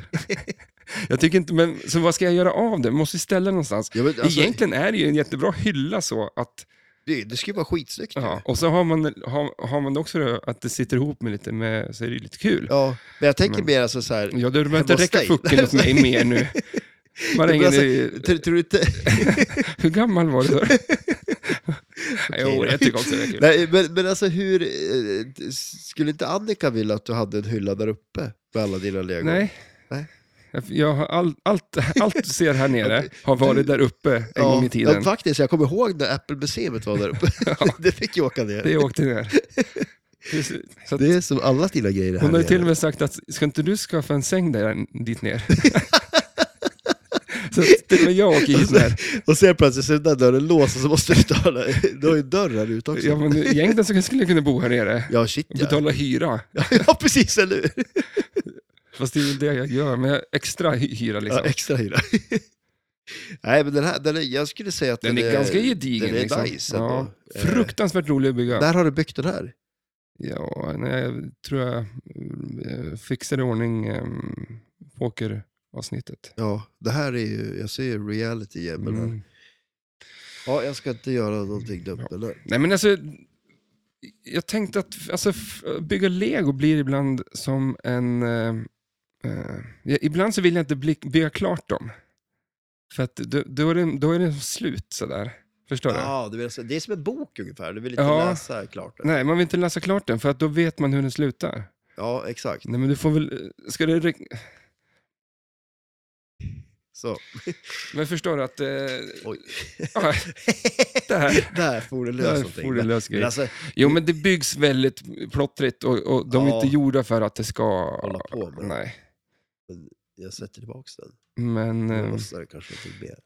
jag tycker inte, men så vad ska jag göra av det? Måste ställa någonstans.
Ja, men alltså-
Egentligen är det ju en jättebra hylla så att,
Det, det skulle vara skitsnyggt.
ja,
Ja.
och så har man, har, har man också det, att det sitter ihop med lite, med, så är det lite kul. Ja,
men jag tänker
Men-
mer alltså så här...
du behöver inte
Hemma hos
räcka
dig.
fucken åt mig mer nu. Man
Men
ringer,
alltså,
i-
tror, tror du inte...
hur gammal var du då? jo,
då.
jag tycker också det är kul.
Nej, men, men alltså hur... eh, d- Skulle inte Annika vilja att du hade en hylla där uppe med alla dina legon?
Nej.
Nej.
Jag- Jag har all, allt, allt du ser här nere har varit där uppe en
Ja,
gång i
men
tiden.
faktiskt, jag kommer ihåg när Apple-museet var där uppe. det fick ju åka ner.
Det åkte ner. Precis. Så att,
Det är som alla dina grejer här
hon har ju till och
nere.
med sagt att ska inte du skaffa en säng där, dit ner? så att till och med jag åker
Alltså,
hit ner.
Och sen plötsligt så är den där dörren låst och så måste du ta den. Du har ju en dörr här ute också.
Ja, men egentligen så skulle jag kunna bo här nere.
Ja, shit
Och
ja.
betala hyra.
ja, precis, eller hur?
Fast det är ju det jag gör, men jag- extra hy- hyra liksom.
Ja, extra hyra. Nej, men den här, den är, jag skulle säga att den,
Den är ganska gedigen.
Den är
liksom.
nice
ja.
ändå. Eh,
Fruktansvärt rolig att bygga.
När har du byggt den här?
Ja, nej, jag tror jag eh, fixade i ordning eh, pokeravsnittet.
Ja, det här är ju, jag ser ju reality igen med den här.
Mm.
Ja, jag ska inte göra någonting dumt. eller?
Nej, men alltså, jag tänkte att alltså, f- bygga lego blir ibland som en... Eh, eh, ja, ibland så vill jag inte bli, bygga klart dem. För att då, då, är det, då är det slut sådär. Förstår du?
Ja, det, vill säga- det är som en bok ungefär, du vill inte
Ja.
läsa klart det.
Nej, man vill inte läsa klart den för att då vet man hur den slutar.
Ja, exakt.
Nej, men du får väl... eh, Ska det räk-
Så,
men förstår du att... Eh,
oj.
ja, det här.
Där får du
Där
lösa
får
någonting.
du
Men-
lösa
men
grejer.
alltså,
Jo, men det byggs väldigt plottrigt och, och de är
Ja.
inte gjorda för att det ska...
Hålla på med det.
Nej.
jag sätter tillbaka den.
Men,
Då
eh,
kostar det kanske någonting mer.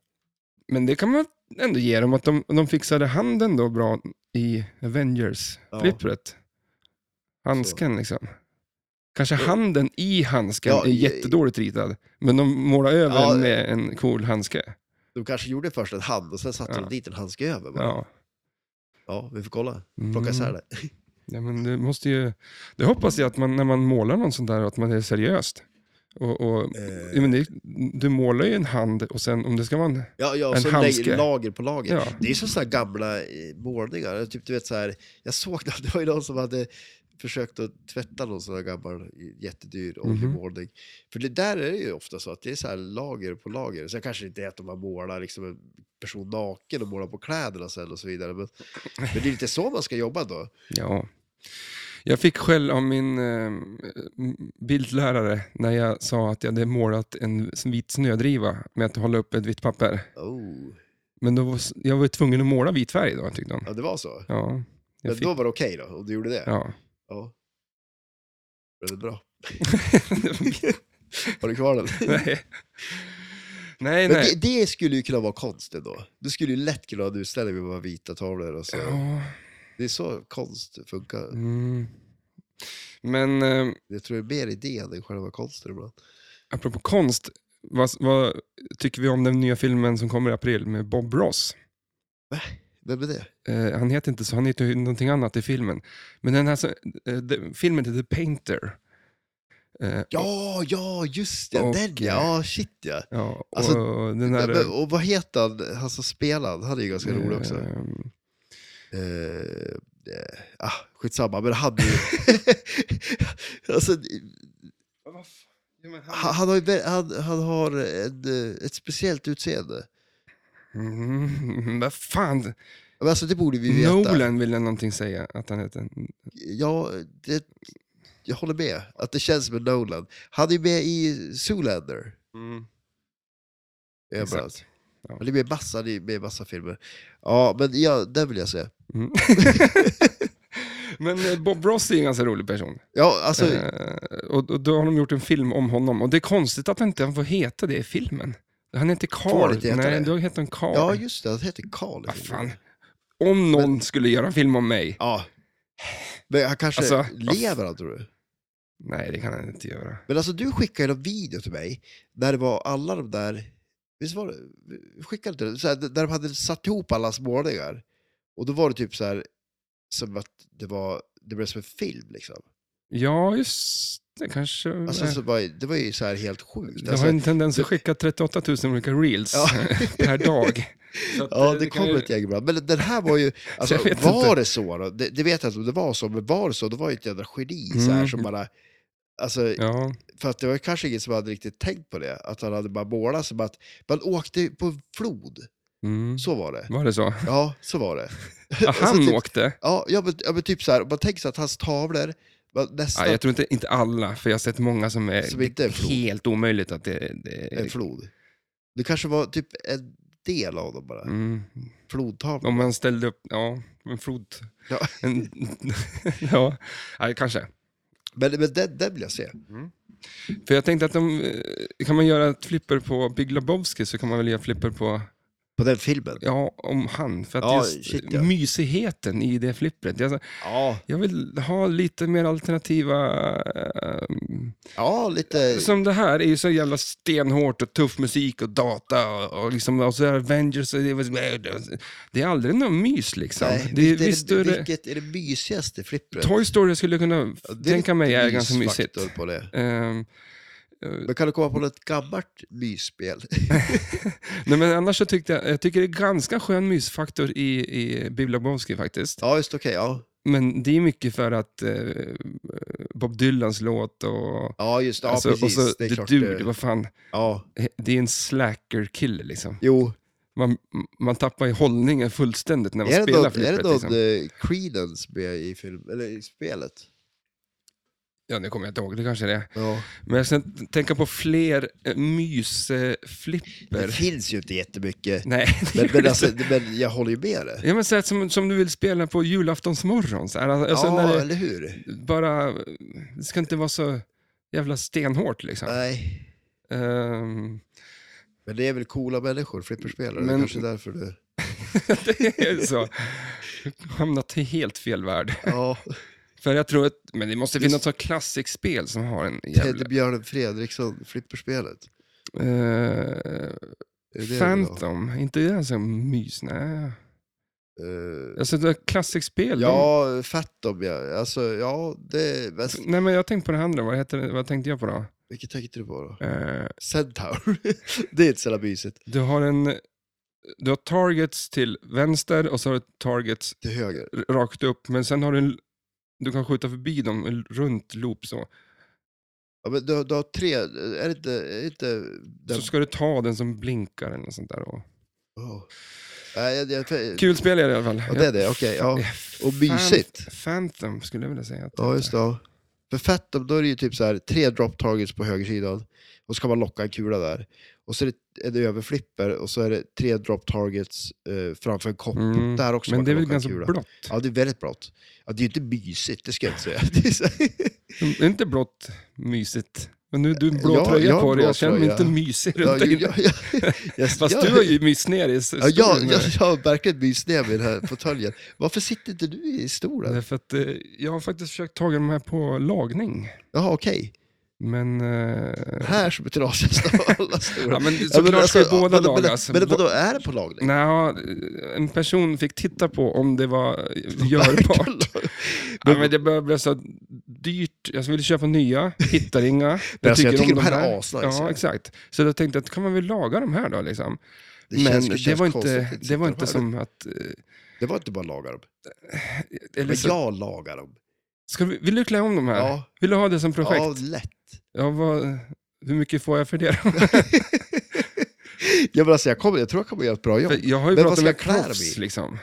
men det kan man ändå ge dem, att de, de fixade handen då bra i
Ja.
Avengers-flippret. Handsken liksom. Kanske handen i handsken
Ja,
är
i-
jättedåligt ritad, men de målar över
Ja,
den med en cool handske.
De kanske gjorde först en hand och sen satte
Ja.
de dit en handske över. bara.
Ja.
ja, vi får kolla. Plocka
Mm.
isär det.
Ja, men det, måste ju, det hoppas jag att man, när man målar någon sån där, att man är seriöst. Och, och,
Eh.
ja, men det, du målar ju en hand och sen om det ska vara en...
Ja, ja
En
och så
handske.
lägger lager på lager.
Ja.
Det är som sådana gamla eh, målningar. Typ, du vet, så här, jag såg det, det var ju någon som hade försökt att tvätta någon sån här gammal eh, jättedyr
Mhm.
oljemålning. För det där är det ju ofta så att det är så här lager på lager. Sen kanske det inte är att de har målat liksom en person naken och målar på kläderna sen och så vidare. Men, men det är lite så man ska jobba då.
Ja. Jag fick skäll av min eh, bildlärare när jag sa att jag hade målat en vit snödriva med att hålla upp ett vitt papper.
Oh.
Men då var, jag var ju tvungen att måla vit färg då, tyckte han.
Ja, det var så.
Ja, jag
Men
fick,
då var det okej då, om du gjorde det?
ja.
Ja. Det är bra. Har du kvar den?
nej. Nej,
Men det,
nej.
det skulle ju kunna vara konst då. Du skulle ju lätt kunna ha en utställning med bara vita tavlor och så. Det är så konst funkar.
Mm. Men eh,
Jag tror det är mer idén än själva konsten ibland.
apropå konst, vad, vad tycker vi om den nya filmen som kommer i april med Bob Ross?
Vem är det?
Eh, han heter inte så, han heter ju någonting annat i filmen. Men den här, så- eh, de, filmen heter The Painter. Eh,
Ja, ja, just det.
Och-
den ja, shit ja.
Ja, och
Alltså,
den här...
Men, och vad heter han, han som spelar? Han hade ju ganska
eh,
rolig också.
ehm,
Eh, eh, ah, skitsamma, men han hade ju... alltså, han, han har ju vä- han, han har en, eh, ett speciellt utseende.
Mm, vad fan?
Men alltså det borde vi veta.
Nolan ville någonting säga att han heter.
Ja, det, jag håller med. Att det känns som en Nolan. Han är ju med i Zoolander. är han
Mm. Exakt.
bland annat.
Ja.
Han är med i massa, han är med i massa filmer. Ja, men ja, den vill jag se.
Men eh, Bob Ross är ju en ganska rolig person.
Ja, alltså,
Eh, och, och då har de gjort en film om honom. Och det är konstigt att inte han får heta det i filmen. Han heter
han
Carl.
inte heta
Nej,
det?
då heter han Carl.
ja just det, han heter Carl. i
Vad
filmen.
fan. Om någon skulle göra en film om mig.
Ja. Men han kanske
Alltså, vad
lever han tror du?
Nej, det kan han inte göra.
Men alltså du skickade en video till mig där det var alla de där, visst var det, skickade inte det? Så här, där de hade satt ihop allas målningar. Och då var det typ så här, som att det var, det blev som en film liksom.
Ja, just det. Kanske...
Alltså så var, det var ju så här helt sjukt.
jag
Alltså,
har en tendens att skicka 38 000 olika reels
Ja.
per dag. Så att,
Ja,
eh,
det
kan
kom
ju-
ett gäng ibland. Men den här var ju, alltså,
Jag vet
var
inte.
det så då? Det, det vet jag inte om det var så, men var det så, då var det ett jädra geni så här
Mm.
som bara, alltså
Ja.
För att det var kanske ingen som hade riktigt tänkt på det, att han hade bara målat som att man åkte på en flod.
Mm.
Så var det.
Var det så?
Ja, så var det.
Ja, han
Alltså, Så typ,
åkte?
Ja, ja, men, ja, men typ så här, man tänker sig att hans tavlor var nästan
Ja, jag tror inte, inte alla, för jag har sett många som är,
Som inte är flod.
helt omöjligt att det... det
en flod. Det kanske var typ en del av dem bara.
mm.
Flodtavlor.
Om man ställde upp, ja, en flod...
Ja.
En, ja, ja, kanske.
Men, men den, den vill jag se.
För jag tänkte att de, eh, kan man göra ett flipper på Big Lebowski så kan man väl göra flipper på,
På den filmen.
ja, om han. För att
Ja,
just
shit, ja.
mysigheten i det flippret. Jag,
Ja,
jag vill ha lite mer alternativa... eh,
ja lite...
Som det här är ju så jävla stenhårt och tuff musik och data och, och, liksom, och så är Avengers och det, var- det är aldrig någon mys liksom.
nej,
det, är-
vilket,
visst,
är
är
det,
det,
vilket är det mysigaste flippret?
Toy Story skulle jag kunna
Ja, det är
tänka
lite
mig är ganska
mysfaktor
mysigt.
På det.
Ehm,
Men kan du komma på något gammalt mysspel?
nej, men annars så tyckte jag, jag tycker det är ganska skön mysfaktor i, i Big Lebowski faktiskt.
ja, just okej. ja.
Men det är mycket för att eh, Bob Dylans låt och...
Ja, just det. Ja,
alltså,
precis.
och så,
det är
The
klart. eh,
Dude,
det-
vad fan.
Ja,
Det är en slacker-kille liksom.
jo.
man, man tappar ju hållningen fullständigt när man
Är det
spelar
någon, är
flippret.
det någon
liksom.
eh, Creedence med i, film, eller i spelet?
Ja, nu kommer jag inte ihåg, det kanske är det.
Ja.
Men jag ska tänka på fler eh,
Det
mysflipper.
finns ju inte jättemycket.
Nej, det
Men,
gör
men,
det
alltså,
inte.
men jag håller ju med dig.
Ja, men så här, som, som du vill spela på julaftonsmorgon. Så här. Alltså,
ja,
när det
eller hur?
bara, det ska inte vara så jävla stenhårt liksom.
Nej.
Ehm,
Men det är väl coola människor, flipperspelare. Det
Men-
är kanske är därför du...
det är så. Hamnat i helt fel värld.
Ja,
För jag tror att, men det måste finnas något klassikspel som har en jävla...
Teddybjörnen Fredriksson, flipperspelet.
Eh,
Är det det du vill ha?
Phantom, inte det alltså mys? Nej.
Eh,
Alltså det är klassikspel.
ja, Fatom ja. Alltså, ja, det... Men,
de- Nej men jag tänkte på det andra, vad, heter, det- vad tänkte jag på då?
vilket tänkte du på då?
Eh,
Centaur. det är inte så jävla mysigt.
du har en... Du har targets till vänster och så har du targets
Till höger.
r- rakt upp, men sen har du en... Du kan skjuta förbi dem en runt loop så.
Ja, men du, du har tre, är det inte... Är det inte den,
Så ska du ta den som blinkar eller något sånt där. Och...
Åh. Nej, jag, jag,
Kul spel är det i alla fall.
Ja, det är det, okej. ja. Och mysigt.
Phantom skulle jag vilja säga. att det
Ja,
är.
just det. ja. För Fettup, då är det ju typ så här tre drop targets på högersidan och så kan man locka en kula där. Och så är det, är det överflipper och så är det tre drop targets eh, framför en kopp
Mm.
där också.
Men
man
det är
kan
väl
locka en
ganska
kula.
blått?
Ja, det är väldigt blått. Ja, det är ju inte mysigt, det ska jag inte säga. Det är så här-
Det är inte blått mysigt. Men nu du har en blå
Ja, jag
tröja
har
på
en
dig,
blå
jag känner mig
tröja.
inte mysig
ja,
runt
ju-
ja,
ja, ja, jag-
Fast
jag-
du har ju myst ner i
Ja,
stolen.
jag, jag, jag har verkligen myst ner mig i den här fåtöljen. Varför sitter inte du i stolen?
Därför att, eh, jag har faktiskt försökt ta de här på lagning.
Jaha, okej.
Men... Eh,
Här som är trasigast av alla stolar.
Ja, men såklart ska ju båda
men,
lagas.
Men, men vadå, är det på lagning?
Nja, en person fick titta på om det var görbart. ja, men det började bli så dyrt. Jag ville köpa nya, hittar inga.
Men alltså, jag
om
tycker de här är asnice,
Ja,
ja.
exakt. Så då tänkte jag, att kan man väl laga de här då? Liksom.
Det
men
känns- det
det,
känns
var
konstigt att
inte,
inte
det var
sitta
inte
här.
som att... eh,
Det var inte bara laga dem.
Eller
Men
så,
jag lagar dem.
ska vi, vill du klä om de här?
Ja.
Vill du ha det som projekt?
Ja,
Ja.
lätt.
vad, hur mycket får jag för det? då?
Jag, menar, alltså, jag, kommer, jag tror jag kommer göra ett bra jobb.
För jag har ju
Men vad
pratat
ska
med
jag klä dem
proffs.
i?
Liksom.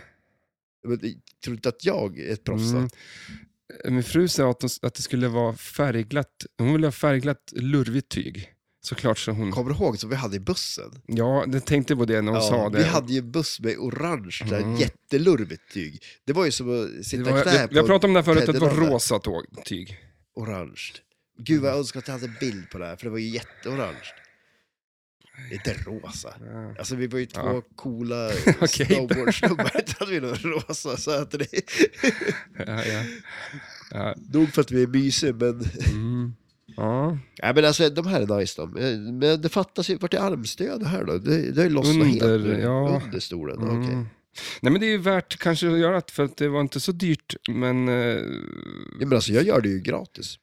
Men, jag tror inte att jag är ett proffs?
Mm.
Mm.
Min fru sa att, hon, att det skulle vara färgglatt. Hon ville ha färgglatt, lurvigt tyg. Såklart så hon...
Kommer du ihåg som vi hade i bussen?
Ja, jag tänkte på det när hon sa det.
vi hade ju en buss med orange, där
Mm.
jättelurvigt tyg. Det var ju som att
det
sitta
var,
i knä
det,
på
jag pratade om det här förut, att det var
Teddydalen.
rosa tåg, tyg.
Orange. Gud vad jag önskar att jag hade en bild på det här, för det var ju jätteorange. Det är Inte rosa.
Ja.
Alltså vi var ju två
Ja.
coola
Okej.
snowboardsnubbar, inte hade vi någon rosa. Så att det
Ja, ja.
nog för att vi är mysiga, men...
Mm. ja.
Nej men alltså de här är nice de. Eh, Men det fattas ju, vart är armstöd här då? Det, det har ju lossnat helt
Under,
nu.
ja.
Under stolen,
Mm.
okej.
Nej men det är ju värt kanske att göra det, för att det var inte så dyrt. Men, eh,
Ja, men alltså jag gör det ju gratis.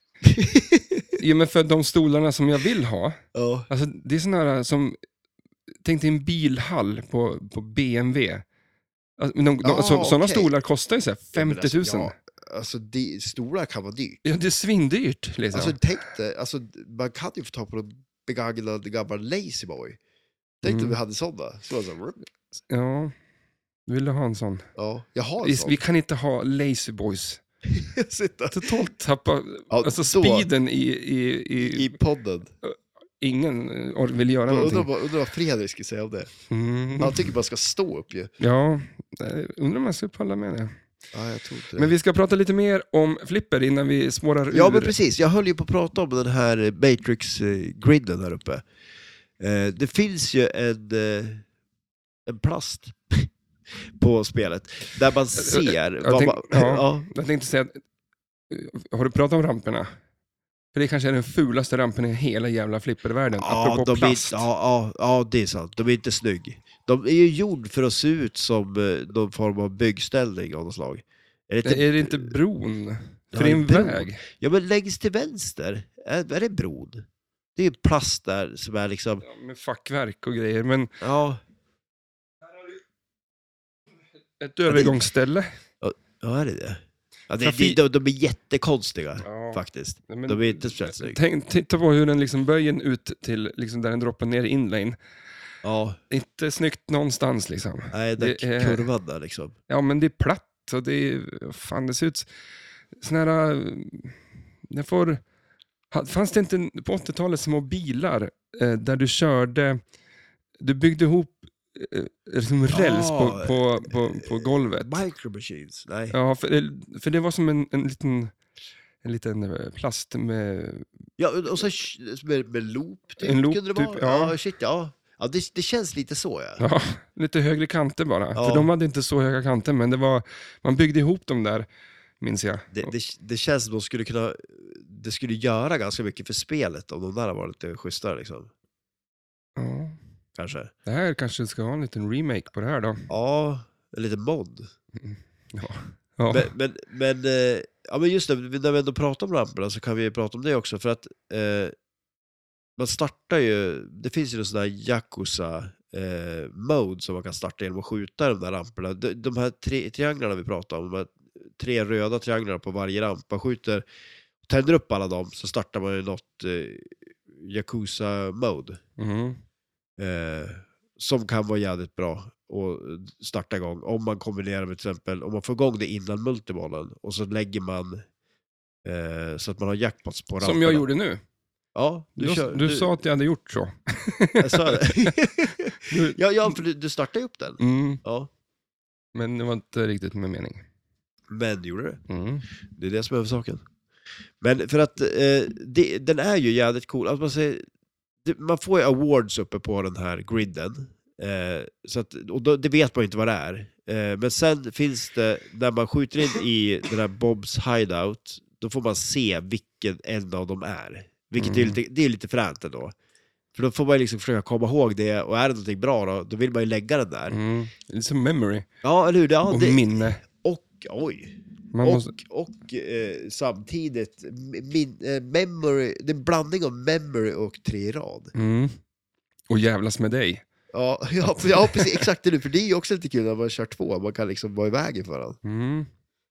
ja, men för de stolarna som jag vill ha,
Ja.
alltså, det är sådana här som, tänk dig en bilhall på, på BMW. Alltså, men de, de,
Ja,
så, Sådana
Ah, okej.
stolar kostar ju så här
Ja, men
50 000.
Alltså, ja, alltså de, stolar kan vara dyrt.
Ja, det är svindyrt. Liksom.
Alltså tänk dig, alltså, man kan ju få ta på någon begagnad gammal Lazyboy. Tänk dig
Mm.
om vi hade sådana. Så, så,
ja. Vill du ha en sån?
ja, jag har en
Vi,
sån.
vi kan inte ha Lazy Boys.
Sitta
Totalt tappa
Ja,
alltså
då-
speeden i, i, i,
i podden.
Ingen eh, or- vill göra
Undrar
någonting.
vad, undrar vad Fredrik skulle säga om det.
Mm.
Han tycker man ska stå upp ju.
Ja, eh, undrar om jag ska palla med det.
Ja, jag tror inte det.
Men vi ska prata lite mer om flipper innan vi spårar ur.
Ja men precis, jag höll ju på att prata om den här eh, Matrix-griden här uppe. Eh, Det finns ju en, eh, en plast på spelet där man ser...
jag
vad
tänk-
man,
ja.
ja.
Jag tänkte säga, att, eh, har du pratat om ramperna? För det kanske är den fulaste rampen i hela jävla flippervärlden,
Ja,
apropå
de är, ja,
plast.
ja, ja, det är sant. De är inte snygg. De är ju gjord för att se ut som eh, någon form av byggställning av något slag. Är det inte,
Är det inte bron?
Ja,
För det är en
bron.
väg.
Ja, men längst till vänster, är, är det bron? Det är ju plast där som är liksom...
Ja, Med fackverk och grejer, men
Ja,
ett övergångsställe.
ja är det det? Ja, det,
Trafi-
det de, de är jättekonstiga
Ja.
faktiskt.
Nej, men-
De är inte speciellt snygga.
Tänk, titta på hur den liksom böjer ut till liksom där den droppar ner i inlane.
Ja,
Inte snyggt någonstans liksom.
nej, den
Det är-
kurvan där liksom.
Ja, men det är platt och det är... Fan, det ser ut... Sån här... eh, Jag får... ha- Fanns det inte på 80-talet små bilar eh, där du körde... Du byggde ihop eh, liksom räls på,
Ja.
på, på, på golvet.
Micro machines, nej. Ja,
Ja, för, för det var som en, en liten... En liten eh, plast med...
och så sh- med, med loop typ.
En loop,
kunde det vara.
typ, ja.
ja. shit ja. Ja, det, det känns lite så ja.
Ja, lite högre kanter bara.
Ja.
För de hade inte så höga kanter, men det var... Man byggde ihop dem där, minns jag.
Det, det, det känns som de skulle kunna, det skulle göra ganska mycket för spelet om de där var lite schysstare liksom.
Ja.
Kanske.
Det här kanske ska ha en liten remake på det här då.
Ja, en liten mod.
Ja.
Men, men, men, eh, ja, men just det, när vi ändå pratar om ramperna så kan vi ju prata om det också för att eh, man startar ju, det finns ju en sån där Yakuza eh, mode som man kan starta genom att skjuta de där ramperna. De, de här tre, trianglarna vi pratade om, de här tre röda trianglarna på varje ramp, man skjuter, tänder upp alla dem så startar man ju något eh, Yakuza mode.
Mhm.
eh, som kan vara jävligt bra och starta igång. Om man kombinerar med till exempel, om man får igång det innan multibollen och så lägger man Eh, så att man har jackpots på
Som jag gjorde nu.
Ja, du,
Du, du,
kör,
sa att jag hade gjort så.
Jag sa det.
Du-
ja, ja, för du, du startade ju upp den.
Mm,
Ja,
men det var inte riktigt med mening.
men gjorde det.
Mm.
Det är det som är huvudsaken. Men för att eh, det, den är ju jävligt cool. Alltså man, säger, det, man får ju awards uppe på den här griden. Eh, så att, och då, det vet man ju inte vad det är. Eh, men sen finns det, när man skjuter in i den här Bobs hideout, då får man se vilken en av dem är. Vilket
Mm.
är lite, det är lite fränt ändå. För då får man ju liksom försöka komma ihåg det, och är det någonting bra då, då vill man ju lägga den där.
Mm. Det är som memory
Ja, eller hur? Ja,
och
det,
minne.
och, oj,
Man
och,
måste...
och eh, samtidigt, m- min, eh, memory, det är en blandning av memory och tre i rad.
mm. och jävlas med dig.
Ja, ja, ja precis, exakt det nu, för det är ju också lite kul när man kör två, man kan liksom vara i vägen för den.
Mm.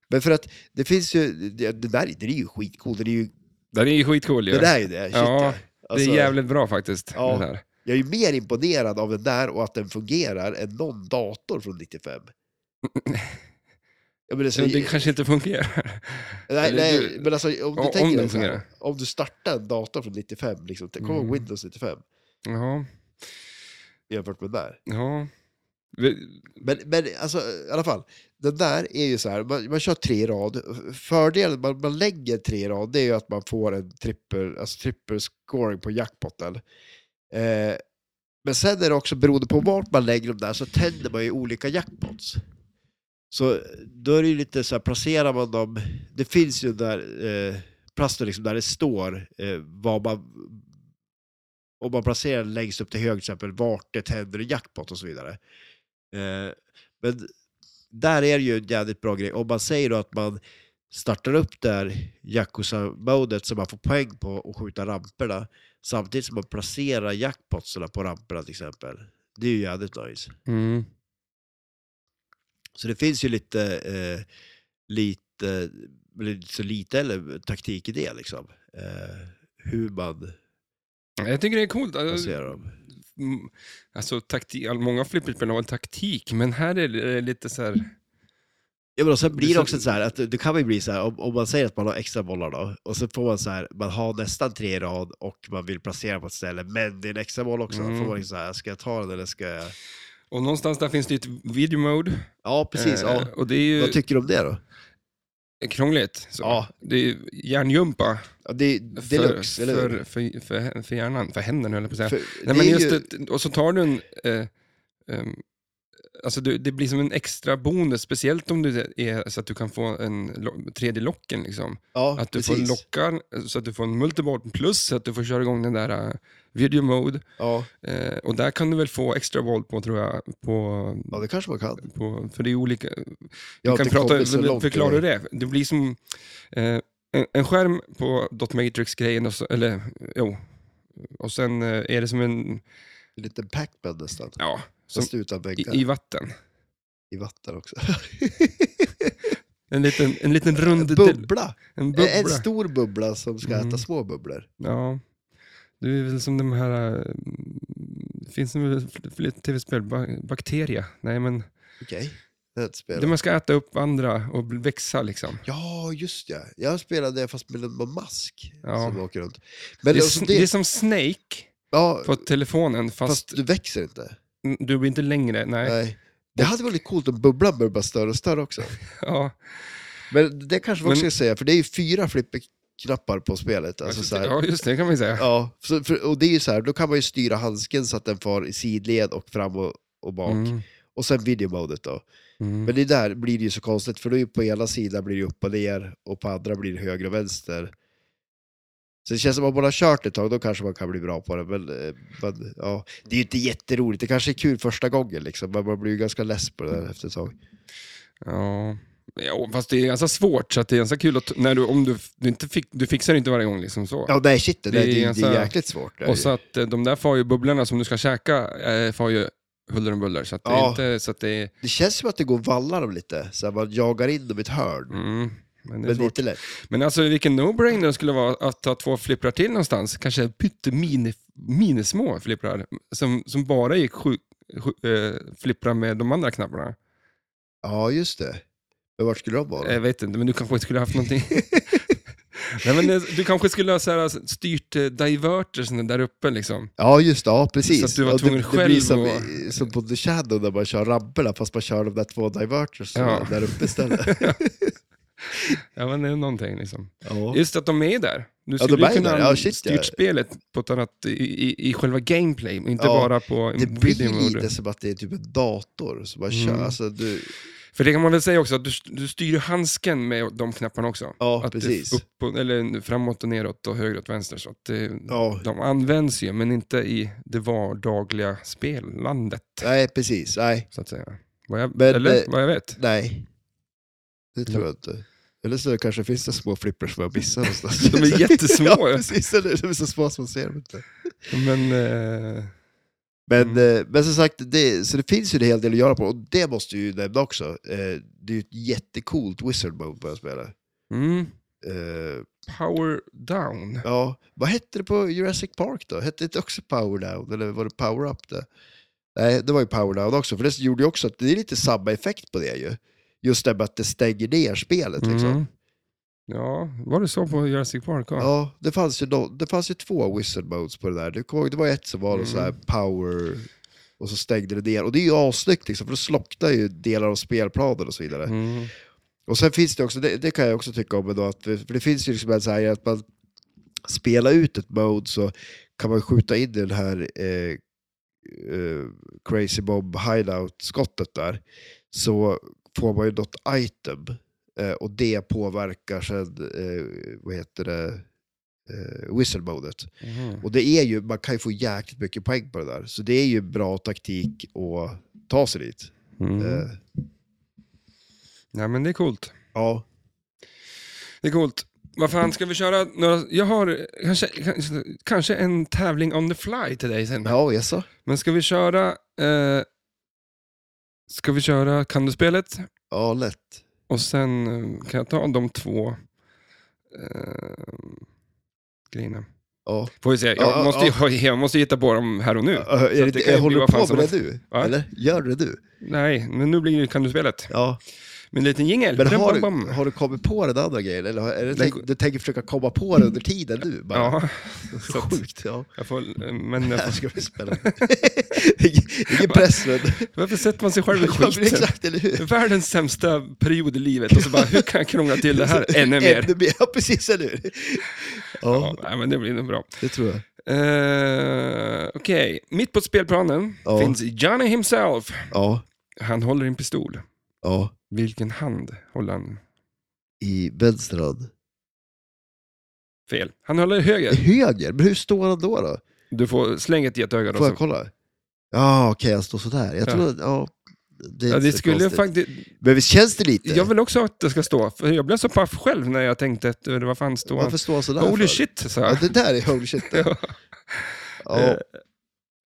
Men för att det finns ju, det, det där är- den är ju skitcool, den är ju,
Den är ju skitcool ju.
den är ju det. Shit,
ja,
Alltså,
det är jävligt bra faktiskt.
Ja.
Den här.
Jag är ju mer imponerad av den där och att den fungerar än någon dator från 95. Ja, men alltså,
Så det kanske inte fungerar.
nej,
eller
nej,
du-
men alltså om du
om
tänker
den
dig så här,
fungerar.
om du startar en dator från 95, liksom, kommer
Mm.
ihåg Windows 95
Ja,
jämfört med den där.
ja. Vi-
Men, men alltså, i alla fall, den där är ju så här, man, man kör tre i rad. Fördelen man, man lägger tre i rad, det är ju att man får en trippel, alltså trippel scoring på jackpotten. Eh, men sen är det också beroende på vart man lägger dem där så tänder man ju olika jackpots. Så då är det ju lite så här, placerar man dem, det finns ju där, eh, platser liksom där det står eh, vad man, om man placerar längst upp till höger till exempel, vart det tänder en jackpot och så vidare. Eh, men där är det ju en jävligt bra grej. Om man säger då att man startar upp där Yakuza-modet som man får poäng på och skjuta ramperna samtidigt som man placerar jackpotsarna på ramperna till exempel. Det är ju jävligt nice.
Mm.
Så det finns ju lite, eh, lite, eller inte så lite eller taktik i det liksom. Eh, hur man
Jag tycker det är coolt. Alltså,
placerar dem.
mm, alltså, taktik, all- många flipperspel har väl taktik, men här är det lite så här...
Ja, men och sen blir
Det
det
är
också
så-
så här, att det det kan ju bli så här, om, om man säger att man har extra bollar då, och så får man så här, man har nästan tre i rad och man vill placera på ett ställe, men det är en extra boll också. Då
Mm.
får man liksom så här, ska jag ta den eller ska jag...
Och någonstans där finns det ju ett video mode.
Ja, precis.
Eh,
Ja.
Och det är ju
Vad tycker du om det då?
krångligt. Så.
Ja.
Det är ju hjärngympa
Ja, det är
för,
deluxe, eller
för,
hur?
för, för, för hjärnan, för händerna höll jag på att säga.
För
Nej,
det
men
är
just
ju-
det, och så tar du en... Eh, ehm, alltså det, det blir som en extra bonus, speciellt om det är så att du kan få en lo- tredje locken. Liksom.
Ja,
Att du
precis.
får lockar, eh, så att du får en multiboard plus, så att du får köra igång den där eh, video mode.
Ja.
Eh, och där kan du väl få extra bolt på, tror jag, på,
ja, det kanske man kan.
på, för det är olika...
Jag
du
har
kan
inte
prata,
kommit så långt i
förklara det. Det blir som eh, en, en skärm på dot matrix-grejen, och så- eller jo, och sen eh, är det som en,
En liten Pac-Man nästan.
ja, som,
Fast utan väggar.
i, i
I,
vatten.
vatten också.
En liten, en liten rund...
bubbla.
En bubbla.
En stor bubbla som ska
Mm.
äta små bubblor.
Ja. Du är väl som de här... eh, Finns det väl fler tv-spel? Ba- Bakteria? Nej, men...
Okej, det är ett spel.
Det man ska äta upp andra och bli- växa liksom.
Ja, just ja. Jag spelade det fast med en mask
Ja.
som åker runt.
Det
Men
är,
alltså,
sn-
det,
det är som Snake
ja,
på telefonen,
fast
fast,
du växer inte.
n- du blir inte längre. Nej.
Nej. Det hade varit coolt om bubblan började bara större och större också.
Ja.
Men det kanske man också
Men-
ska säga, för det är ju fyra flipperknappar på spelet. Alltså, så här,
ja, just det kan man ju säga.
ja, så, för, och det är ju så här, då kan man ju styra handsken så att den far i sidled och fram och, och bak.
Mm.
Och sen videomodet då.
Mm.
Men det där blir det ju så konstigt, för då är ju på ena sidan blir det upp och ner och på andra blir det höger och vänster. Så det känns som att om man har kört ett tag, då kanske man kan bli bra på det. Men, eh, men ja, det är ju inte jätteroligt. Det kanske är kul första gången, liksom, men man blir ju ganska less på det där efter ett tag.
Ja. Ja, fast det är ganska svårt, så att det är ganska kul att när du, om du, du inte fick, du fixar det inte varje gång liksom så.
Ja, nej shit, det,
Det
det,
är
det, är- det
ganska-
är jäkligt svårt. Det är
Och
ju.
så att eh, de där far ju bubblorna som du ska käka eh, far ju huller om buller, så att det är
Ja.
inte, så att det är,
Det känns som att det går att valla dem lite, så här, man jagar in dem i ett hörn.
mm, men det är
men det är
svårt.
inte lätt.
Men alltså vilken no-brainer det skulle vara att ta två flipprar till någonstans, kanske pyttemini, minismå flipprar, som, som bara gick sju, sju, eh, flipprar med de andra knapparna.
Ja, just det. Men vart skulle de vara? då?
Eh, Jag vet inte, men du kanske skulle haft någonting. Nej, men eh, du kanske skulle ha så här, styrt eh, divertersen där uppe liksom.
Ja, just det. Ja, precis.
Så att du var
Ja,
tvungen
det, det
själv
blir som,
att-
i- som på The Shadow där man kör rabberna fast man kör de där två diverters
Ja.
där uppe istället.
Ja, men det är någonting liksom.
ja.
Just att de är där. Du
de
skulle
är
kunna
där.
ha
Ja, shit,
styrt
ja.
spelet på ett annat, i, i, i själva gameplay, inte
Ja,
bara på
Det
video
blir
mode. Mm.
lite som att det är typ en dator som bara kör. Alltså, du,
För det kan man väl säga också, att du, du styr ju handsken med de knapparna också.
Ja,
att det är
precis.
Upp och, eller framåt och neråt och höger och vänster. Så att det,
ja.
De används ju, men inte i det vardagliga spelandet,
Nej, precis. Nej.
så att säga. Vad jag,
Men, eh,
eller vad jag vet.
Nej. Det tror
Ja.
jag inte. Eller så kanske finns det små flippers som jag missar någonstans.
De är jättesmå.
ja, precis. Eller De är så små som man ser dem inte.
Men, eh,
Men, eh, men som sagt, det, så det finns ju en hel del att göra på. Och det måste ju nämna också. Eh, Det är ju ett jättecoolt wizard mode på det här spelet.
mm,
Eh,
power down.
Ja, vad hette det på Jurassic Park då? Hette det också Power Down eller var det Power Up det? Nej, det var ju Power Down också, för det gjorde ju också att det är lite samma effekt på det ju. Just det med att det stänger ner spelet liksom.
Mm. Ja, var det så på Jurassic Park? Ja.
Ja, det fanns, ju no, det fanns ju två wizard modes på det där. Du kommer ihåg, det var ett som var mm. så här power och så stängde det ner. Och det är ju assnyggt liksom, för då slocknar ju delar av spelplanen och så vidare.
Mm.
Och sen finns det också, det, det kan jag också tycka om, då, att, för det finns ju liksom en så här att man spelar ut ett mode så kan man skjuta in den här eh, eh, Crazy Bob Hideout-skottet där, så får man ju något item eh, och det påverkar sen, eh, vad heter det, eh, whistle-modet.
Mhm.
Och det är ju, man kan ju få jäkligt mycket poäng på det där, så det är ju bra taktik att ta sig dit.
Mm.
Eh,
Nej, men det är coolt.
ja.
Det är coolt. Vad fan, ska vi köra några... Jag har kanske, kanske, kanske en tävling on the fly till dig sen.
Ja, jaså?
Men ska vi köra... Eh, ska vi köra Kan du-spelet?
Ja, lätt.
Och sen eh, kan jag ta de två eh, grejerna.
Ja.
Får vi se, jag,
Ja,
måste, ju- jag måste hitta på dem här och nu.
Ö,
Så
Är det,
att det kan ju
håller
bli
du
vad fan
på
som
med det
helst.
du?
Va?
Eller? Gör det du?
Nej, men nu blir det Kan du-spelet.
Ja.
Med en liten jingel.
Men har
Bam, bam,
du,
bam.
har du kommit på den andra grejen? Eller har- är det
Den
tänkt, du tänker försöka komma på det under tiden nu? Bara.
Ja,
Så sjukt. Ja.
jag får, eh, men jag
Här
får,
ska vi spela. Ingen press men...
varför sätter man sig själv i
Ja, men
skiten?
exakt, eller hur?
Världens sämsta period i livet och så bara, hur kan jag krångla till det här ännu mer?
Ja, precis, eller hur?
Ja,
Ja,
nej, men det blir nog bra.
det tror jag.
Eh, Okej, mitt på spelplanen
Ja.
finns Johnny himself.
Ja,
Han håller i en pistol.
ja.
Vilken hand håller han
I vänster hand.
fel? Han håller i höger.
Höger? Men hur står han då? då?
Du får slänga ett getöga då.
Får jag
Så.
kolla? Ja, okej, han står sådär. Jag
Ja.
tror att, ja. Det, är
Ja,
inte
det
så
skulle
konstigt.
faktiskt...
Men visst känns det lite?
Jag vill också att det ska stå, för jag blev så paff själv när jag tänkte att eh, vad fan står han?
Varför står han sådär
Holy
för?
shit, sa
Ja,
jag.
det där är holy shit.
Ja. Eh.
Ja,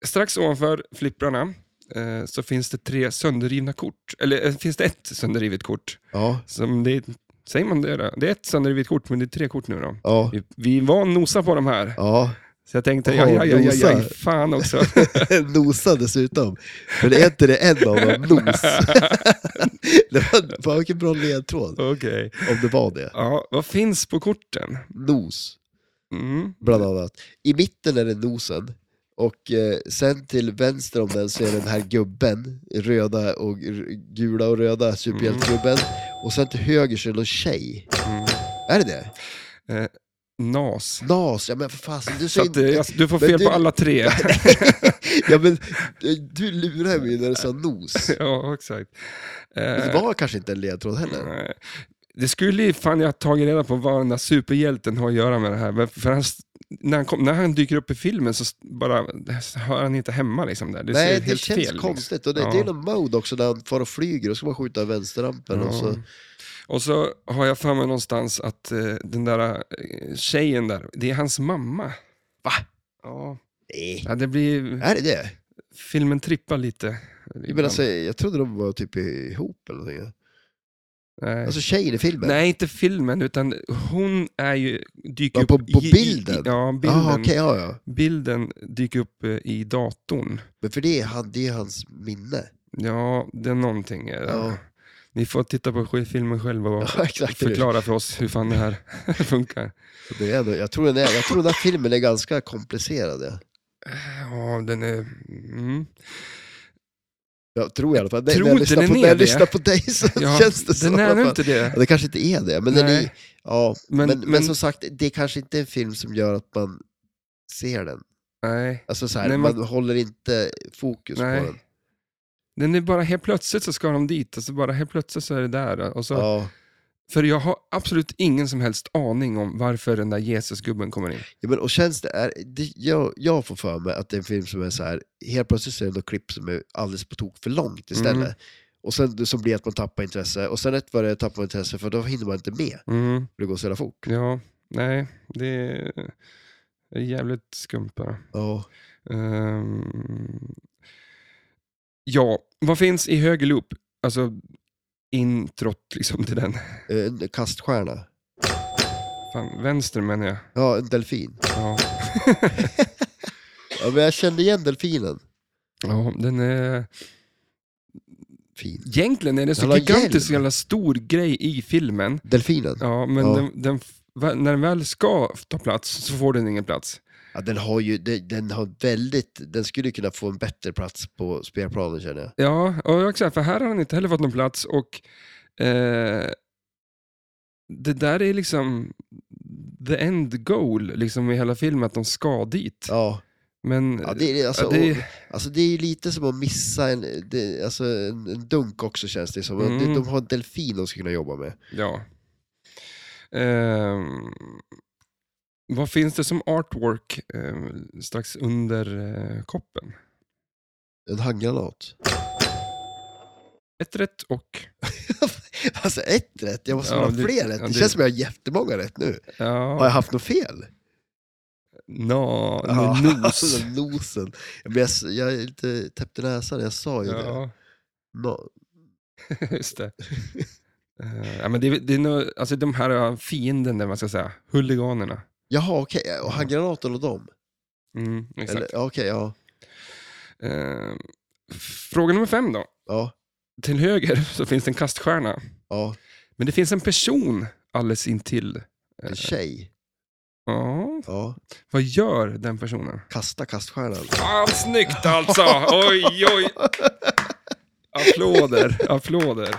Strax ovanför flipprarna eh, så finns det tre sönderrivna kort. Eller eh, finns det ett sönderrivet kort?
ja,
Som det, säger man det? Då? Det är ett sönderrivet kort, men det är tre kort nu då.
ja,
Vi, vi var och nosa på de här,
ja.
så jag tänkte,
Ja,
ja, ja, ja, ja, ja
nosa.
fan också.
Nosa dessutom. Men är inte det en av dem? Nos. det var fan vilken bra ledtråd,
Okej.
om det var det.
Ja, vad finns på korten?
Nos,
Mm.
bland annat. I mitten är det nosen. Och eh, sen till vänster om den så är det den här gubben, röda och r- gula och röda superhjältegubben.
Mm.
Och sen till höger så är det någon tjej. Är det det?
Nas.
Nas, ja men för fasen.
Så
Du säger
att, eh, alltså, du får
Men
fel
du-
på alla tre.
Ja men eh, du lurar mig när du sa nos.
ja, exakt.
Det
Eh,
var kanske inte en ledtråd heller.
eh, det skulle ju fan jag ha tagit reda på vad den där superhjälten har att göra med det här. Men För han, s- när, han kom, när han dyker upp i filmen så s- bara så hör han inte hemma liksom där. Det
Nej,
ser
det
helt
känns
fel, liksom.
konstigt. Och det,
Ja.
det är någon mode också där han far och flyger och ska man skjuta vänsterrampen. Och så.
Och så har jag för mig någonstans att eh, den där eh, tjejen där, det är hans mamma. Va? Ja,
Nej.
ja, det blir...
Är det det?
Filmen trippar lite.
Jag, menar, alltså, jag trodde de var typ ihop eller någonting.
Nej.
Alltså tjejen i filmen?
Nej, inte filmen, utan hon är ju, dyker
Ja,
upp...
på- på
i- i-
bilden?
I, ja, bilden,
Ah, okej, ja, ja.
bilden dyker upp eh, i datorn.
Men för det är, han, det är hans minne.
Ja, det är någonting. eh,
Ja.
Ni får titta på sk- filmen själva och
Ja, exakt.
förklara för oss hur fan det här funkar.
Det är, nog- jag, tror den är, jag tror den här filmen är ganska komplicerad. ja.
Ja, den är... Mm.
Jag tror i alla fall.
tror
när jag
inte
lyssnar
den
på,
är
när jag
det.
lyssnar på dig så
Ja,
känns det så.
den
i
är
alla
nog
fall.
inte
Ja,
det.
det kanske inte är det, men, den
Nej.
är, ja,
Men-
men, men,
men-
som sagt, det kanske inte är en film som gör att man ser den.
Nej.
Alltså så här,
Nej,
man,
men-
håller inte fokus på den.
Nej. Den är bara helt plötsligt så ska de dit, alltså bara helt plötsligt så är det där. Och så,
Ja.
För jag har absolut ingen som helst aning om varför den där Jesusgubben kommer in.
Ja, men, och känns det, är, det jag, jag får för mig att det är en film som är så här, helt plötsligt så är det något klipp som är alldeles på tok för långt istället.
Mm.
Och sen som blir det att man tappar intresse, och sen ett var det tappar man intresse för då hinner man inte med,
Mm.
för det går så jävla fort.
Ja, nej, det är det är jävligt skumt bara.
Ja.
Ehm, ja, vad finns i höger loop? Alltså introt liksom till den.
Eh, En kaststjärna.
Fan, vänster menar jag.
Ja, en delfin.
Ja.
Ja, men jag kände igen delfinen.
ja, den är...
Fin.
Egentligen är det
Den
så
har
gigantiskt
hjälm.
jävla stor grej i filmen.
Delfinen?
Ja, men
Ja.
Den, den, va- när den väl ska ta plats så får den ingen plats.
Ja, den har ju, den, den har väldigt, den skulle kunna få en bättre plats på spelplanen känner jag.
Ja, och jag säga, för här har den inte heller fått någon plats och eh, det där är liksom the end goal liksom, i hela filmen, att de ska dit.
Ja,
Men
ja det, är- alltså,
ja, det-
och, alltså det är ju lite som att missa en, det, alltså en, en dunk också känns det som.
Mm.
De, de har en delfin de ska kunna jobba med.
ja. Ehm, vad finns det som artwork eh, strax under eh, koppen?
En handgranat.
Ett rätt och...
alltså ett rätt, jag måste
Ja,
ha
det-
fler rätt.
ja,
Det,
det-
känns som jag har jättemånga rätt nu. Har
Ja,
jag haft något fel?
no,
Ja,
nos.
alltså, nosen. Jag, blir- jag, jag är lite täppt i näsan, jag sa ju det.
Ja.
No,
Just det. Eh, ja, men det, är- det är nog, alltså de här fienden, där man ska säga, huliganerna.
jaha, okej, och handgranaten och dem?
Mm, exakt.
Eller, ja, Okej, ja.
Eh, fråga nummer fem då.
Ja,
Till höger så finns det en kaststjärna,
ja.
men det finns en person alldeles intill. Eh.
En tjej.
Ja,
Ja.
vad gör den personen?
Kasta kaststjärnan.
Fan, snyggt alltså! Oj, oj! Applåder, applåder.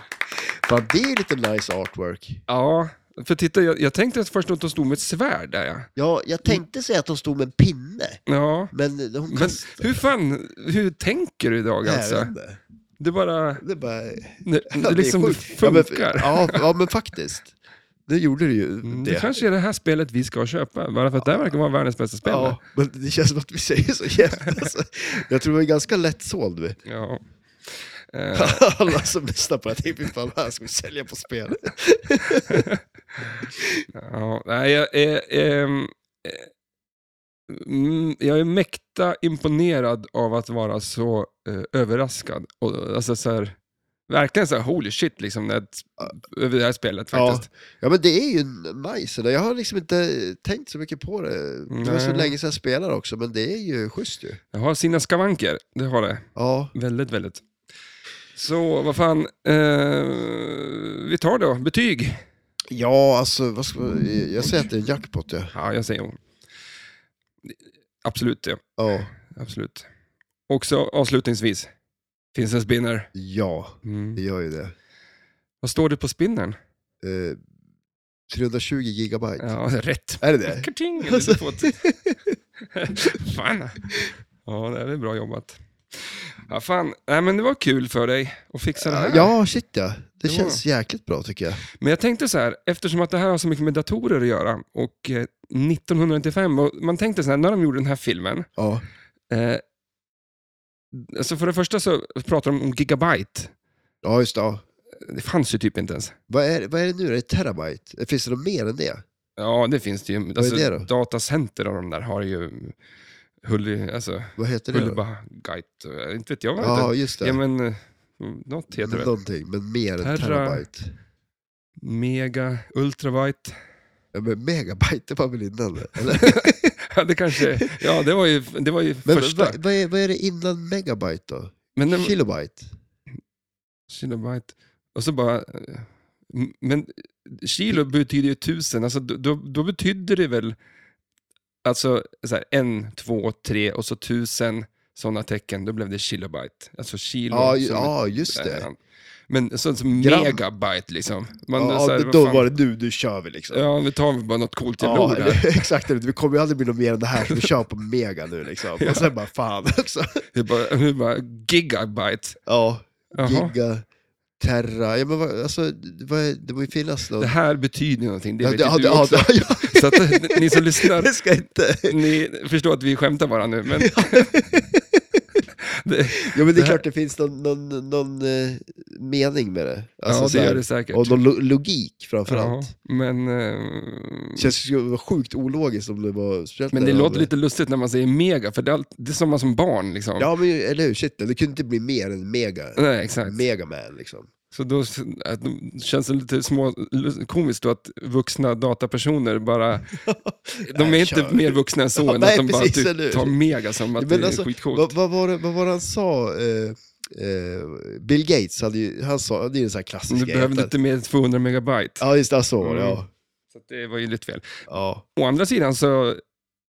Fan, det är lite nice artwork.
Ja, för titta, jag, jag tänkte att först att de stod med ett svärd där. Ja,
Ja, jag tänkte säga att hon stod med en pinne,
ja.
men hon
Mm. men
kastade.
hur fan, hur tänker du idag
Jag
alltså?
vet inte.
Det bara...
Det är bara...
Det, det liksom
är
det
sjukt. Ja, men-
funkar.
Ja, ja, men faktiskt. Det gjorde det ju.
Mm,
Det.
Det kanske är det här spelet vi ska köpa, bara för att det här verkar vara världens bästa spel.
Ja, men det känns som att vi säger så jämt. Alltså. Jag tror vi är ganska lättsåld vi.
Ja. Eh,
Alla som lyssnar på det här, tänker, "Fy fan, det här ska vi sälja på spel.
ja. Nej, jag, är, ehm, eh, mm, jag är mäkta imponerad av att vara så eh, överraskad. Och, alltså, så här, verkligen så här, holy shit, liksom, när, över det här spelet faktiskt.
Ja, men det är ju nice. eller? Jag har liksom inte tänkt så mycket på det. Det var så
Nej.
länge sedan jag spelade också, men det är ju schysst ju.
Jag har sina skavanker, det har det.
Ja,
Väldigt, väldigt. Så vad fan, eh, vi tar då betyg.
ja alltså vad ska, jag säger att det är en jackpot. Ja.
Ja, jag säger hon. Absolut, ja.
Ja.
Absolut. Också avslutningsvis, finns en spinner.
ja,
Mm.
det gör ju det.
Vad står det på spinnern?
Eh, 320 gigabyte.
Ja, rätt.
Är det det?
Karting, eller du får ett- Fan. Ja, det är bra jobbat. Ja, fan. Nej, men det var kul för dig att fixa det här.
Ja, shit ja. Det
Ja.
känns jäkligt bra tycker jag.
Men jag tänkte så här, eftersom att det här har så mycket med datorer att göra och eh, 1995, och man tänkte så här, när de gjorde den här filmen,
Ja,
eh, alltså för det första så pratar de om gigabyte.
ja just det. Ja.
Det fanns ju typ inte ens.
Vad, är, vad är det nu? Är det terabyte? Finns det något mer än det?
Ja, det finns det ju.
är
Alltså,
det då?
Datacenter och de där har ju Hulli, alltså,
Vad heter det? då?
Hullibagite, eh, inte vet jag vad det
Ja,
heter.
just det.
Ja, men eh, något heter det.
Någonting, men mer än
Terra-
terabyte.
Mega, ultravite.
Ja, men megabyte, det var väl innan det? Eller?
Ja, det kanske, ja det var ju, det var ju
Men
första.
vad, vad, är, vad är det innan megabyte då?
men den,
Kilobyte?
kilobyte. Och så bara... eh, m- Men kilo betyder ju tusen, alltså, då- då, då betyder det väl alltså, så här, en, två, tre och så tusen sådana tecken, då blev det kilobyte. Alltså kilo.
Ja, ju-
som-
ja, just det.
Men så, så
Gram.
megabyte liksom. Man, så
Ja,
här,
då-
vad
då
fan.
var det nu, nu kör vi liksom.
Ja, nu tar vi bara något coolt jävla
Ja,
ord här.
exakt. Vi kommer ju aldrig bli något mer än det här, så vi kör på mega nu liksom. Och sen bara fan också.
Det är bara, det är bara gigabyte.
Ja,
Jaha.
giga, terra. Ja, men vad, alltså, vad, är- det måste ju finnas något.
Det här betyder någonting, det
Ja,
vet
ja,
ju du
ja,
också.
ja, ja.
Så att, ni som lyssnar,
Det ska inte...
ni förstår att vi skämtar bara nu, men... det,
Ja, men det är
här-
klart det finns någon, någon, någon eh, mening med det. Alltså
Ja, det
så här,
gör det säkert.
Och någon lo- logik framförallt.
ja,
Ja.
men... eh,
Känns det skulle vara sjukt ologiskt om det var... speciellt
Men det
när
låter lite lustigt när man säger mega, för det är, allt, det är som man som barn liksom.
Ja, men ju- eller hur? Shit, det kunde inte bli mer än mega.
Nej, exakt.
Mega man liksom.
Så då s- att de- känns det lite små, komiskt då att vuxna datapersoner bara... De är
Nej,
inte
kör.
mer vuxna än så,
Ja,
än
nej,
att de bara
precis,
typ
eller hur?
tar mega som att
Men
det är
alltså,
skitcoolt.
vad, vad, var det, vad var det han sa? Eh, eh, Bill Gates hade ju, han sa, det är ju en sån här klassisk
du
grej,
behöver
att-
lite mer än 200 megabyte.
Ja, just det, så var det,
Mm.
ja.
Så att det var ju lite fel.
ja.
Å andra sidan så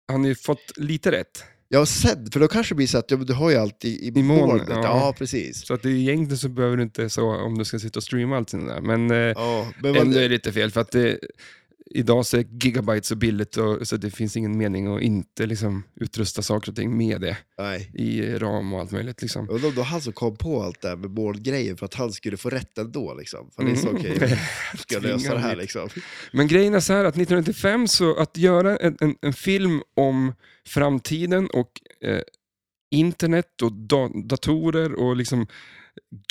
har ni ju fått lite rätt.
Ja, sedd, för då kanske det blir så att ja, men du har ju allt i, i
molnet,
molnet. Ja.
ja.
precis.
Så att det, egentligen så behöver du inte så om du ska sitta och streama allt sånt där. Men, eh,
Ja, men vad-
ändå är det lite fel för att det, idag så är gigabyte så billigt och, så det finns ingen mening att inte liksom, utrusta saker och ting med det
nej.
i ram och allt möjligt. Liksom.
Jag undrar om det var han som kom på allt det här med molngrejen för att han skulle få rätt ändå liksom. För han är så
Mm.
okej, hur ska jag lösa det här
Tvingande.
liksom?
Men grejen är så här att 1995, så att göra en, en, en film om framtiden och eh, internet och da, datorer och liksom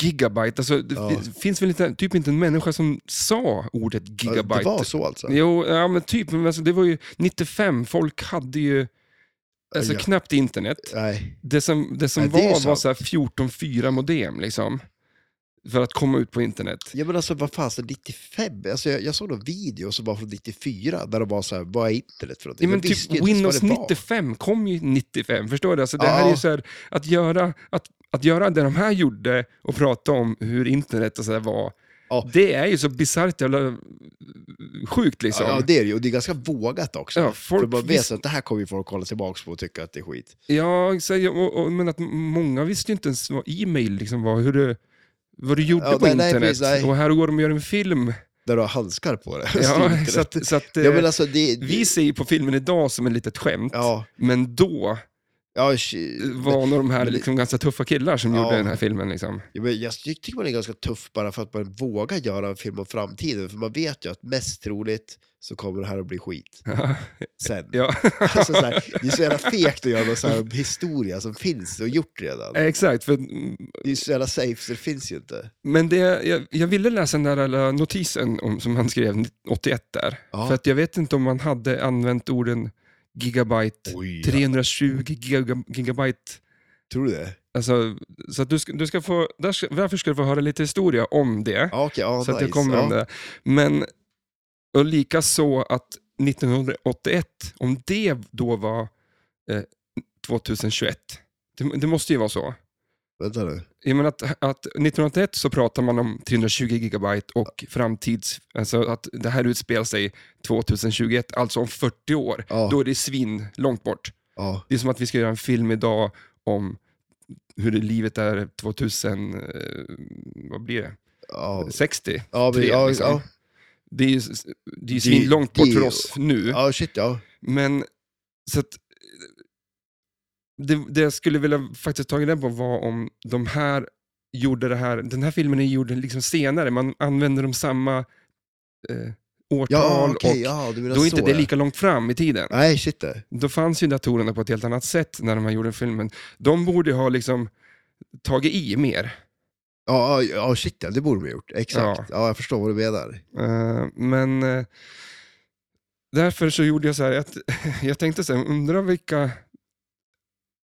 gigabyte. Alltså, det,
Ja.
det finns väl inte, typ inte en människa som sa ordet
Ja,
gigabyte.
Det var så alltså?
Jo, ja, men typ. Men alltså, det var ju 95, folk hade ju alltså,
Ja.
knappt internet.
Nej.
Det som, det som
Nej, det är
var var
sant.
så här 14.4 modem liksom. För att komma ut på internet.
Ja men alltså vad fan, så 95? Alltså jag, jag såg någon video som var från 94 där de var så här, vad är internet för någonting?
Ja, men
Jag visste ju
typ
inte ens vad
Windows
det var.
95 kom ju 95, förstår du? Alltså, det
Ja.
här är ju så här, att göra, att, att göra det de här gjorde och prata om hur internet och så där var,
Ja.
det är ju så bisarrt jävla sjukt liksom.
Ja, det är det ju. Och det är ganska vågat också.
Ja, folk
för man vet
visste-
att det här kommer ju folk kolla tillbaka på och tycka att det är skit.
Ja, så, jag- och, och, men att många visste ju inte ens vad e-mail liksom var, hur det, vad du gjorde
Ja,
på
nej, nej,
internet.
precis, nej.
Och här går de och gör en film.
Där du har handskar på det.
Ja, så att, så att,
ja, men
eh,
alltså det... det
vi ser ju på filmen idag som ett litet skämt,
Ja,
men då eh,
ja, sh-
var nog de här
men-
liksom ganska tuffa killar som
Ja.
gjorde den här filmen. Liksom.
Ja, men jag ty- tycker man är ganska tuff bara för att man vågar göra en film om framtiden. För man vet ju att mest troligt så kommer det här att bli skit sen.
Ja.
Alltså, så här, det är så jävla fegt att göra någon så här historia som finns och gjort redan.
Eh, Exakt, för, mm,
Det är så jävla safe så det finns ju inte.
men det, jag, jag ville läsa den där alla notisen om, som han skrev 81 där,
Ja.
för att jag vet inte om han hade använt orden gigabyte,
Oj, ja.
320 giga, gigabyte
Tror du det?
Alltså, så att du ska, du ska få, där ska, därför ska du få höra lite historia om det.
Ja, okej. ja,
så att
nice.
jag kommer om
ja.
det. Men, och lika så att 1981, om det då var eh, 2021, det, det måste ju vara så.
Vänta nu.
Jag menar att, att 1981 så pratar man om 320 gigabyte och framtids... Alltså att det här utspelar sig 2021, alltså om 40 år.
Ja.
Då är det svin långt bort.
Ja,
Det är som att vi ska göra en film idag om hur det- livet är 2000, eh, vad blir det,
ja.
60?
Ja, men,
Tre,
ja,
liksom.
ja.
Det är ju s- det är ju svinlångt
det-
bort för oss nu,
ja, shit ja.
men så att eh, det, det jag skulle vilja faktiskt ta reda på var om de här gjorde det här, den här filmen är gjord liksom senare, man använder de samma eh, årtal
Ja, okej,
och
ja, du menar
då är
så.
inte det
ja.
lika långt fram i tiden.
Nej, shit det.
då fanns ju datorerna på ett helt annat sätt när de här gjorde filmen. De borde ha liksom tagit i mer.
Ja, ja, ja, shit ja, det borde de ha gjort. Exakt.
Ja.
Ja. jag förstår vad du menar.
Eh, men eh, därför så gjorde jag så här, att, jag tänkte så här, undrar vilka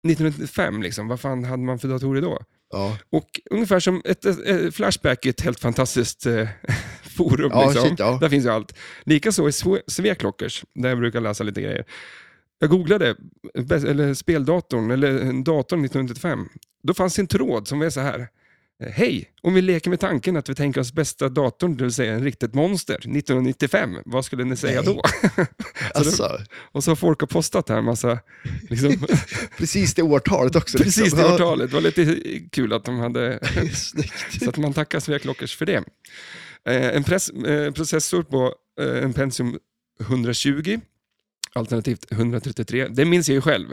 1995, liksom, vad fan hade man för datorer då?
Ja,
Och ungefär som ett, eh, Flashback är ett helt fantastiskt eh, forum.
Ja,
liksom.
shit, ja.
Där finns ju allt. Likaså i Sve- Sveklockers, där jag brukar läsa lite grejer. Jag googlade bäst- eller speldatorn, eller en datorn 1995. Då fanns en tråd som var så här. Eh, Hej! Om vi leker med tanken att vi tänker oss bästa datorn, det vill säga en riktigt monster, 1995, vad skulle ni säga
Nej.
då?
Alltså,
Och så har folk har postat här en massa, liksom,
precis det årtalet också.
precis
liksom.
det
Ja,
årtalet. Det var lite kul att de hade
Snyggt.
Så att man tackar Svea Klockers för det. Eh, En press, eh, processor på eh, en Pentium 120, alternativt 133. Det minns jag ju själv.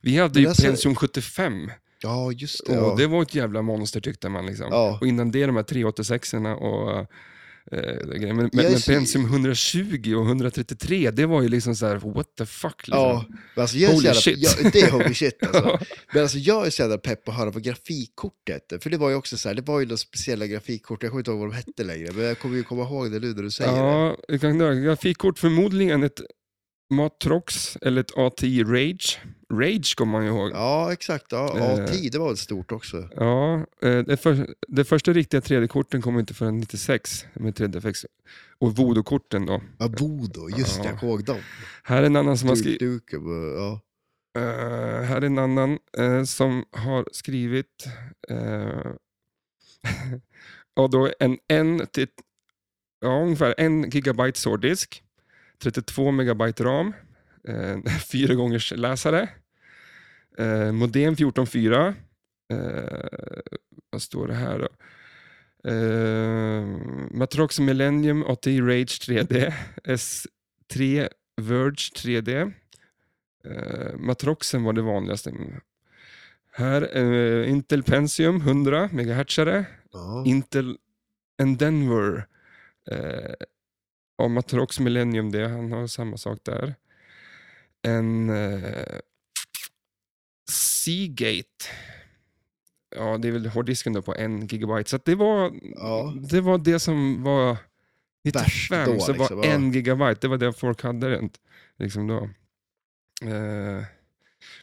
Vi hade ju
Men alltså-
Pentium 75
Ja, just
och
det. Ja.
det var ett jävla monster tyckte man. Liksom.
Ja.
Och innan det de här 386 erna och eh, det grejer. men, men,
Jag är
men
så-
Pentium 120 och 133, det var ju liksom så här, what the fuck. Liksom.
Ja, men alltså jag är
Holy
så jävla,
shit.
Jag, det är holy shit alltså. Men alltså jag är så jävla pepp på att höra vad grafikkortet hette, för det var ju också så här, det var ju några speciella grafikkort, jag kommer inte ihåg vad de hette längre, men jag kommer ju komma ihåg det nu när du säger det.
Ja, jag kan nöja. grafikkort förmodligen ett Matrox eller ett ATI Rage. Rage kommer man ju ihåg.
Ja, exakt. Ja,
Eh.
A10, det var väl stort också.
Ja, eh, det, för, det första riktiga 3D-korten kom inte förrän 96 med 3DFX. Och voodoo-korten då.
Ja, Bodo, just det, jag kommer ihåg dem.
Här är en annan som
Typ.
har skrivit,
Duke-Duke, ja.
eh, här är en annan eh, som har skrivit eh, ja, då en, en till, ja, ungefär en gigabyte hårddisk, 32 megabyte ram, en 4 gångers läsare, eh, modem 14.4, eh, vad står det här då? Eh, Matrox Millennium 80 Rage 3D, S3 Verge 3D, eh, Matroxen var det vanligaste. Här, eh, Intel Pentium 100 MHz,
ja.
Intel and Denver. Eh, ja, Matrox Millennium, det, han har samma sak där. En eh, Seagate. Ja, det är väl hårddisken då på en gigabyte. Så att det, var,
Ja.
det var det som var
Värst
95,
då,
så
liksom,
var
ja.
en gigabyte. Det var det folk hade rent. Liksom då. Eh,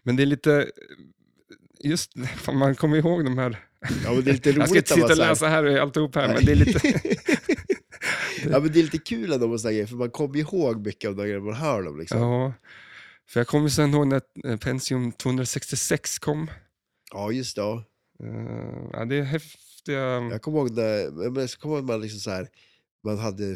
men det är lite, just, fan, man kommer ihåg de här
ja, men det är lite roligt
jag ska inte
när man
sitta och
så här-
läsa här och alltihop här, men det är lite...
Ja, men det är lite kul ändå med sådana grejer, för man kommer ihåg mycket av de grejerna man hör dem. Liksom. Ja.
ja. För jag kommer sen ihåg när eh, Pentium 266 kom.
just det. Ja.
Eh, ja, det är häftiga...
Jag kommer ihåg när, jag menar, så kommer jag ihåg när man liksom så här, man hade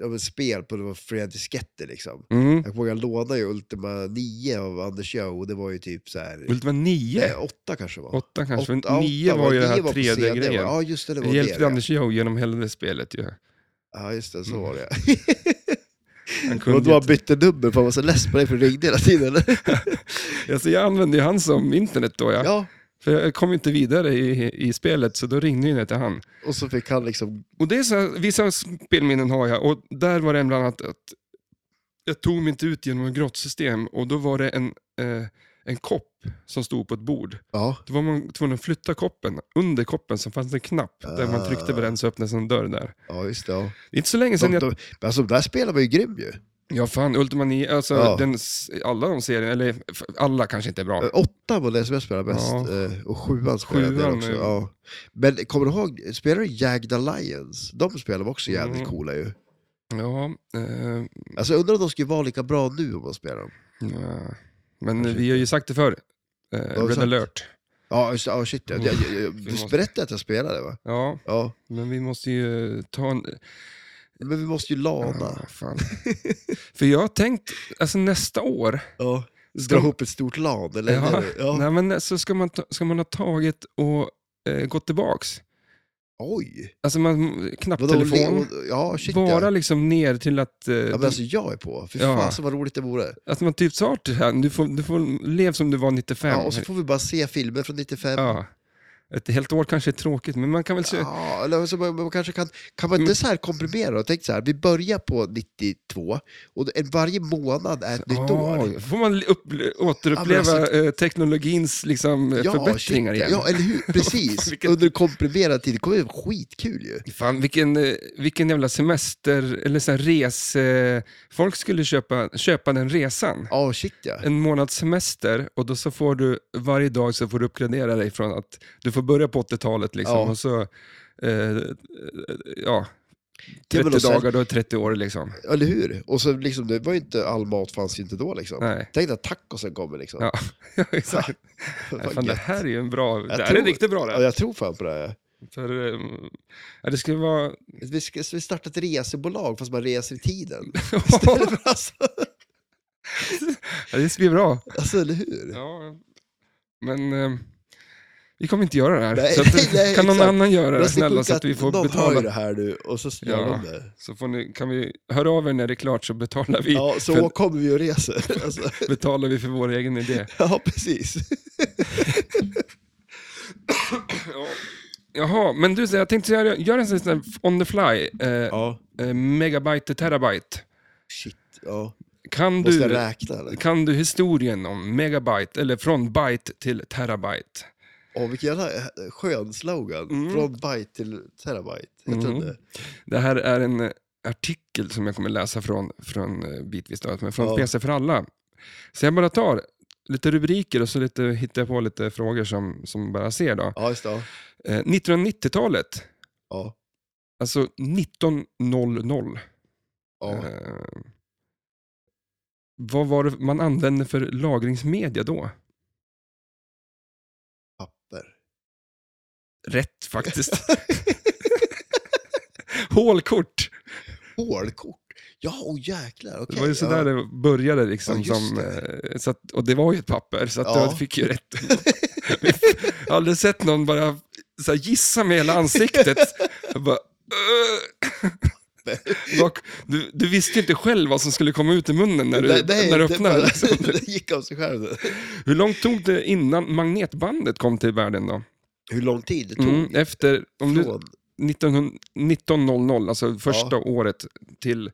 ja, men spel på det var flera disketter liksom.
Mm.
Jag kommer ihåg jag lånade ju Ultima 9 av Anders Joe och det var ju typ så här,
Ultima 9?
nej, 8 kanske det var.
8 kanske,
Åtta-
men 9
åtta
var ju den här
nio på CD, va?
3D-grejen.
Ja just det, det var
Det
det.
hjälpte
ja.
Anders Joe genom hela det spelet ju.
Ja just det, så var det.
Han
Och
kunde
då
ju
var
inte-
bytte nummer för man var så less på det för det ringde hela tiden. eller?
alltså, jag använde ju han som internet då, ja.
Ja,
För jag kom ju inte vidare i, i spelet, så då ringde ju jag till han.
och så fick han liksom,
Och det är så här, vissa spelminnen har jag och där var det en bland annat att jag tog mig inte ut genom ett grottsystem och då var det en, eh, en kopp som stod på ett bord.
ja.
Då var man tvungen att flytta koppen. Under koppen så fanns det en knapp där man tryckte på den så öppnades en dörr där.
Ja, just det. Ja.
Det är inte så länge
De,
sedan jag...
de, men alltså, de där spelen var ju grym ju.
Ja fan, Ultima 9, alltså
Ja.
den, s- alla de serierna, eller f- alla kanske inte är bra.
Eh, Åtta var det som jag spelade bäst,
Ja.
eh, och sjuan spelade jag en
Sjuan,
del också.
eh.
Ja. Men kommer du ihåg, spelade du Jagged Alliance? De spelade också jävligt
Mm.
coola ju.
Ja, eh,
Alltså jag undrar om de skulle vara lika bra nu om man spelar dem.
ja. men vi har ju sagt det förr. Eh,
vi
Red
sagt?
alert.
Ja, just, ja shit ja. Jag, jag, jag,
Mm. Vi
du
måste-
berättade att jag spelade va?
Ja,
Ja.
men vi måste ju eh, ta en...
Men vi måste ju lana.
Ah, fan. För jag har tänkt, alltså nästa år,
Ja.
ska
Dra
man,
ihop ett stort lan, eller?
ja,
eller- ja.
Nej, men, så ska, man ta, ska man ha tagit och eh, gått tillbaks.
Oj!
Alltså man,
Vadå,
knapptelefon,
le- ja, shit
bara
ja.
liksom ner till att, eh,
ja men alltså jag är på. Fy
Ja.
fasen vad roligt det vore.
att man typ sa till här, du får, du får lev som du var 95.
Ja, och så får vi bara se filmer från 95.
Ja. Ett helt år kanske är tråkigt, men man kan väl se...
Ja, eller så man, man kanske kan, kan man
Mm.
inte så här komprimera och tänka så här, vi börjar på 92 och det- varje månad är ett nytt år.
Oj, får man upp, återuppleva
Ja, men alltså-
eh, teknologins liksom, eh, förbättringar
shit,
igen.
Ja, eller hur? Precis.
Vilket-
Under komprimerad tid. Det kommer bli skitkul ju.
Fan, vilken, eh, vilken jävla semester, eller så här res... eh, Folk skulle köpa, köpa den resan.
Ja, shit ja.
En månads semester och då så får du varje dag så får du uppgradera dig från att du får börja på 80-talet liksom
Ja.
och så, eh, eh, ja,
Ja,
30
men och sen-
dagar, då är 30 år liksom.
Eller hur? Och så liksom, det var ju inte, all mat fanns ju inte då liksom.
Nej.
Tänk dig att tacosen kommer liksom.
Ja, exakt.
Fan,
Nej, fan, det
gött.
här är ju en bra, det
Jag
här
tror-
är riktigt bra det.
Ja, jag tror fan på det här.
För, ehm, ja, det skulle vara...
Vi ska, ska vi starta ett resebolag fast man reser i tiden. Istället för alltså,
Ja, det skulle bli bra.
alltså, eller hur?
Ja, men ehm, vi kommer inte göra det här.
Nej,
så att,
nej,
kan någon
exakt.
annan göra
Jag
det
ser
snälla
sjukt
så att vi får
någon hör ju
betala?
det här nu och så gör
Ja.
de det.
Så får ni, kan vi höra av er när det är klart så betalar vi,
Ja, så
för,
kommer vi och reser. Alltså,
betalar vi för vår egen idé.
ja, precis.
Jaha, men du, så jag tänkte göra, göra en sån här on the fly, eh, eh, megabyte till terabyte.
Shit, ja.
Kan
Måste jag
du,
räkna eller?
kan du historien om megabyte, eller från byte till terabyte?
Åh, vilken jävla eh, skön slogan.
Mm.
Från byte till terabyte. Heter den det?
Det här är en eh, artikel som jag kommer läsa från, från eh, bitvis, då, men från
Ja.
PC för alla. Så jag bara tar lite rubriker och så lite, hittar jag på lite frågor som, som bara ser. Då.
Ja, just det. ja.
Eh, 1990-talet,
Ja.
alltså 1900.
ja.
Eh, vad var det man använde för lagringsmedia då?
Papper.
Rätt faktiskt. Hålkort.
Hålkort. Ja, åh jäklar. Okej.
Det var ju så
ja.
där det började liksom.
Ja, just
som,
det.
eh, Så att, och det var ju ett papper, så att
Ja.
jag fick ju rätt. jag har aldrig sett någon bara så här, gissa med hela ansiktet. Jag bara, "Ugh." Bak- du, du visste ju inte själv vad som skulle komma ut i munnen när du,
Nej, nej,
när du
det
öppnade.
bara-
liksom.
det gick av sig själv.
Hur långt tog det innan magnetbandet kom till världen då?
Hur lång tid det tog?
Mm, efter, om du,
Från
1900, 1900, alltså första året till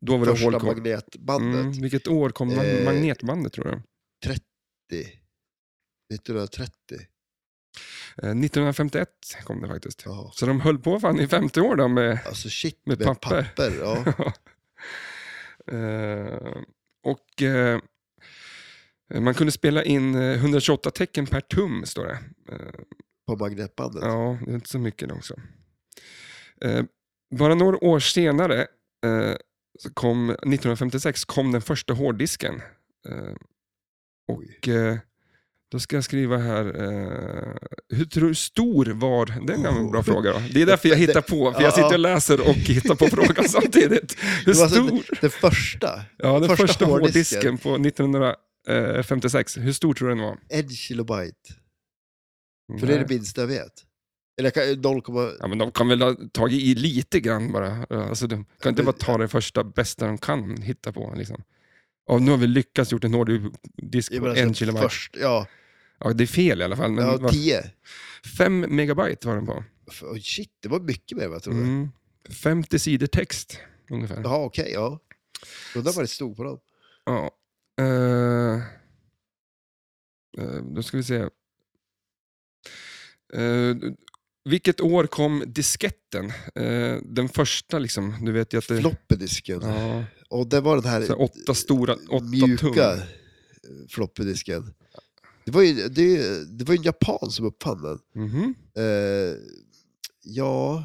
då var det
första
hålkort.
magnetbandet.
Mm, vilket år kom man-
Eh,
magnetbandet tror du?
30. 1930.
Eh, 1951 kom det faktiskt.
Jaha.
Så de höll på fan i 50 år eh, då med...
Alltså shit,
Med
med,
papper.
papper. ja.
Eh, och eh, man kunde spela in eh, 128 tecken per tum, står det. Eh,
På magnetbandet.
ja, det är inte så mycket också. Eh, bara några år senare, eh, så kom, 1956, kom den första hårddisken. Eh, och eh, då ska jag skriva här, eh, hur tror du stor var, den är en bra fråga då. Det är därför jag hittar på, för jag sitter och läser och hittar på frågan samtidigt. Hur
Det var alltså
stor?
Den första.
Ja, den första,
hårddisken.
hårddisken på 1956, hur stor tror du den var?
En kilobyte. För det är det minsta jag vet. Eller jag kan- 0,...
Ja, men de kan väl ha tagit i lite grann bara. Alltså, de kan inte bara ta det första bästa de kan hitta på. Liksom. Ja, nu har vi lyckats gjort en hårddisk
jag
på
menar,
en
alltså,
kilobyte.
Först, ja,
Ja, det är fel i alla fall. Men
ja
vad-
10.
fem megabyte var den på.
F- oj, shit, det var mycket mer än vad jag trodde.
Mm. 50 sidor text ungefär.
Jaha, okej, ja. Undrar vad det stod på dem.
Ja. Eh, eh, då ska vi se. Eh, vilket år kom disketten? Eh, den första liksom. Du vet ju att det...
Floppedisken.
Ja.
Och det var den här
Så här åtta stora, åtta tum.
Typ mjuka eh, floppedisken. Det var ju det, är ju- det var ju en japan som uppfann den.
Mhm.
Eh, ja,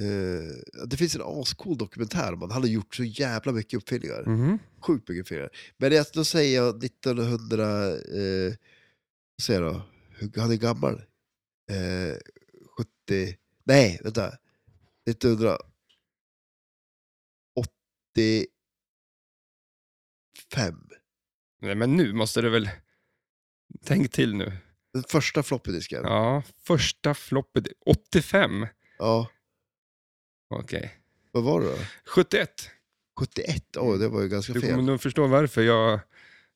eh, det finns en ascool dokumentär om han. Han har gjort så jävla mycket uppfinningar.
Mhm.
Sjukt mycket uppfinningar. Men jag, då säger jag 1900... Eh, vad säger jag då? Hur- Han är gammal. Eh, 70... Nej, vänta. 1985.
Nej, men nu måste det väl... Tänk till nu.
Den första floppydisken. Ja.
Ja, första floppet. 85. Okej.
Vad var det då?
71.
71? Åh, det var ju ganska
Mm. Du
fel.
kommer nog förstå varför jag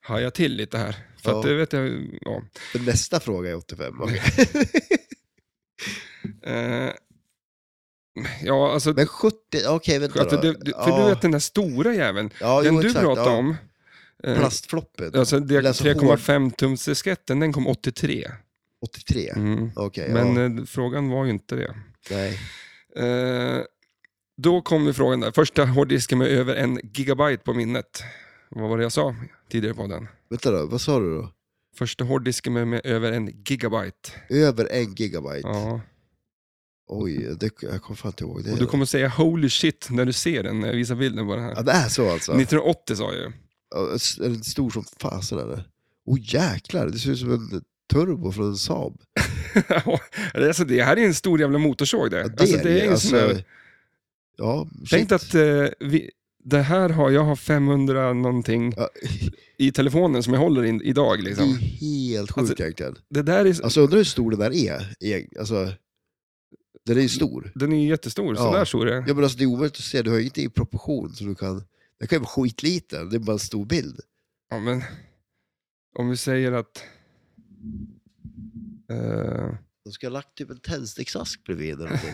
hajar till lite här. För att
Ja.
det vet jag... Ja.
För Nästa fråga är 85. okej.
Eh, ja, alltså...
Men 70, okej vänta
Alltså,
då.
det, det, för
ja,
du vet den där stora jäveln,
ja,
den
jo,
du
exakt,
pratade
ja.
om, eh,
Plastfloppet,
alltså det-
Läs och
3,5 tums disketten, den kom 83.
83.
Mm.
Okej,
Men
ja,
eh, frågan var ju inte det.
nej.
Eh, då kom ju frågan där, första hårddisken med över en gigabyte på minnet. Vad var det jag sa tidigare på den?
Vänta då, vad sa du då?
Första hårddisken med, med över en gigabyte.
Över en gigabyte?
Ja.
Oj, det, jag kommer fan inte ihåg det.
Och du kommer säga holy shit när du ser den, när jag visar bilden på den här.
Ja, det är så alltså?
1980 sa jag ju.
Ja, s- Är den stor som fasen eller? Oj jäklar, det ser ut som en turbo från en Saab.
alltså, det här är en stor jävla motorsåg det.
det
alltså,
är det
ingen sån där-
alltså, Ja,
Tänk
shit.
att eh, vi, det här har, jag har 500 någonting
Ja,
i telefonen som jag håller in, idag.
det är
Liksom.
helt sjukt
Alltså-
egentligen.
Det där är,
Alltså undrar hur stor den där är. eg- Alltså, den är ju stor.
den är ju jättestor, så
Ja.
där stor är
Ja men alltså det är omöjligt att se, du har ju inte i proportion så du kan... Den kan ju vara skitliten, det är bara en stor bild.
ja, men Om vi säger att... eh,
De ska ha lagt typ en tändsticksask bredvid eller någonting.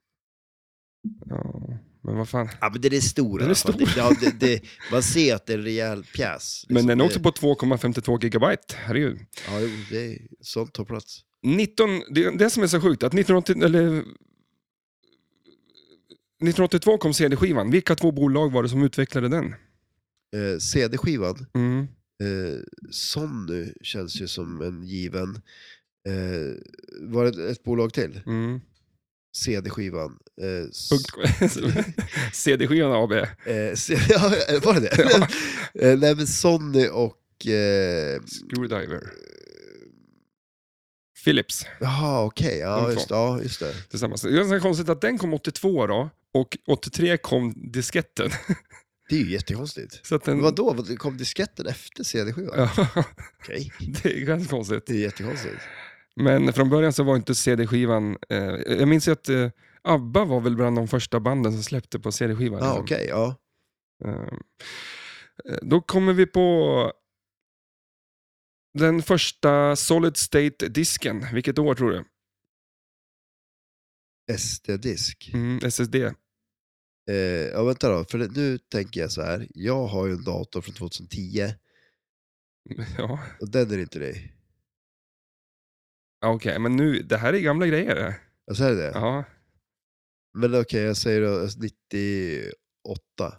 ja, men vad fan.
Ja men den är stor.
Den
i alla
är
fall.
stor.
Det, ja, det, det, man ser att det är en rejäl pjäs. liksom.
Men den är också
Det-
på 2,52 gigabyte. Herregud.
Ja, jo, det är, sånt tar plats.
19, det, det som är så sjukt, att 1980, eller, 1982 kom CD-skivan. Vilka två bolag var det som utvecklade den?
Eh, CD-skivan,
Mm.
eh, Sonny känns ju som en given. Eh, var det ett- ett bolag till?
Mm.
CD-skivan. Eh, s-
CD-skivan AB.
eh, se- ja, var det det? eh, nej men Sonny och... Eh,
Screwdriver. Eh, Philips
jaha, okej. Ja,
De
just,
två.
ja, just det.
tillsammans. Det är ganska konstigt att den kom 82 då, och 83 kom disketten.
Det är ju jättekonstigt.
Så att den,
Men vadå, Vad- kom disketten efter CD-skivan?
Ja,
Okej.
det är ganska konstigt.
Det är jättekonstigt.
Men från början så var inte CD-skivan... Eh, jag minns ju att eh, ABBA var väl bland de första banden som släppte på CD-skivan.
Ja,
liksom.
okej. ja.
Eh, då kommer vi på den första Solid State-disken. Vilket år tror du?
SD-disk.
Mm, SSD.
Eh, ja, vänta då, för det- nu tänker jag så här. Jag har ju en dator från 2010
Ja,
och den är inte dig.
Ja, okej. Men nu, det här är gamla grejer. det.
Alltså är det det?
Ja,
Men okej, jag säger då, alltså, 98.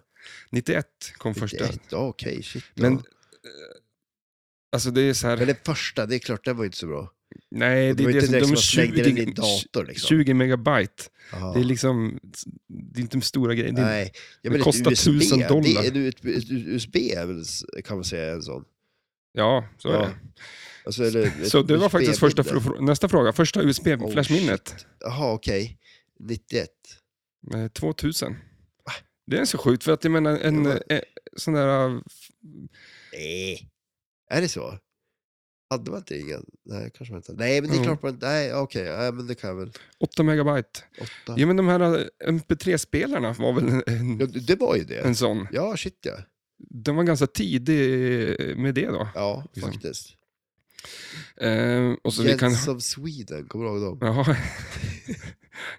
91 kom första.
91, ja okej, shit.
Men,
ja.
Alltså det är så här...
men den första, det är klart, den var ju inte så bra.
nej, det
var
är det
inte
som...
direkt
De
som
är
att slänga den i
20,
en dator, liksom.
20 megabyte.
Jaha.
Det är liksom... Det är inte stora grejer. Det är
Nej, ja, men
det
ett
kostar
USB,
1000 dollar.
Det är, ett, ett USB är väl, kan man säga en sån.
Ja, så är
Ja.
det.
Alltså, eller ett
Så det var faktiskt första
USB-minne.
fr- nästa fråga. Första
Oh,
USB-flashminnet.
Jaha, okej. 91.
eh, 2000. Det är så sjukt, för att jag menar en
Ja,
eh, sån där... eh,
Nej. Är det så? Hade man inte ingen? Nej, kanske man inte. Nej, men det är
Jo.
klart man Nej, okej. Nej, men det kan jag väl.
8 megabyte.
Åtta.
Ja, men de här eh, MP3-spelarna var väl en,
Ja,
en,
det det var ju det.
en sån.
Ja, shit ja.
Den var ganska tidig med det då.
Ja,
Liksom.
faktiskt.
Eh, och så vi
Jens
kan...
of Sweden, kommer du ihåg dem?
Ja.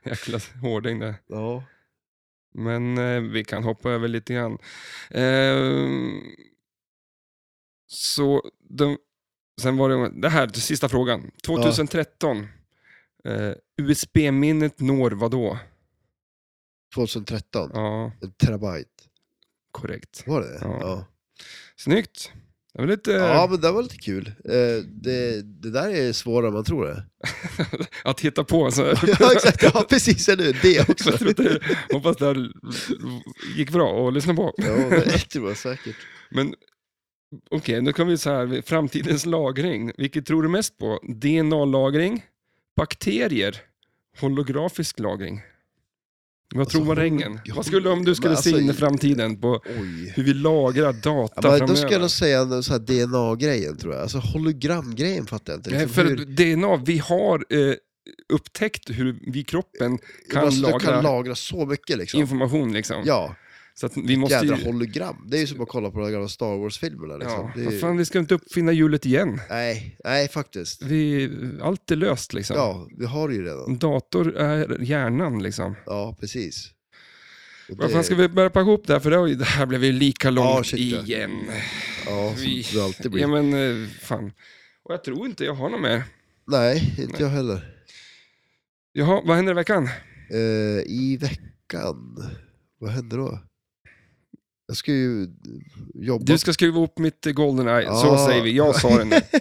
Jäkla hårding där.
Ja.
Men eh, vi kan hoppa över lite grann. Ehm, så de, sen var det, det här, den sista frågan. 2013. Eh, USB-minnet når vad då?
2013.
Ja,
En terabyte.
korrekt.
Var det det?
Ja.
Ja.
Snyggt. Det var lite,
ja, men det var lite kul. Eh, det, det där är svårare än man tror det.
att hitta på. Så,
ja, exakt. Ja, precis. Eller hur? Det också.
jag tror att det, hoppas det här gick bra att lyssna på.
ja, det tror jag säkert.
Men okej, nu kan vi så här, framtidens lagring. Vilket tror du mest på? DNA-lagring, bakterier, holografisk lagring? Vad
Alltså,
tror man
hol-
rängen?
ja,
Vad skulle om du
men
skulle se
alltså,
in i framtiden på
Oj.
hur vi lagrar data
Ja, men
framöver?
då ska jag nog säga en sån här DNA-grejen tror jag. Alltså hologramgrejen fattar jag inte.
Nej,
Liksom
för
hur-
DNA, vi har eh, upptäckt hur vi i kroppen kan
alltså,
lagra
Du kan lagra så mycket liksom.
information. Liksom.
ja,
Så att vi måste ju...
jädra hologram. Det är ju som att kolla på de gamla Star Wars-filmerna liksom.
Ja,
det är,
vad
ju-
fan, vi ska inte uppfinna hjulet igen.
Nej, nej faktiskt.
Vi, allt är löst liksom.
Ja, vi har det ju redan.
En dator är hjärnan liksom.
Ja, precis. Och
Vad
det-
fan ska vi börja packa ihop det här? För det har ju- det här blev ju lika långt
Ja, shit, ja.
igen.
Ja, som
Vi-
det alltid blir.
Ja men eh, fan. Och jag tror inte jag har något mer.
Nej, inte jag heller.
Jaha, vad händer i veckan?
Eh, I veckan, vad händer då? Jag ska ju jobba.
Du ska skruva upp mitt eh, Goldeneye, så
Ja.
säger vi. Jag sa det nu.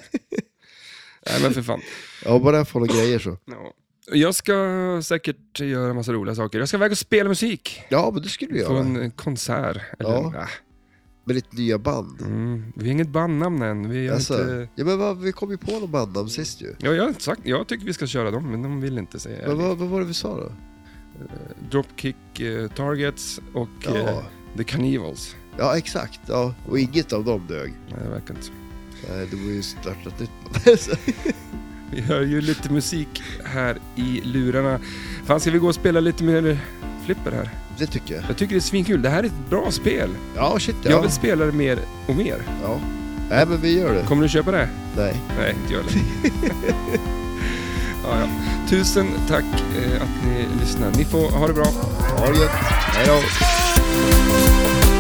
Nej men för fan.
Ja, bara jag får några grejer så.
Ja. Jag ska säkert göra massa roliga saker. Jag ska iväg och spela musik.
Ja, men det skulle du
På
göra.
en eh, konsert. Eller,
Ja.
ja.
Med ditt nya band.
Mm, vi har inget bandnamn än. Vi har
Alltså,
inte...
ja, men vad, vi kom ju på någon bandnamn sist ju.
ja, jag, har sagt, jag tycker vi ska köra dem, men de vill inte säga.
Men vad, vad var det vi sa då?
Dropkick eh, Targets och eh,
Ja.
The Carnivals.
Ja, exakt. Ja. Och inget av dem dög.
Nej, det verkar inte så.
Nej, det var ju starta ett nytt Så-
Vi hör ju lite musik här i lurarna. Fan, ska vi gå och spela lite mer flipper här?
Det tycker jag.
Jag tycker det är svinkul. Det här är ett bra spel.
Ja, shit ja.
Jag vill spela det mer och mer.
ja. Nej, men vi gör det.
Kommer du köpa det?
Nej.
Nej, inte jag heller. ja, ja. Tusen tack eh, att ni lyssnar. Ni får ha det bra.
Ha det gött. Hej då.
Thank